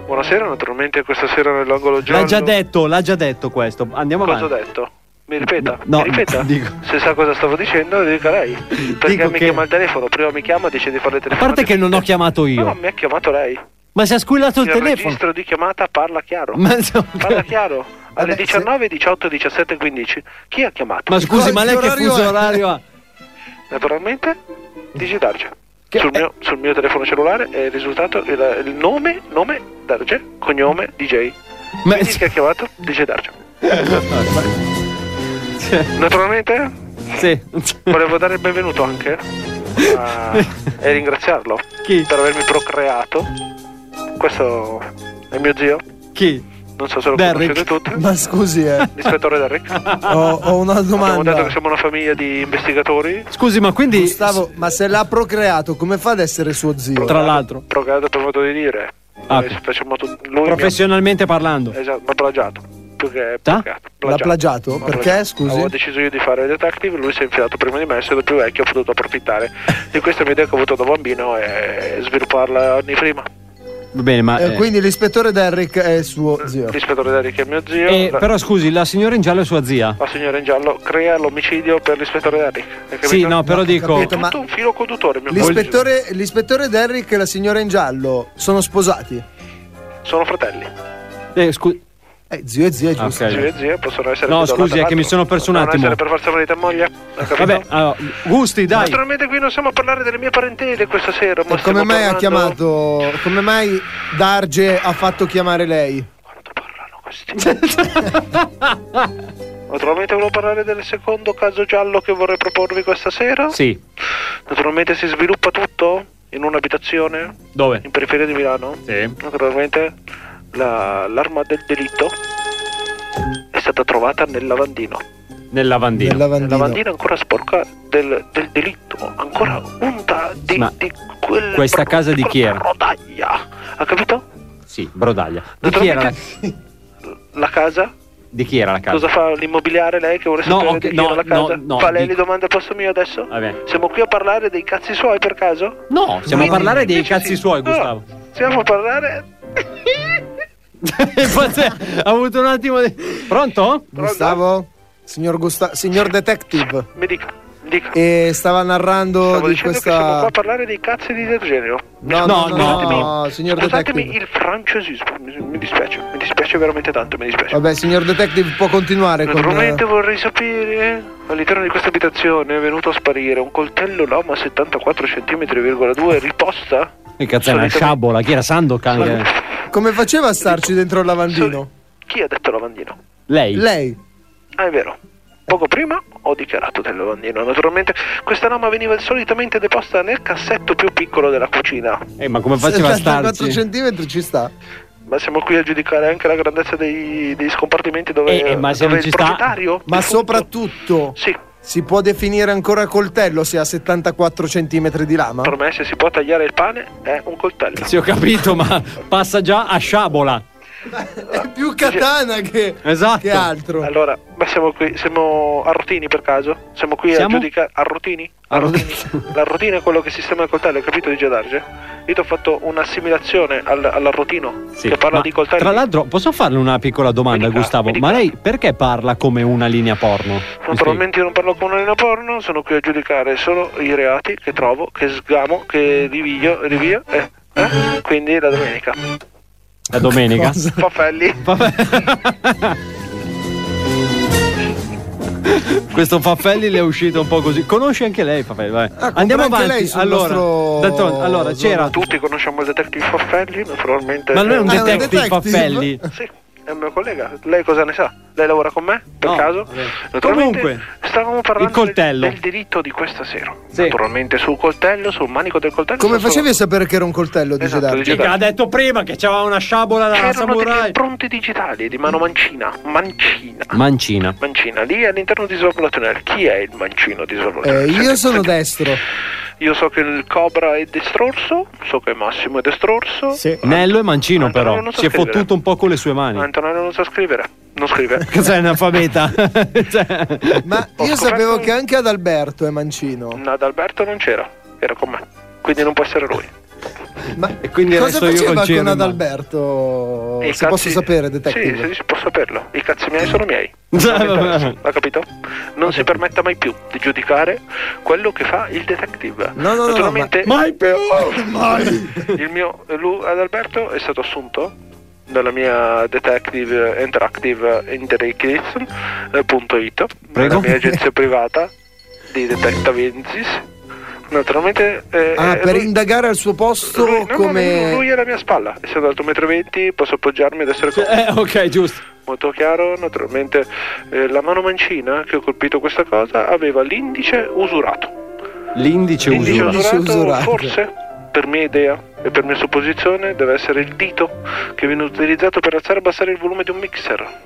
Speaker 3: Buonasera, naturalmente questa sera nell'angolo giallo.
Speaker 9: L'ha già detto, l'ha già detto questo. Andiamo
Speaker 3: Cosa
Speaker 9: avanti.
Speaker 3: ho detto? Mi ripeta,
Speaker 9: No,
Speaker 3: mi ripeta.
Speaker 9: dico-
Speaker 3: Se sa cosa stavo dicendo, lo dica lei. Perché
Speaker 9: Dico
Speaker 3: mi
Speaker 9: che-
Speaker 3: chiama il telefono, prima mi chiama, dice di fare le
Speaker 9: A
Speaker 3: telefonate.
Speaker 9: parte che non ho chiamato
Speaker 3: No,
Speaker 9: io.
Speaker 3: mi ha chiamato lei.
Speaker 9: Ma si è squillato il
Speaker 3: Nel
Speaker 9: telefono.
Speaker 3: registro di chiamata parla chiaro.
Speaker 9: Ma-
Speaker 3: Parla chiaro. Alle 19, 18, 17, 15. Chi ha chiamato?
Speaker 9: Ma scusi, ma lei che fuso orario ha?
Speaker 3: Naturalmente, dice Darge. Sul mio, sul mio telefono cellulare è il risultato il, il nome, nome Darge, cognome DJ.
Speaker 9: Ma
Speaker 3: Quindi chi ha chiamato? DJ Darge. Naturalmente?
Speaker 9: Sì.
Speaker 3: Volevo dare il benvenuto anche a- e ringraziarlo per avermi procreato. Questo è mio zio.
Speaker 9: Chi?
Speaker 3: Non so se lo conoscete
Speaker 10: Derrick.
Speaker 3: tutti.
Speaker 10: Ma scusi, eh.
Speaker 3: L'ispettore Derrick.
Speaker 10: Ho, ho una
Speaker 3: Abbiamo detto che
Speaker 10: domanda.
Speaker 3: siamo una famiglia di investigatori.
Speaker 9: Scusi, ma quindi.
Speaker 10: Gustavo, ma se l'ha procreato, come fa ad essere suo zio?
Speaker 3: Tra l'altro. Procreato per modo di dire.
Speaker 9: Ah.
Speaker 3: Noi facciamo tut- lui mi ha-
Speaker 9: Professionalmente parlando.
Speaker 3: Esatto, ma plagiato. Più che
Speaker 9: Ta?
Speaker 3: plagiato.
Speaker 10: L'ha plagiato?
Speaker 3: Ma
Speaker 10: Oh, Perché, scusi?
Speaker 3: Avevo deciso io di fare il detective, lui si è infilato prima di me, essendo più vecchio ho potuto approfittare di questa mia idea che ho avuto da bambino e svilupparla anni prima.
Speaker 10: Certo.
Speaker 9: Va bene, ma.
Speaker 10: Eh,
Speaker 9: eh,
Speaker 10: quindi l'ispettore Derrick è suo zio.
Speaker 3: L'ispettore Derrick è mio zio.
Speaker 9: eh,
Speaker 3: la-
Speaker 9: però scusi, la signora in giallo è sua zia.
Speaker 3: La signora in giallo crea l'omicidio per l'ispettore Derrick. hai capito?
Speaker 9: Sì, no, però dico.
Speaker 10: capito, ma-
Speaker 3: Tutto un filo conduttore, mio
Speaker 10: L'ispettore, l'ispettore Derrick e la signora in giallo sono sposati.
Speaker 3: cugino. Sono fratelli.
Speaker 9: Eh, scusi.
Speaker 10: Eh, zio e zia,
Speaker 9: Ah,
Speaker 10: giusto.
Speaker 9: ok.
Speaker 3: Zio e zia possono essere
Speaker 9: No,
Speaker 3: più da un
Speaker 9: scusi,
Speaker 3: lato
Speaker 9: è che mi
Speaker 3: all'altro.
Speaker 9: sono perso un
Speaker 3: Possono
Speaker 9: attimo.
Speaker 3: essere per forza marito e moglie. hai capito?
Speaker 9: Vabbè, ah, allora, gusti, dai.
Speaker 3: Naturalmente qui non siamo a parlare delle mie parentele questa sera. ma
Speaker 10: E come
Speaker 3: stiamo
Speaker 10: mai ha
Speaker 3: parlando-
Speaker 10: chiamato? Come mai Darge ha fatto chiamare lei?
Speaker 3: Naturalmente volevo parlare del secondo caso giallo che vorrei proporvi questa sera.
Speaker 9: Sì.
Speaker 3: Naturalmente si sviluppa tutto in un'abitazione
Speaker 9: Dove?
Speaker 3: in periferia di Milano.
Speaker 9: Sì.
Speaker 3: Naturalmente la- l'arma del delitto è stata trovata nel lavandino.
Speaker 9: Nel lavandino.
Speaker 10: Nel lavandino.
Speaker 3: Lavandina ancora sporca del, del delitto, ancora unta di,
Speaker 9: Ma
Speaker 3: di quel
Speaker 9: Questa casa di chi era?
Speaker 3: brodaglia. Ha capito?
Speaker 9: Sì, Brodaglia. Di chi era la,
Speaker 3: La casa?
Speaker 9: di chi era la casa?
Speaker 3: Cosa fa l'immobiliare lei che vuole
Speaker 9: No,
Speaker 3: sapere
Speaker 9: ok,
Speaker 3: di chi
Speaker 9: no,
Speaker 3: era la
Speaker 9: no,
Speaker 3: casa?
Speaker 9: no,
Speaker 3: fa lei
Speaker 9: dico-
Speaker 3: le domande al posto mio adesso?
Speaker 9: Vabbè.
Speaker 3: Siamo qui a parlare dei cazzi suoi per caso?
Speaker 9: No, stiamo a
Speaker 3: Quindi-
Speaker 9: parlare dei
Speaker 3: invece
Speaker 9: cazzi
Speaker 3: sì. Ah.
Speaker 9: suoi,
Speaker 3: No,
Speaker 9: Gustavo.
Speaker 3: Stiamo a parlare
Speaker 9: Infatti, ha avuto un attimo di. Pronto?
Speaker 10: Gustavo? Signor, Gusta- signor Detective.
Speaker 3: Mi dica, dica.
Speaker 10: E stava narrando
Speaker 3: Stavo
Speaker 10: di
Speaker 3: dicendo che siamo qua
Speaker 10: questa.
Speaker 3: a parlare dei cazzi di Dergenio.
Speaker 10: No, no, no, no, signor
Speaker 3: Scusatemi
Speaker 10: Detective.
Speaker 3: il francesismo, mi, mi dispiace, mi dispiace. piace veramente tanto, mi dispiace.
Speaker 10: Vabbè, signor detective, può continuare con
Speaker 3: Naturalmente vorrei sapere, all'interno di questa abitazione è venuto a sparire un coltello lama 74 cm,2 riposta?
Speaker 9: Che cazzo era una sciabola? Chi era Sandokan?
Speaker 10: Come faceva a starci dentro il lavandino?
Speaker 3: Chi ha detto lavandino?
Speaker 9: Lei.
Speaker 10: Lei.
Speaker 3: Ah, è vero. Poco prima ho dichiarato del lavandino. Naturalmente questa lama veniva solitamente deposta nel cassetto più piccolo della cucina.
Speaker 9: Eh, ma come faceva
Speaker 10: Cioè,
Speaker 9: a
Speaker 10: 74
Speaker 9: starci?
Speaker 10: cm ci sta.
Speaker 3: Ma siamo qui a giudicare anche la grandezza dei, dei scompartimenti dove,
Speaker 9: Eh, eh, ma se
Speaker 3: dove
Speaker 9: non ci
Speaker 3: il
Speaker 9: sta-
Speaker 3: proprietario...
Speaker 10: Ma
Speaker 3: il
Speaker 10: soprattutto si può definire ancora coltello se ha 74 cm di lama?
Speaker 3: Per me se si può tagliare il pane è un coltello.
Speaker 9: Sì, ho capito, ma passa già a sciabola.
Speaker 10: È più katana che,
Speaker 9: Esatto.
Speaker 10: che altro.
Speaker 3: Allora, ma siamo qui, siamo a Rotini per caso? Siamo qui
Speaker 9: Siamo?
Speaker 3: a giudicare a Rotini? A Rotini. La rotina è quello che sistema il coltello, hai capito di Gedarge? Io ti ho fatto un'assimilazione al, alla rotino
Speaker 9: Sì,
Speaker 3: che parla
Speaker 9: ma
Speaker 3: di coltelli.
Speaker 9: Tra l'altro, posso farle una piccola domanda, Gustavo? Ma lei perché parla come una linea porno? Mi spieghi?
Speaker 3: Naturalmente io non parlo con una porno, sono qui a giudicare solo i reati che trovo, che sgamo, che rivio, rivio eh, eh? quindi la domenica.
Speaker 9: La domenica?
Speaker 3: Pafelli.
Speaker 9: Questo Faffelli le è uscito un po' così. Conosce anche lei, Faffelli. vabbè. Andiamo
Speaker 3: Ah, anche
Speaker 9: avanti.
Speaker 3: lei sul
Speaker 9: allora,
Speaker 3: nostro-
Speaker 9: d'altronde, allora c'era.
Speaker 3: Tutti conosciamo il detective Faffelli, naturalmente.
Speaker 9: Ma lui è un Ah, è un detective detective? Faffelli?
Speaker 3: Sì, è un mio collega. Lei cosa ne sa? Lei lavora con me, per caso? Naturalmente,
Speaker 9: Comunque,
Speaker 3: stavamo parlando
Speaker 9: il coltello.
Speaker 3: Del, del diritto di questa sera. Naturalmente sul coltello, sul manico del coltello.
Speaker 10: Come
Speaker 3: sono
Speaker 10: facevi a sapere che era un coltello di
Speaker 3: Esatto,
Speaker 10: Gedarge?
Speaker 3: di Gedarge.
Speaker 9: Ha detto prima che c'era una sciabola da
Speaker 3: C'erano delle
Speaker 9: samurai.
Speaker 3: impronte digitali di mano mancina. Mancina.
Speaker 9: Mancina.
Speaker 3: Mancina. Lì all'interno di Svalvolatonel. Chi è il mancino di Svalvolatonel?
Speaker 10: Eh, io sono destro.
Speaker 3: Io so che il Cobra è destrorso. So che Massimo è destrorso.
Speaker 9: Sì. Eh, Nello e Mancino, però.
Speaker 3: non so
Speaker 9: Si è
Speaker 3: scrivere.
Speaker 9: fottuto un po' con le sue mani.
Speaker 3: Antonello non sa scrivere. Non scrive.
Speaker 9: Cos'è analfabeta? Cioè-
Speaker 10: Io sapevo che anche ad Alberto è mancino.
Speaker 3: No, ad Alberto non c'era. Era con me. Quindi non può essere lui.
Speaker 9: E quindi
Speaker 10: Cosa
Speaker 9: resto io
Speaker 10: faceva
Speaker 9: col
Speaker 10: con
Speaker 9: Ciro in mano.
Speaker 10: Adalberto?
Speaker 3: I
Speaker 10: Se
Speaker 3: cazzi-
Speaker 10: posso sapere, detective.
Speaker 3: Sì, sì, sì, può saperlo. I cazzi miei sono miei.
Speaker 10: Già,
Speaker 3: Non mi
Speaker 10: vabbè.
Speaker 3: interessa, Ha capito? Non si permetta mai più di giudicare quello che fa il detective.
Speaker 10: No, no, no,
Speaker 3: Naturalmente,
Speaker 10: ma- mai più,
Speaker 3: mai. Il mio Lu Adalberto è stato assunto dalla mia detective interactive indirections.it, la mia agenzia privata di detectivensis. Naturalmente eh,
Speaker 10: Ah,
Speaker 3: eh,
Speaker 10: per
Speaker 3: lui-
Speaker 10: indagare al suo posto
Speaker 3: lui, no, no,
Speaker 10: come...
Speaker 3: lui è alla mia spalla, essendo alto 1,20 m, posso appoggiarmi ed essere con-
Speaker 9: Eh, ok, giusto.
Speaker 3: Molto chiaro, naturalmente eh, la mano mancina che ho colpito questa cosa aveva l'indice usurato.
Speaker 9: L'indice
Speaker 3: L'indice
Speaker 9: usura.
Speaker 3: usurato, forse, per mia idea e per mia supposizione, deve essere il dito che viene utilizzato per alzare e abbassare il volume di un mixer.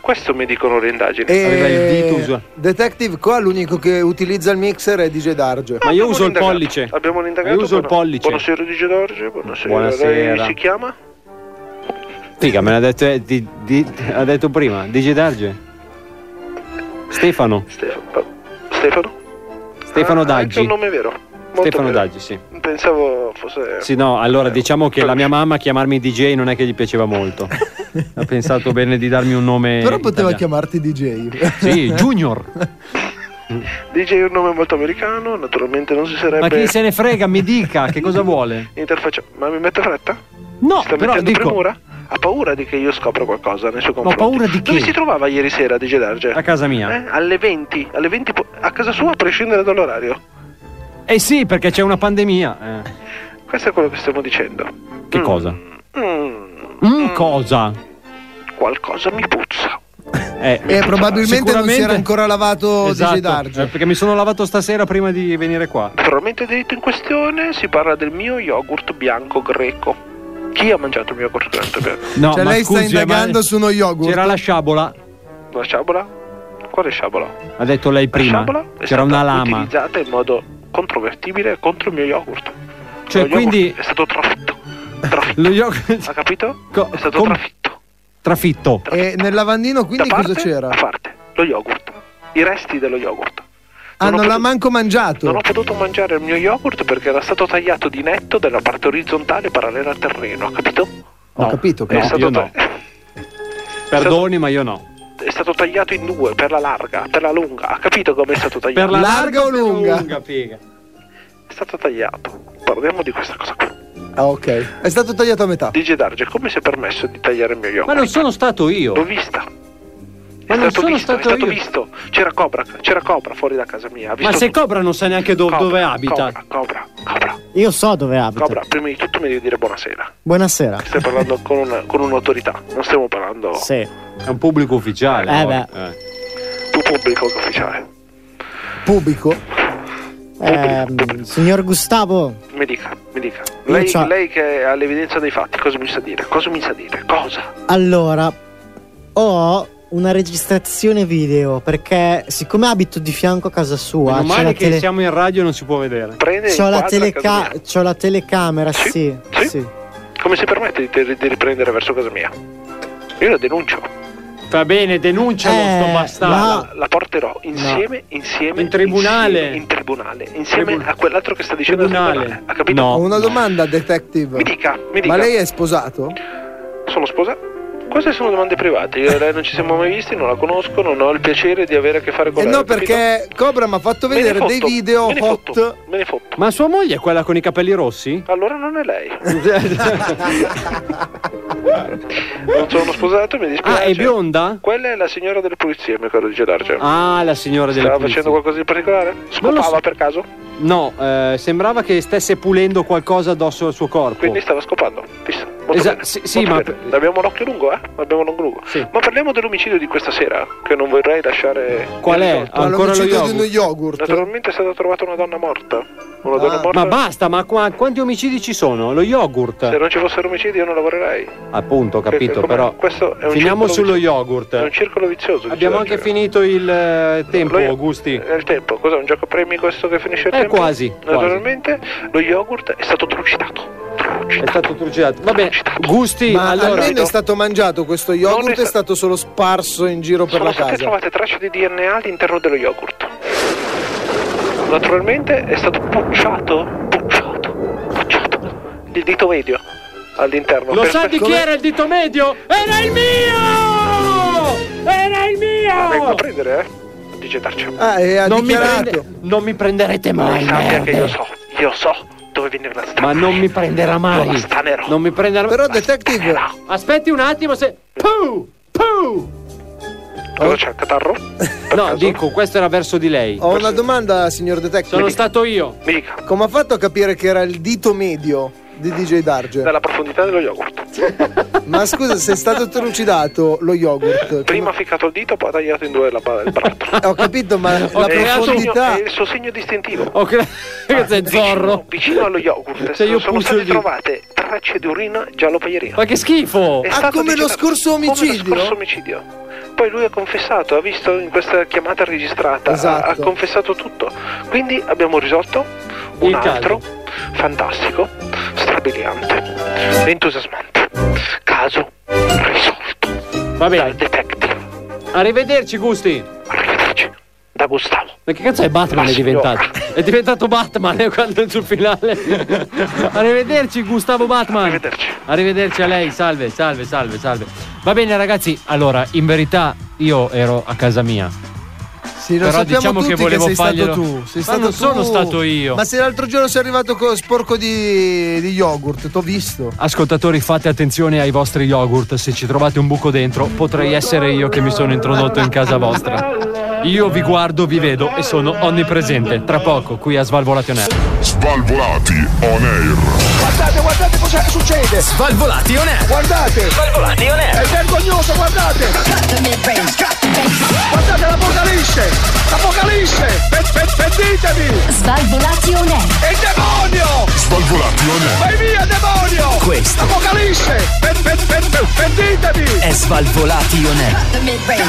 Speaker 3: Questo mi dicono le indagini.
Speaker 10: E- Detective, qua l'unico che utilizza il mixer è DJ Darge.
Speaker 9: Ma io
Speaker 3: Abbiamo
Speaker 9: uso il
Speaker 3: l'indagato.
Speaker 9: pollice.
Speaker 3: Abbiamo l'indagato.
Speaker 9: Io uso il
Speaker 3: buona-
Speaker 9: pollice.
Speaker 3: Buonasera di Giorgio, buonasera.
Speaker 9: Buonasera.
Speaker 3: Lei si chiama?
Speaker 9: Figa, me l'ha detto, eh, di- di- ha detto prima. Digi Darge. Stefano.
Speaker 3: Stefano?
Speaker 9: Stefano
Speaker 3: Ah, Anche un
Speaker 9: Daggi.
Speaker 3: nome vero. Molto
Speaker 9: Stefano
Speaker 3: vero.
Speaker 9: Daggi, sì.
Speaker 3: Pensavo fosse...
Speaker 9: Sì, no, allora diciamo che la mia mamma chiamarmi DJ non è che gli piaceva molto. ha pensato bene di darmi un nome.
Speaker 10: Però poteva
Speaker 9: italiano.
Speaker 10: chiamarti DJ.
Speaker 9: Sì, Junior.
Speaker 3: DJ è un nome molto americano, naturalmente non si sarebbe...
Speaker 9: Ma chi se ne frega, mi dica che cosa vuole.
Speaker 3: Interfaccia. Ma mi mette fretta?
Speaker 9: No,
Speaker 3: Sta
Speaker 9: però
Speaker 3: mettendo
Speaker 9: dico-
Speaker 3: premura? Ha paura di che io scopra qualcosa nei suoi confronti.
Speaker 9: paura di
Speaker 3: Dove
Speaker 9: che?
Speaker 3: si trovava ieri sera DJ Darge?
Speaker 9: A casa mia.
Speaker 3: Eh? Alle 20. Alle 20 po- a casa sua a prescindere dall'orario.
Speaker 9: Eh sì, perché c'è una pandemia. eh.
Speaker 3: Questo è quello che stiamo dicendo.
Speaker 9: Che cosa?
Speaker 3: Mm,
Speaker 9: Mm, cosa?
Speaker 3: qualcosa mi puzza.
Speaker 9: Eh,
Speaker 10: E probabilmente non si era
Speaker 9: sicuramente-
Speaker 10: ancora lavato
Speaker 9: Esatto,
Speaker 10: DJ Darge.
Speaker 9: eh, perché mi sono lavato stasera prima di venire qua.
Speaker 3: Naturalmente diritto in questione si parla del mio yogurt bianco greco. Chi ha mangiato il mio yogurt bianco?
Speaker 9: No,
Speaker 10: cioè
Speaker 9: ma
Speaker 10: lei
Speaker 9: scusi,
Speaker 10: sta indagando
Speaker 9: ma-
Speaker 10: su uno yogurt.
Speaker 9: C'era la sciabola,
Speaker 3: La sciabola? Quale sciabola?
Speaker 9: ha detto lei prima.
Speaker 3: sciabola è
Speaker 9: C'era una lama.
Speaker 3: Utilizzata in modo controvertibile contro il mio yogurt.
Speaker 9: Cioè,
Speaker 3: Il mio
Speaker 9: quindi-
Speaker 3: yogurt È stato trafitto. Trafitto.
Speaker 9: Lo yogurt
Speaker 3: Ha capito? è stato trafitto.
Speaker 9: trafitto.
Speaker 10: E nel lavandino quindi
Speaker 3: Da parte-
Speaker 10: cosa c'era?
Speaker 3: A parte, lo yogurt. I resti dello yogurt.
Speaker 10: Ah, non,
Speaker 3: ho
Speaker 10: l'ha
Speaker 3: potuto-
Speaker 10: manco mangiato.
Speaker 3: Non ho potuto mangiare il mio yogurt perché era stato tagliato di netto dalla parte orizzontale parallela al terreno, ha capito?
Speaker 10: Ho capito,
Speaker 3: È
Speaker 10: però.
Speaker 3: stato
Speaker 9: io
Speaker 3: ta-
Speaker 9: no. Perdoni, ma io no.
Speaker 3: è stato tagliato in due per la larga, per la lunga. Ha capito come è stato tagliato?
Speaker 9: Per la larga,
Speaker 10: o lunga?
Speaker 9: figa.
Speaker 3: È stato tagliato. Parliamo di questa cosa qui.
Speaker 10: Ah, ok. È stato tagliato a metà.
Speaker 3: DJ Darge, come si è permesso di tagliare il mio yogurt?
Speaker 9: Ma non sono stato io.
Speaker 3: L'ho vista. è
Speaker 9: Ma non
Speaker 3: stato
Speaker 9: sono
Speaker 3: visto,
Speaker 9: stato
Speaker 3: è stato
Speaker 9: io.
Speaker 3: visto. C'era Cobra, c'era Cobra fuori da casa mia. ha
Speaker 9: Ma
Speaker 3: visto
Speaker 9: se
Speaker 3: tutto.
Speaker 9: Cobra non sa neanche do-
Speaker 3: Cobra,
Speaker 9: dove abita. Ah,
Speaker 3: Cobra, Cobra,
Speaker 16: Io so dove abito.
Speaker 3: Cobra, prima di tutto mi devi dire buonasera.
Speaker 16: Buonasera.
Speaker 3: Stai parlando con, una- con un'autorità, non stiamo parlando
Speaker 16: Sì.
Speaker 9: È un pubblico ufficiale.
Speaker 16: Eh,
Speaker 9: poi.
Speaker 16: beh.
Speaker 3: tu pubblico ufficiale.
Speaker 16: Pubblico. Ehm, signor Gustavo,
Speaker 3: Mi dica, mi dica.
Speaker 16: Io
Speaker 3: Lei,
Speaker 16: c'ho-
Speaker 3: lei che ha l'evidenza dei fatti, cosa mi sa dire? Cosa mi sa dire? Cosa?
Speaker 16: allora ho una registrazione video perché siccome abito di fianco a casa sua,
Speaker 9: Meno
Speaker 16: c'è
Speaker 9: male
Speaker 16: la
Speaker 9: che
Speaker 16: tele-
Speaker 9: siamo in radio e non si può vedere.
Speaker 16: c'ho la, teleca- c'ho la telecamera, sì. sì.
Speaker 3: Come si permette di, te- di riprendere verso casa mia? Io la denuncio.
Speaker 9: Va bene, denuncialo
Speaker 3: Eh,
Speaker 9: sto bastardo.
Speaker 3: La, la porterò insieme, insieme
Speaker 9: In tribunale.
Speaker 3: insieme, in tribunale, insieme a quell'altro che sta dicendo al tribunale. Ha capito?
Speaker 10: Ho una domanda, detective. Mi
Speaker 3: dica, mi dica.
Speaker 10: Ma lei è sposato?
Speaker 3: Sono sposa? Queste sono domande private. Io e lei non ci siamo mai visti, non la conosco, non ho il piacere di avere a che fare con
Speaker 10: Eh
Speaker 3: lei.
Speaker 10: no,
Speaker 3: capito?
Speaker 10: perché Cobra mi ha fatto
Speaker 3: Me ne
Speaker 10: vedere dei
Speaker 3: fotto,
Speaker 10: video
Speaker 3: me ne
Speaker 10: hot.
Speaker 3: fotto, Me ne fotto.
Speaker 9: Ma sua moglie è quella con i capelli rossi? Ah,
Speaker 3: Allora non è lei. non sono sposato, mi dispiace.
Speaker 9: Ah, è bionda?
Speaker 3: Quella è la signora delle pulizie, mio caro Dice Darge.
Speaker 9: Ah, la signora delle
Speaker 3: Stava
Speaker 9: pulizie.
Speaker 3: facendo qualcosa di particolare?
Speaker 9: Non lo
Speaker 3: Scopava
Speaker 9: so.
Speaker 3: per caso?
Speaker 9: No, eh, sembrava che stesse pulendo qualcosa addosso al suo corpo.
Speaker 3: Quindi stava scopando. Visto. Molto
Speaker 9: Oh. Esa-
Speaker 3: bene,
Speaker 9: sì, sì,
Speaker 3: molto
Speaker 9: ma-
Speaker 3: bene. Abbiamo l'occhio lungo, eh? Abbiamo l'occhio lungo. Ma parliamo dell'omicidio di questa sera, che non vorrei lasciare.
Speaker 9: Qual è?
Speaker 3: irrisolto.
Speaker 9: Ancora lo Ah, L'omicidio di yogurt? uno
Speaker 10: yogurt.
Speaker 3: Naturalmente è stata trovata una donna morta. Una donna morta.
Speaker 9: Ma basta, ma qua- quanti omicidi ci sono? Lo yogurt.
Speaker 3: Se non ci fossero omicidi io non lavorerei.
Speaker 9: Appunto, ho
Speaker 3: Perché
Speaker 9: capito,
Speaker 3: com'è?
Speaker 9: però.
Speaker 3: Questo è un certo
Speaker 9: Finiamo
Speaker 3: circolo
Speaker 9: sullo
Speaker 3: vizioso.
Speaker 9: yogurt.
Speaker 3: È un circolo vizioso. dice
Speaker 9: Abbiamo
Speaker 3: Darge.
Speaker 9: anche finito il eh, tempo,
Speaker 3: Lo-
Speaker 9: Augusti.
Speaker 3: È il tempo, cos'è? Un gioco a premi questo che finisce il
Speaker 9: Eh,
Speaker 3: tempo?
Speaker 9: quasi, quasi.
Speaker 3: Naturalmente lo yogurt è stato trucidato.
Speaker 9: È stato trucidato. Vabbè, Gusti,
Speaker 10: Ma
Speaker 9: allora.
Speaker 10: almeno è stato mangiato questo yogurt,
Speaker 3: Non
Speaker 10: è,
Speaker 3: è sta-
Speaker 10: stato solo sparso in giro per
Speaker 3: Sono
Speaker 10: la
Speaker 3: state
Speaker 10: casa.
Speaker 3: trovate tracce di DNA all'interno dello yogurt. Naturalmente è stato pucciato, pucciato, pucciato il dito medio all'interno.
Speaker 9: Lo
Speaker 3: Per-
Speaker 9: sa
Speaker 3: per-
Speaker 9: di chi
Speaker 3: come-
Speaker 9: era il dito medio? Era il mio! Era il
Speaker 3: Vengo a
Speaker 9: mio! Eh.
Speaker 3: prendere, eh? Dice Tarcio.
Speaker 10: Ah, e ha
Speaker 9: Non mi,
Speaker 10: dichiarato.
Speaker 9: prende- non mi prenderete mai.
Speaker 3: Sappia
Speaker 9: merde.
Speaker 3: che io so, io so dove viene la stanza.
Speaker 9: Ma non mi prenderà mai.
Speaker 3: Non la stanerò.
Speaker 9: Non mi prenderà mai.
Speaker 10: Però, detective,
Speaker 9: Aspetti un attimo se. Puh! Puh!
Speaker 3: Cosa c'è, catarro?
Speaker 9: No, dico, questo era verso di lei.
Speaker 10: ho una domanda, signor detective.
Speaker 9: Sono stato io.
Speaker 3: Mi dica,
Speaker 10: Come ha fatto a capire che era il dito medio di DJ Darge?
Speaker 3: dalla profondità dello yogurt.
Speaker 10: Ma scusa, se è stato trucidato lo yogurt.
Speaker 3: Prima ha ficcato il dito, poi ha tagliato in due la, il braccio.
Speaker 10: Eh, Ho capito, ma la
Speaker 3: È il suo segno-
Speaker 10: profondità.
Speaker 3: È il suo segno distintivo.
Speaker 9: Ho cre- Sei zorro.
Speaker 3: Vicino, vicino allo yogurt
Speaker 9: Se io
Speaker 3: sono
Speaker 9: pulso
Speaker 3: state
Speaker 9: il dito.
Speaker 3: trovate tracce di urina giallo paglierino.
Speaker 9: Ma che schifo!
Speaker 3: È
Speaker 10: Ah,
Speaker 3: stato
Speaker 10: come lo
Speaker 3: dichiarato-
Speaker 10: scorso
Speaker 3: come lo
Speaker 10: omicidio?
Speaker 3: scorso omicidio. Poi lui ha confessato, ha visto in questa chiamata registrata, ha-
Speaker 10: Esatto.
Speaker 3: ha, confessato tutto. Quindi abbiamo risolto un
Speaker 9: Il caso.
Speaker 3: altro fantastico, strabiliante, entusiasmante caso
Speaker 9: Va
Speaker 3: dal
Speaker 9: bene,
Speaker 3: detective
Speaker 9: arrivederci, Gusti.
Speaker 3: da Gustavo.
Speaker 9: Ma che cazzo è Batman?
Speaker 3: La
Speaker 9: È
Speaker 3: signora.
Speaker 9: diventato? È diventato Batman eh, quando sul finale. Arrivederci, Gustavo Batman.
Speaker 3: Arrivederci.
Speaker 9: Arrivederci a lei. Salve, salve, salve, salve. Va bene, ragazzi. Allora, in verità, io ero a casa mia.
Speaker 10: Sì, lo
Speaker 9: Però
Speaker 10: sappiamo
Speaker 9: diciamo che
Speaker 10: tutti che,
Speaker 9: volevo
Speaker 10: sei
Speaker 9: farglielo-
Speaker 10: stato tu. Sei
Speaker 9: Ma
Speaker 10: stato
Speaker 9: non
Speaker 10: tu.
Speaker 9: sono stato io.
Speaker 10: Ma se l'altro giorno sei arrivato co- sporco di, di yogurt, t'ho visto.
Speaker 9: Ascoltatori, fate attenzione ai vostri yogurt. Se ci trovate un buco dentro, potrei essere io che mi sono introdotto in casa vostra. Io vi guardo, vi vedo e sono onnipresente. Tra poco, qui a Svalvolation Air.
Speaker 1: Svalvolati on air.
Speaker 4: Guardate, guardate cosa succede!
Speaker 7: Svalvolati on air!
Speaker 4: Guardate!
Speaker 7: Svalvolati on air!
Speaker 4: È vergognoso, guardate! Guardate l'apocalisse! L'apocalisse! Per- per- Perditevi!
Speaker 5: Svalvolati on air.
Speaker 4: È il demonio!
Speaker 1: Svalvolati on air.
Speaker 4: Vai via, demonio!
Speaker 7: Questo.
Speaker 4: L'apocalisse! Per- per- per- per- Perditevi!
Speaker 7: È Svalvolati on air!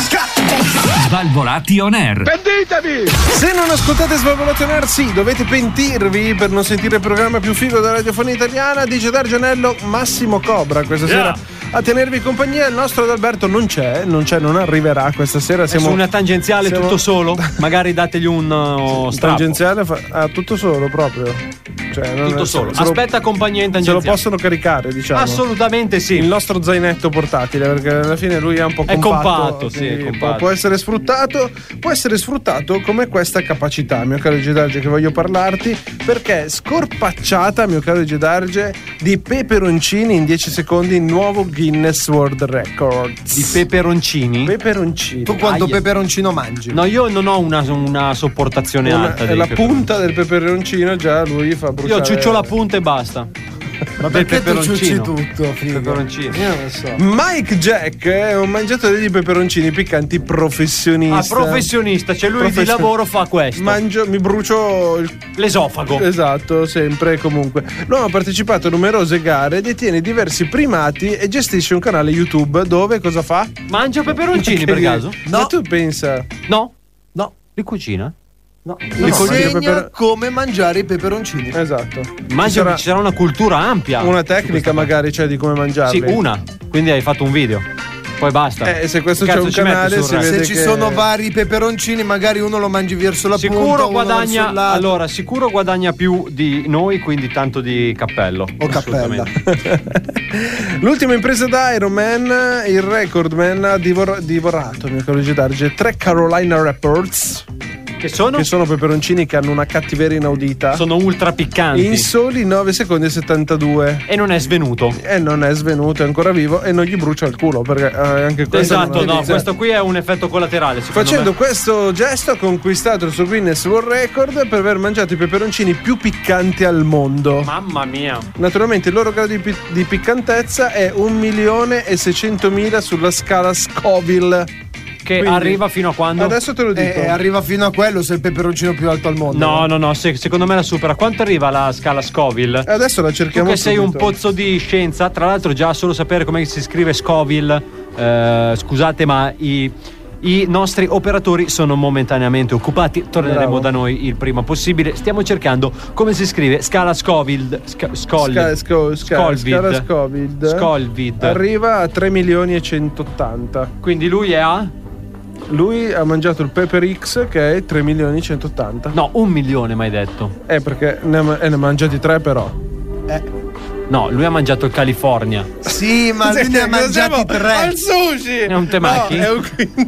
Speaker 24: Svalvolati on air.
Speaker 4: Perditevi!
Speaker 8: Se non ascoltate Svalvolato Air, sì, dovete pentirvi per non sentire il programma più figo della radiofonia italiana. Dice Dargianello Massimo Cobra questa
Speaker 9: Yeah.
Speaker 8: sera a tenervi compagnia. Il nostro Adalberto non c'è, non c'è, non arriverà questa sera.
Speaker 9: Siamo
Speaker 8: Siamo
Speaker 9: una tangenziale
Speaker 8: siamo-
Speaker 9: tutto solo. Magari dategli un uh, strappo.
Speaker 8: Tangenziale fa- ah, tutto solo proprio. Cioè, non-
Speaker 9: Tutto solo.
Speaker 8: se lo-
Speaker 9: Aspetta compagnia in
Speaker 8: Se lo
Speaker 9: tangenziale.
Speaker 8: possono caricare, diciamo.
Speaker 9: Assolutamente sì.
Speaker 8: Il nostro zainetto portatile, perché alla fine lui è un po'
Speaker 9: È
Speaker 8: compatto.
Speaker 9: compatto, sì, è
Speaker 8: quindi
Speaker 9: compatto.
Speaker 8: può- Può essere sfruttato, può essere sfruttato come questa capacità, mio caro Gedarge, che voglio parlarti, perché è scorpacciata, mio caro Gedarge, di peperoncini in 10 secondi, nuovo Guinness World Records.
Speaker 9: Di peperoncini?
Speaker 8: Peperoncini.
Speaker 9: Tu quanto Aia.
Speaker 8: peperoncino mangi?
Speaker 9: No, io non ho una, una sopportazione alta.
Speaker 8: è
Speaker 9: dei
Speaker 8: la
Speaker 9: peperoncini.
Speaker 8: punta del peperoncino già lui fa bruciare
Speaker 9: Io ciuccio la punta e basta. Ma
Speaker 8: perché tu ciucci tutto,
Speaker 9: Peperoncino.
Speaker 8: Io non so. Mike Jack eh, è un mangiatore di peperoncini piccanti professionista.
Speaker 9: Ah, professionista, cioè lui di
Speaker 8: Profession-
Speaker 9: lavoro fa questo.
Speaker 8: Mangio, mi brucio il-
Speaker 9: l'esofago.
Speaker 8: Esatto, sempre e comunque. L'uomo ha partecipato a numerose gare, detiene diversi primati e gestisce un canale YouTube dove cosa fa?
Speaker 9: Mangia peperoncini per
Speaker 8: Che-
Speaker 9: caso?
Speaker 8: Ma tu pensa?
Speaker 9: No, no, li cucina?
Speaker 10: No,
Speaker 8: Li
Speaker 10: insegna
Speaker 8: coltiva per-
Speaker 10: come mangiare i peperoncini.
Speaker 8: Esatto.
Speaker 9: Immagino
Speaker 8: Ci sarà-
Speaker 9: che ci sarà una cultura ampia.
Speaker 8: Una
Speaker 9: su questa
Speaker 8: tecnica magari, cioè di come mangiarli.
Speaker 9: Sì, una. Quindi hai fatto un video. Poi basta.
Speaker 8: Eh, se questo
Speaker 9: Cazzo
Speaker 8: c'è un
Speaker 9: ci metti
Speaker 8: canale,
Speaker 9: sul
Speaker 8: si
Speaker 9: resto?
Speaker 8: vede
Speaker 10: Se ci
Speaker 8: che-
Speaker 10: sono vari peperoncini, magari uno lo mangi verso la punta,
Speaker 9: Sicuro
Speaker 10: uno
Speaker 9: guadagna,
Speaker 10: verso il lato.
Speaker 9: allora, sicuro guadagna più di noi, quindi tanto di cappello. O cappella.
Speaker 8: L'ultima impresa da Iron Man, il recordman ha divor- divorato, mio caro Gedarge, tre Carolina Reports.
Speaker 9: Che sono?
Speaker 8: Che sono peperoncini che hanno una cattiveria inaudita.
Speaker 9: Sono ultra piccanti.
Speaker 8: In soli 9 secondi e 72.
Speaker 9: E non è svenuto.
Speaker 8: E non è svenuto, è ancora vivo e non gli brucia il culo perché eh, anche questo. non
Speaker 9: Esatto,
Speaker 8: è
Speaker 9: no,
Speaker 8: notizia.
Speaker 9: questo qui è un effetto collaterale. secondo
Speaker 8: Facendo
Speaker 9: me.
Speaker 8: questo gesto ha conquistato il suo Guinness World Record per aver mangiato i peperoncini più piccanti al mondo.
Speaker 9: Mamma mia.
Speaker 8: Naturalmente il loro grado di, pi- di piccantezza è 1.600.000 sulla scala Scoville.
Speaker 9: Che
Speaker 8: Quindi-
Speaker 9: arriva fino a quando?
Speaker 8: Adesso te lo dico.
Speaker 10: Eh, arriva fino a quello se è il peperoncino più alto al mondo.
Speaker 9: No, no, no, se- secondo me la supera. Quanto arriva la scala Scoville?
Speaker 8: Adesso la cerchiamo
Speaker 9: Tu che sei un
Speaker 8: subito.
Speaker 9: pozzo di scienza, tra l'altro già solo sapere come si scrive Scoville, eh, scusate ma i, i nostri operatori sono momentaneamente occupati, torneremo
Speaker 8: Bravo.
Speaker 9: da noi il prima possibile, stiamo cercando come si scrive scala Scoville, sc- Scol-
Speaker 8: Sca- sco- sca-
Speaker 9: Scolvid.
Speaker 8: scala Scovid.
Speaker 9: Scolvid.
Speaker 8: Arriva a 3 milioni e 180.
Speaker 9: Quindi lui è a?
Speaker 8: Lui ha mangiato il Pepper X che è 3 milioni e 180.
Speaker 9: No, un milione mai detto.
Speaker 8: Eh, perché ne ha, ma- eh, ne ha mangiati tre però.
Speaker 9: No, lui ha mangiato il California.
Speaker 10: Sì, ma lui ne ha mangiati tre.
Speaker 8: Al sushi!
Speaker 9: È un temaki?
Speaker 8: No, è un quin-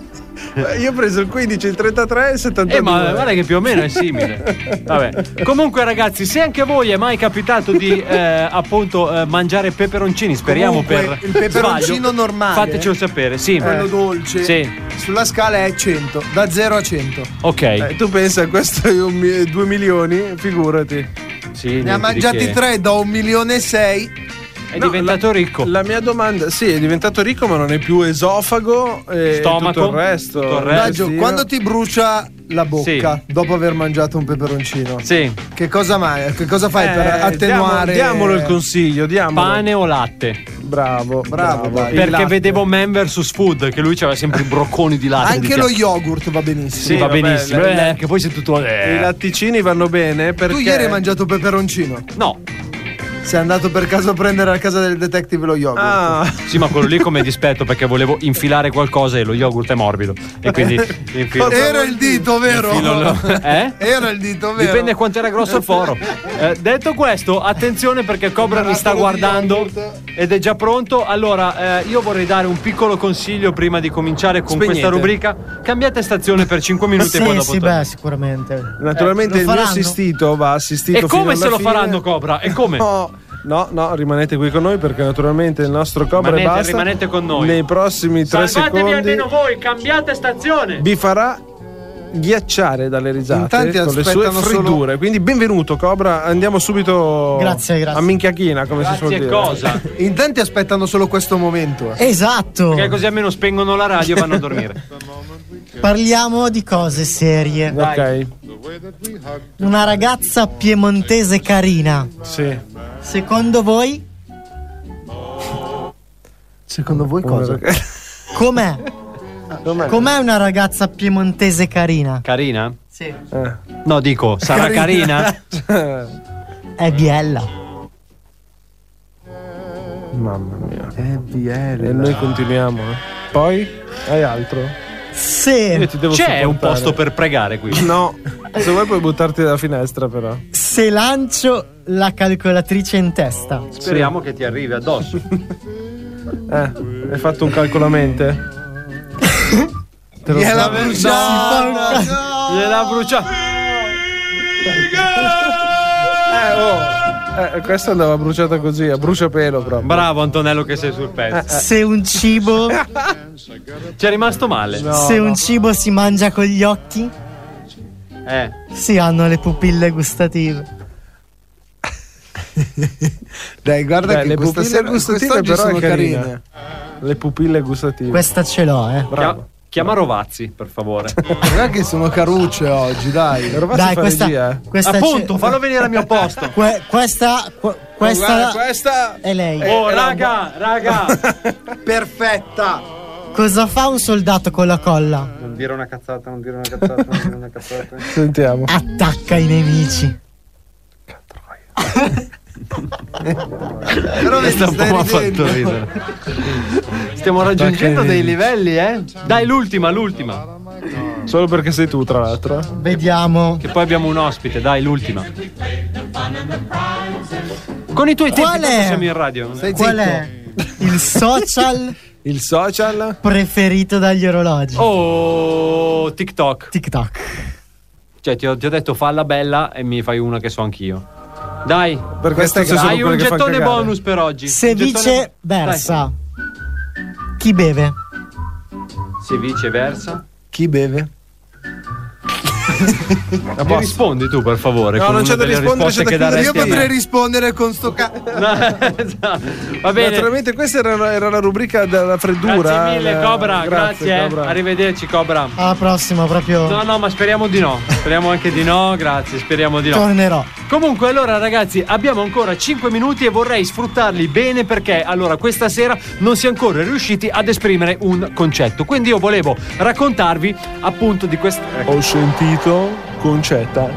Speaker 8: Io ho preso il 15, il 33 e il 72.
Speaker 9: Eh, ma guarda che più o meno è simile. Vabbè. Comunque, ragazzi, se anche a voi è mai capitato di eh, appunto eh, mangiare peperoncini, speriamo
Speaker 10: Comunque,
Speaker 9: per
Speaker 10: il peperoncino
Speaker 9: sbaglio,
Speaker 10: normale,
Speaker 9: fatecelo sapere. Sì, Eh,
Speaker 10: Quello dolce.
Speaker 9: Sì.
Speaker 10: Sulla scala è 100, da 0 a 100.
Speaker 9: Ok.
Speaker 8: Eh, tu pensa, questo è 2 milioni, figurati.
Speaker 9: Sì,
Speaker 10: Ne ha mangiati tre da un milione e sei.
Speaker 9: È diventato ricco.
Speaker 8: La mia domanda, sì, è diventato ricco, ma non è più
Speaker 10: Eh,
Speaker 8: esofago eh, e
Speaker 9: Stomaco,
Speaker 8: tutto il resto.
Speaker 9: tutto il resto.
Speaker 10: Raggio, quando ti brucia la bocca dopo aver mangiato un peperoncino,
Speaker 9: Sì.
Speaker 10: che cosa, ma- che cosa fai
Speaker 9: Eh,
Speaker 10: per attenuare?
Speaker 8: Diamolo il consiglio, diamolo.
Speaker 9: Pane o latte?
Speaker 8: Bravo, bravo. dai. Il
Speaker 9: Perché
Speaker 8: latte.
Speaker 9: vedevo Man vs. Food che lui c'aveva sempre i brocconi di latte.
Speaker 10: Anche
Speaker 9: di
Speaker 10: lo
Speaker 9: piatto.
Speaker 10: yogurt va benissimo.
Speaker 9: Sì, va
Speaker 8: vabbè,
Speaker 9: benissimo.
Speaker 8: la- la-
Speaker 9: eh, che poi sei tutto. eh.
Speaker 8: I latticini vanno bene perché.
Speaker 10: Tu ieri hai mangiato peperoncino?
Speaker 9: No.
Speaker 10: Sei andato per caso a prendere a casa del detective lo yogurt.
Speaker 8: Ah,
Speaker 9: Sì, ma quello lì come dispetto perché volevo infilare qualcosa e lo yogurt è morbido. E quindi. infilo-
Speaker 10: Era il dito, vero?
Speaker 9: infilo- Eh?
Speaker 10: Era il dito, vero?
Speaker 9: Dipende quanto era grosso il foro. Eh, detto questo, attenzione perché Cobra mi sta guardando ed è già pronto. Allora, eh, io vorrei dare un piccolo consiglio prima di cominciare con
Speaker 8: Spegnete.
Speaker 9: questa rubrica. Cambiate stazione per 5 minuti e
Speaker 16: sì,
Speaker 9: poi dopo.
Speaker 16: sì,
Speaker 9: tornate.
Speaker 16: beh, sicuramente.
Speaker 8: Naturalmente
Speaker 16: Eh,
Speaker 8: il
Speaker 16: lo
Speaker 8: mio
Speaker 16: faranno?
Speaker 8: assistito va assistito.
Speaker 9: E
Speaker 8: fino
Speaker 9: come
Speaker 8: alla
Speaker 9: se lo
Speaker 8: fine.
Speaker 9: faranno, Cobra? E come?
Speaker 8: No, no, no, rimanete qui con noi perché naturalmente il nostro Cobra e
Speaker 9: Rimanete-
Speaker 8: basta.
Speaker 9: rimanete con noi.
Speaker 8: Nei prossimi tre
Speaker 9: Salvatevi
Speaker 8: secondi
Speaker 9: almeno voi, cambiate stazione.
Speaker 8: vi farà ghiacciare dalle
Speaker 10: In
Speaker 8: risate
Speaker 10: tanti
Speaker 8: con le sue
Speaker 10: aspettano solo-
Speaker 8: freddure. Quindi benvenuto Cobra, andiamo subito
Speaker 16: Grazie, grazie.
Speaker 8: a minchiachina come si suol
Speaker 9: Grazie
Speaker 8: dire.
Speaker 9: cosa?
Speaker 10: In tanti aspettano solo questo momento. eh.
Speaker 16: Esatto.
Speaker 9: Perché così almeno spengono la radio e vanno a dormire.
Speaker 16: Parliamo di cose serie.
Speaker 8: Ok,
Speaker 16: Una ragazza piemontese carina.
Speaker 8: sì.
Speaker 16: Secondo voi
Speaker 10: Secondo voi cosa?
Speaker 16: com'è?
Speaker 8: Com'è?
Speaker 16: Com'è una ragazza piemontese carina?
Speaker 9: Carina?
Speaker 16: Sì.
Speaker 9: No, dico, sarà carina?
Speaker 16: È biella.
Speaker 8: Mamma mia.
Speaker 16: Eh,
Speaker 8: E noi continuiamo. eh. Poi hai altro? Io
Speaker 16: Se,
Speaker 8: ti devo
Speaker 9: C'è un
Speaker 8: supportare.
Speaker 9: posto per pregare qui.
Speaker 8: No, se vuoi puoi buttarti dalla finestra però.
Speaker 16: se lancio la calcolatrice in testa.
Speaker 9: Speriamo che ti arrivi addosso.
Speaker 15: Eh, hai fatto un calcolamente? Te lo
Speaker 9: Gliela
Speaker 15: stavo-
Speaker 9: bruciata!
Speaker 15: No, no, no.
Speaker 9: Gliela brucia. oh.
Speaker 15: Eh, questa andava bruciata così, a bruciapelo proprio.
Speaker 9: Bravo Antonello che sei sul
Speaker 8: Eh,
Speaker 9: pezzo.
Speaker 16: Eh, Se un cibo.
Speaker 9: Ci è rimasto male.
Speaker 16: se un cibo si mangia con gli occhi,
Speaker 9: Eh.
Speaker 16: si hanno le pupille gustative.
Speaker 10: Dai, guarda
Speaker 15: Beh,
Speaker 10: che
Speaker 15: le
Speaker 10: questa
Speaker 15: pupille
Speaker 10: sera
Speaker 15: gustative
Speaker 10: quest'oggi
Speaker 15: però
Speaker 10: sono
Speaker 15: è carina.
Speaker 10: carine.
Speaker 15: Le pupille gustative.
Speaker 16: Questa ce l'ho, eh.
Speaker 9: Chia- Chiama Rovazzi, per favore.
Speaker 10: Guarda che sono carucce oggi, dai.
Speaker 16: Dai, questa,
Speaker 9: eh.
Speaker 15: eh.
Speaker 16: questa
Speaker 9: Appunto,
Speaker 16: ce-
Speaker 9: fallo venire al mio posto.
Speaker 16: Que- questa, que- questa, è lei.
Speaker 9: Oh, raga, raga.
Speaker 10: Perfetta.
Speaker 16: Cosa fa un soldato con la colla?
Speaker 9: Non dire una cazzata, non dire una cazzata, non dire una cazzata.
Speaker 15: Sentiamo.
Speaker 16: Attacca i nemici.
Speaker 9: Però
Speaker 10: vedi,
Speaker 9: Questa
Speaker 10: stai
Speaker 9: un po' mi ha fatto
Speaker 10: ridendo.
Speaker 9: ridere. Stiamo raggiungendo dei livelli, eh? Dai, l'ultima, l'ultima.
Speaker 15: Solo perché sei tu, tra l'altro.
Speaker 16: Vediamo.
Speaker 9: Che poi abbiamo un ospite, dai, l'ultima. Con i tuoi
Speaker 16: Qual
Speaker 9: tempi tanto
Speaker 16: è?
Speaker 9: siamo in radio. non
Speaker 16: Qual è il social?
Speaker 15: il social
Speaker 16: preferito dagli orologi?
Speaker 9: Oh, TikTok.
Speaker 16: TikTok.
Speaker 9: Cioè, ti ho, ti ho detto falla bella e mi fai una che so anch'io. Dai,
Speaker 15: per
Speaker 16: queste sono
Speaker 9: hai un
Speaker 16: quelle che fanno
Speaker 9: gettone
Speaker 16: cagare.
Speaker 9: bonus per oggi.
Speaker 16: Se
Speaker 9: Un gettone-
Speaker 16: vice versa. Chi beve?
Speaker 9: Dai. Se viceversa.
Speaker 10: Chi beve?
Speaker 9: Mi rispondi tu, per favore.
Speaker 10: No,
Speaker 9: con
Speaker 10: non c'è
Speaker 9: una
Speaker 10: da
Speaker 9: delle
Speaker 10: rispondere,
Speaker 9: risposte
Speaker 10: c'è da
Speaker 9: che
Speaker 10: chiudere. Io
Speaker 9: daresti a me.
Speaker 10: potrei rispondere con sto cazzo.
Speaker 9: Va bene.
Speaker 15: Naturalmente questa era, era la rubrica della freddura.
Speaker 9: Grazie mille,
Speaker 15: la-
Speaker 9: Cobra. Grazie, eh.
Speaker 15: Cobra.
Speaker 9: arrivederci, Cobra.
Speaker 16: Alla prossima, proprio.
Speaker 9: No, no, ma speriamo di no. Speriamo anche di no, grazie, speriamo di no.
Speaker 16: Tornerò.
Speaker 9: Comunque, allora, ragazzi, abbiamo ancora 5 minuti e vorrei sfruttarli bene perché allora questa sera non si è ancora riusciti ad esprimere un concetto. Quindi io volevo raccontarvi appunto di questo.
Speaker 8: Ecco.
Speaker 15: Ho sentito Concetta.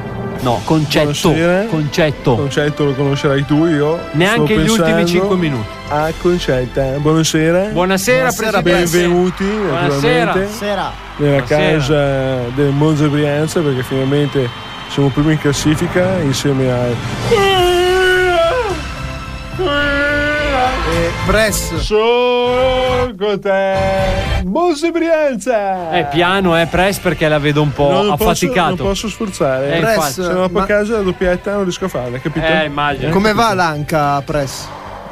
Speaker 9: No, concetto.
Speaker 8: eh?
Speaker 9: Concetto.
Speaker 15: Concetto lo conoscerai tu, io.
Speaker 9: Neanche
Speaker 15: Sto
Speaker 9: gli ultimi
Speaker 15: pensando
Speaker 9: cinque minuti.
Speaker 15: A Concetta. Buonasera.
Speaker 9: Buonasera, Presidente.
Speaker 15: benvenuti.
Speaker 9: Buonasera.
Speaker 15: naturalmente,
Speaker 16: Sera.
Speaker 15: Nella
Speaker 9: Buonasera.
Speaker 15: casa del Monza Brianza perché finalmente siamo primi in classifica insieme a
Speaker 10: Press.
Speaker 15: Sono con te. Monza Brianza.
Speaker 9: Eh, piano, eh, press perché la vedo un po'
Speaker 15: No, non posso-
Speaker 9: affaticato.
Speaker 15: non posso sforzare.
Speaker 9: Eh,
Speaker 15: Press,
Speaker 9: infatti.
Speaker 15: se no per
Speaker 9: Ma-
Speaker 15: caso la doppietta non riesco a farla, capito?
Speaker 9: Eh, immagino.
Speaker 10: Come va l'anca, Press?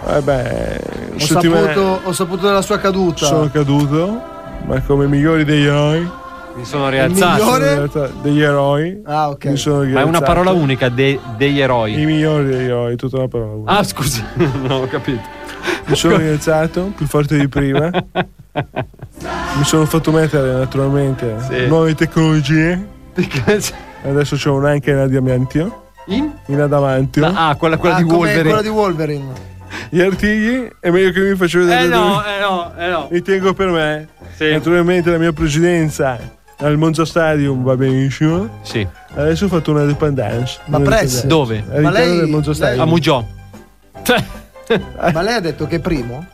Speaker 15: Eh beh,
Speaker 10: Ho
Speaker 15: settimana-
Speaker 10: saputo, ho saputo della sua caduta.
Speaker 15: sono caduto, ma come migliori degli eroi.
Speaker 9: Mi sono
Speaker 10: rialzato.
Speaker 15: Sono
Speaker 10: migliore?
Speaker 15: rialzato- degli eroi.
Speaker 10: Ah, ok.
Speaker 15: Mi sono
Speaker 9: Ma è una
Speaker 15: rialzato.
Speaker 9: parola unica de- degli eroi.
Speaker 15: Esatto. I migliori degli eroi, tutta una parola. unica.
Speaker 9: Ah, scusa, non ho capito.
Speaker 15: Mi sono rialzato più forte di prima. Mi sono fatto mettere naturalmente
Speaker 9: Sì.
Speaker 15: nuove tecnologie. Adesso c'ho un anche in adamantio.
Speaker 9: In?
Speaker 15: adamantio.
Speaker 9: Ah, quella, quella
Speaker 10: Ah,
Speaker 9: di
Speaker 10: come
Speaker 9: Wolverine.
Speaker 10: Quella di Wolverine.
Speaker 15: Gli artigli è meglio che mi faccio vedere.
Speaker 9: Eh no,
Speaker 15: dove-
Speaker 9: eh no, eh no.
Speaker 15: Li tengo per me.
Speaker 9: Sì.
Speaker 15: Naturalmente la mia presidenza al Monza Stadium va benissimo.
Speaker 9: Sì.
Speaker 15: Adesso ho fatto una dependance.
Speaker 10: Ma
Speaker 15: Una dependance.
Speaker 10: presto?
Speaker 9: Dove?
Speaker 15: All'interno
Speaker 10: Ma lei-
Speaker 15: del Monza
Speaker 10: lei-
Speaker 15: Stadium.
Speaker 9: A Mugiò. Cioè.
Speaker 10: Ma lei ha detto che è primo?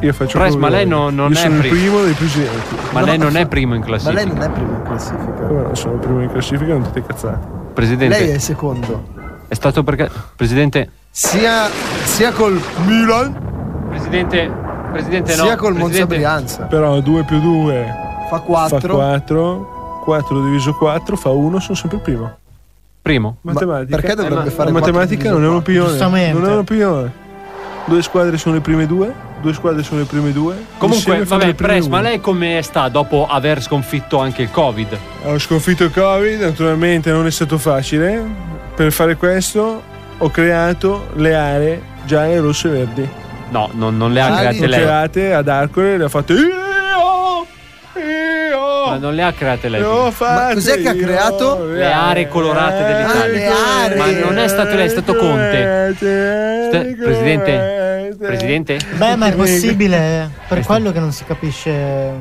Speaker 15: Io faccio quello
Speaker 9: Press, Cioè, ma
Speaker 15: che
Speaker 9: lei
Speaker 15: voglio.
Speaker 9: non- non
Speaker 15: Io
Speaker 9: è
Speaker 15: sono il
Speaker 9: primo.
Speaker 15: primo dei presidenti.
Speaker 9: Ma lei non è primo in
Speaker 10: Ma
Speaker 9: classifica.
Speaker 10: lei non è primo in classifica.
Speaker 15: Come no, sono il primo in classifica, non tutte cazzate.
Speaker 9: Presidente,
Speaker 10: Lei è il secondo.
Speaker 9: è stato perché. Presidente.
Speaker 10: Sia, sia col Milan,
Speaker 9: Presidente. Presidente, no.
Speaker 10: sia col Monza
Speaker 9: Presidente,
Speaker 10: Brianza.
Speaker 15: Però 2 più 2
Speaker 10: Fa
Speaker 15: fa
Speaker 10: 4.
Speaker 15: 4, 4 diviso 4 fa 1, sono sempre il primo.
Speaker 9: Primo.
Speaker 15: Matematica.
Speaker 10: perché dovrebbe
Speaker 15: Eh, ma-
Speaker 10: fare
Speaker 15: La
Speaker 10: quattro
Speaker 15: matematica
Speaker 10: diviso
Speaker 15: non è
Speaker 10: quattro?
Speaker 15: un'opinione.
Speaker 10: Giustamente.
Speaker 15: Non è un'opinione. Due squadre sono le prime due, due squadre sono le prime due.
Speaker 9: Comunque,
Speaker 15: insieme fanno
Speaker 9: vabbè,
Speaker 15: le prime
Speaker 9: Press,
Speaker 15: uno.
Speaker 9: ma lei come sta dopo aver sconfitto anche il Covid?
Speaker 15: Ho sconfitto il Covid, naturalmente non è stato facile. Per fare questo ho creato le aree gialle, rosse e verdi.
Speaker 9: No, non, non le ha
Speaker 15: Ah,
Speaker 9: create
Speaker 15: le ho
Speaker 9: lei.
Speaker 15: create ad Arcole, le "Eh!" ho fatte io! Io!
Speaker 9: Ma non le ha create lei.
Speaker 15: Le ho
Speaker 10: Oh,
Speaker 15: fatte
Speaker 10: cos'è che ha
Speaker 15: io,
Speaker 10: creato?
Speaker 9: Le aree colorate dell'Italia. Ma non è stato lei, è stato Conte. Ste- Presidente? Presidente?
Speaker 16: Beh, ma è possibile. eh. Per quello che non si capisce.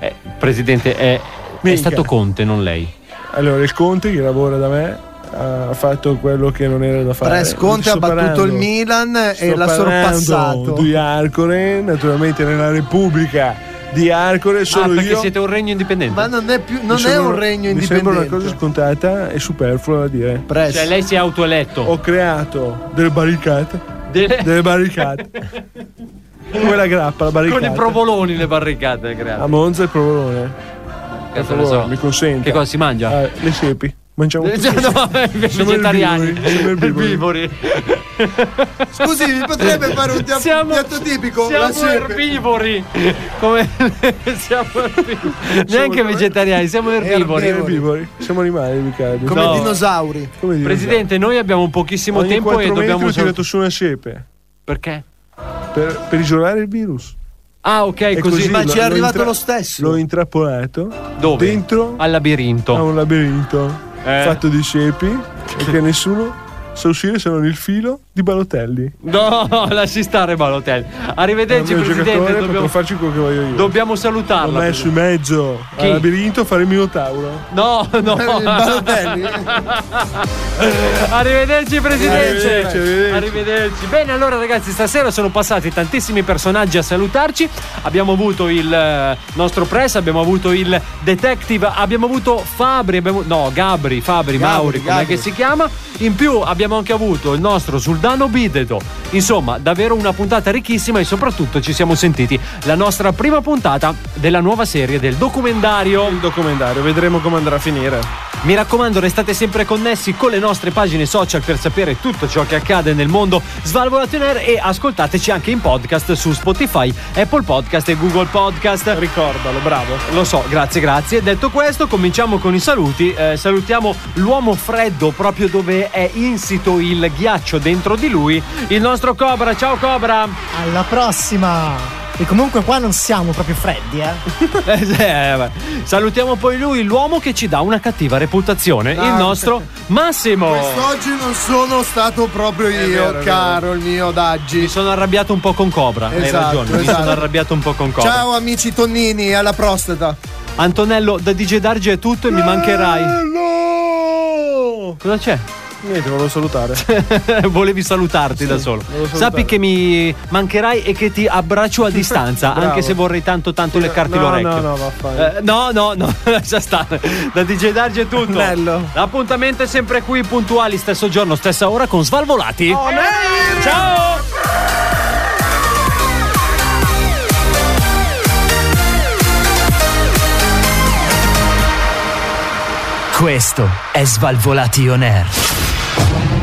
Speaker 9: Eh, presidente, è, è
Speaker 15: Minchia.
Speaker 9: stato Conte, non lei.
Speaker 15: Allora, il Conte che lavora da me ha fatto quello che non era da fare.
Speaker 10: Press Conte ha
Speaker 15: Sto
Speaker 10: battuto
Speaker 15: parlando-
Speaker 10: il Milan
Speaker 15: sto
Speaker 10: e l'ha
Speaker 15: parlando
Speaker 10: sorpassato.
Speaker 15: Di Arcole, naturalmente nella Repubblica di Arcore
Speaker 9: Ah,
Speaker 15: sono
Speaker 9: perché
Speaker 15: io.
Speaker 9: siete un regno indipendente.
Speaker 10: Ma non è più
Speaker 15: Mi sembra- Mi sembra una cosa scontata e superflua da dire.
Speaker 9: Cioè, lei si è autoeletto.
Speaker 15: Ho creato delle barricate. Delle barricate. Come la grappa, la
Speaker 9: Con
Speaker 15: barricata.
Speaker 9: i provoloni le barricate,
Speaker 15: A
Speaker 9: grazie.
Speaker 15: Monza il provolone.
Speaker 9: Che
Speaker 15: Per favore, Mi consente. Che cosa
Speaker 9: si mangia?
Speaker 15: le siepi. Mangiamo tutti.
Speaker 9: No, vabbè, vegetariani. Erbivori.
Speaker 10: Scusi, mi potrebbe fare un dia- piatto tipico?
Speaker 9: siamo
Speaker 10: La siepe.
Speaker 9: erbivori. Come siamo erbivori. Neanche vegetariani, siamo erbivori.
Speaker 15: Erbivori. Siamo animali, Riccardo.
Speaker 9: Come No.
Speaker 10: dinosauri.
Speaker 15: Come dinosauri.
Speaker 9: Presidente, noi abbiamo pochissimo
Speaker 15: Ogni
Speaker 9: tempo e
Speaker 15: quattro
Speaker 9: dobbiamo
Speaker 15: metri ho
Speaker 9: sal-
Speaker 15: tirato su una siepe.
Speaker 9: Perché?
Speaker 15: Per, per isolare il virus.
Speaker 9: Ah, ok,
Speaker 15: E
Speaker 9: così.
Speaker 15: l'ho- l'ho intra- L'ho intrappolato
Speaker 9: Dove?
Speaker 15: dentro
Speaker 9: al labirinto.
Speaker 15: a un labirinto
Speaker 9: Eh.
Speaker 15: fatto di siepi e che nessuno sa uscire se non il filo di Balotelli.
Speaker 9: No, lasci stare Balotelli. Arrivederci,
Speaker 15: È un mio giocatore,
Speaker 9: Presidente.
Speaker 15: potrò
Speaker 9: Dobbiamo,
Speaker 15: farci quello che voglio io.
Speaker 9: dobbiamo
Speaker 15: Ho
Speaker 9: salutarla.
Speaker 15: messo in mezzo
Speaker 9: Chi?
Speaker 15: al labirinto a fare il minotauro.
Speaker 9: No, no.
Speaker 15: Eh,
Speaker 9: Arrivederci presidente.
Speaker 15: Arrivederci, arrivederci.
Speaker 9: Arrivederci. Bene, allora ragazzi, stasera sono passati tantissimi personaggi a salutarci. Abbiamo avuto il eh, nostro press, abbiamo avuto il detective, abbiamo avuto Fabri, abbiamo no, Gabri, Fabri,
Speaker 25: Gabri,
Speaker 9: Mauri, come
Speaker 25: Gabri.
Speaker 9: che si chiama. In più abbiamo anche avuto il nostro Suldano Bideto. Insomma, davvero una puntata ricchissima e soprattutto ci siamo sentiti la nostra prima puntata della nuova serie del documentario. Il
Speaker 15: documentario, vedremo come andrà a finire.
Speaker 9: Mi raccomando, restate sempre connessi con le nostre pagine social per sapere tutto ciò che accade nel mondo Svalvolation Air e ascoltateci anche in podcast su Spotify, Apple Podcast e Google Podcast.
Speaker 15: Ricordalo, bravo.
Speaker 9: Lo so, grazie, grazie. Detto questo, cominciamo con i saluti. Eh, salutiamo l'uomo freddo proprio dove è insito il ghiaccio dentro di lui, il nostro Cobra. Ciao Cobra!
Speaker 10: Ah.
Speaker 16: Alla prossima! E comunque qua non siamo proprio freddi, eh?
Speaker 9: Eh, sì, eh, vabbè. Salutiamo poi lui, l'uomo che ci dà una cattiva reputazione, il
Speaker 10: Ah.
Speaker 9: nostro Massimo.
Speaker 10: Quest'oggi non sono stato proprio io,
Speaker 9: vero, è
Speaker 10: caro il mio Daggi.
Speaker 9: Mi sono arrabbiato un po' con Cobra, hai
Speaker 10: Esatto,
Speaker 9: ragione, mi
Speaker 10: esatto.
Speaker 9: sono arrabbiato un po' con Cobra.
Speaker 10: Ciao amici tonnini, alla Eh, prostata.
Speaker 9: Antonello, da DJ Darge è tutto e mi mancherai. Cosa c'è?
Speaker 15: Niente, volevo salutare.
Speaker 9: Volevi salutarti da solo.
Speaker 15: volevo salutare.
Speaker 9: Sappi che mi mancherai e che ti abbraccio a distanza,
Speaker 15: Bravo.
Speaker 9: anche se vorrei tanto tanto leccarti
Speaker 15: no, no,
Speaker 9: l'orecchio.
Speaker 15: no, vaffanculo.
Speaker 9: Eh, no, no, no, lascia stare. Da DJ Darge è tutto. L'appuntamento è sempre qui, puntuali, stesso giorno, stessa ora con Svalvolati. Ciao!
Speaker 7: Questo è Svalvolation Air.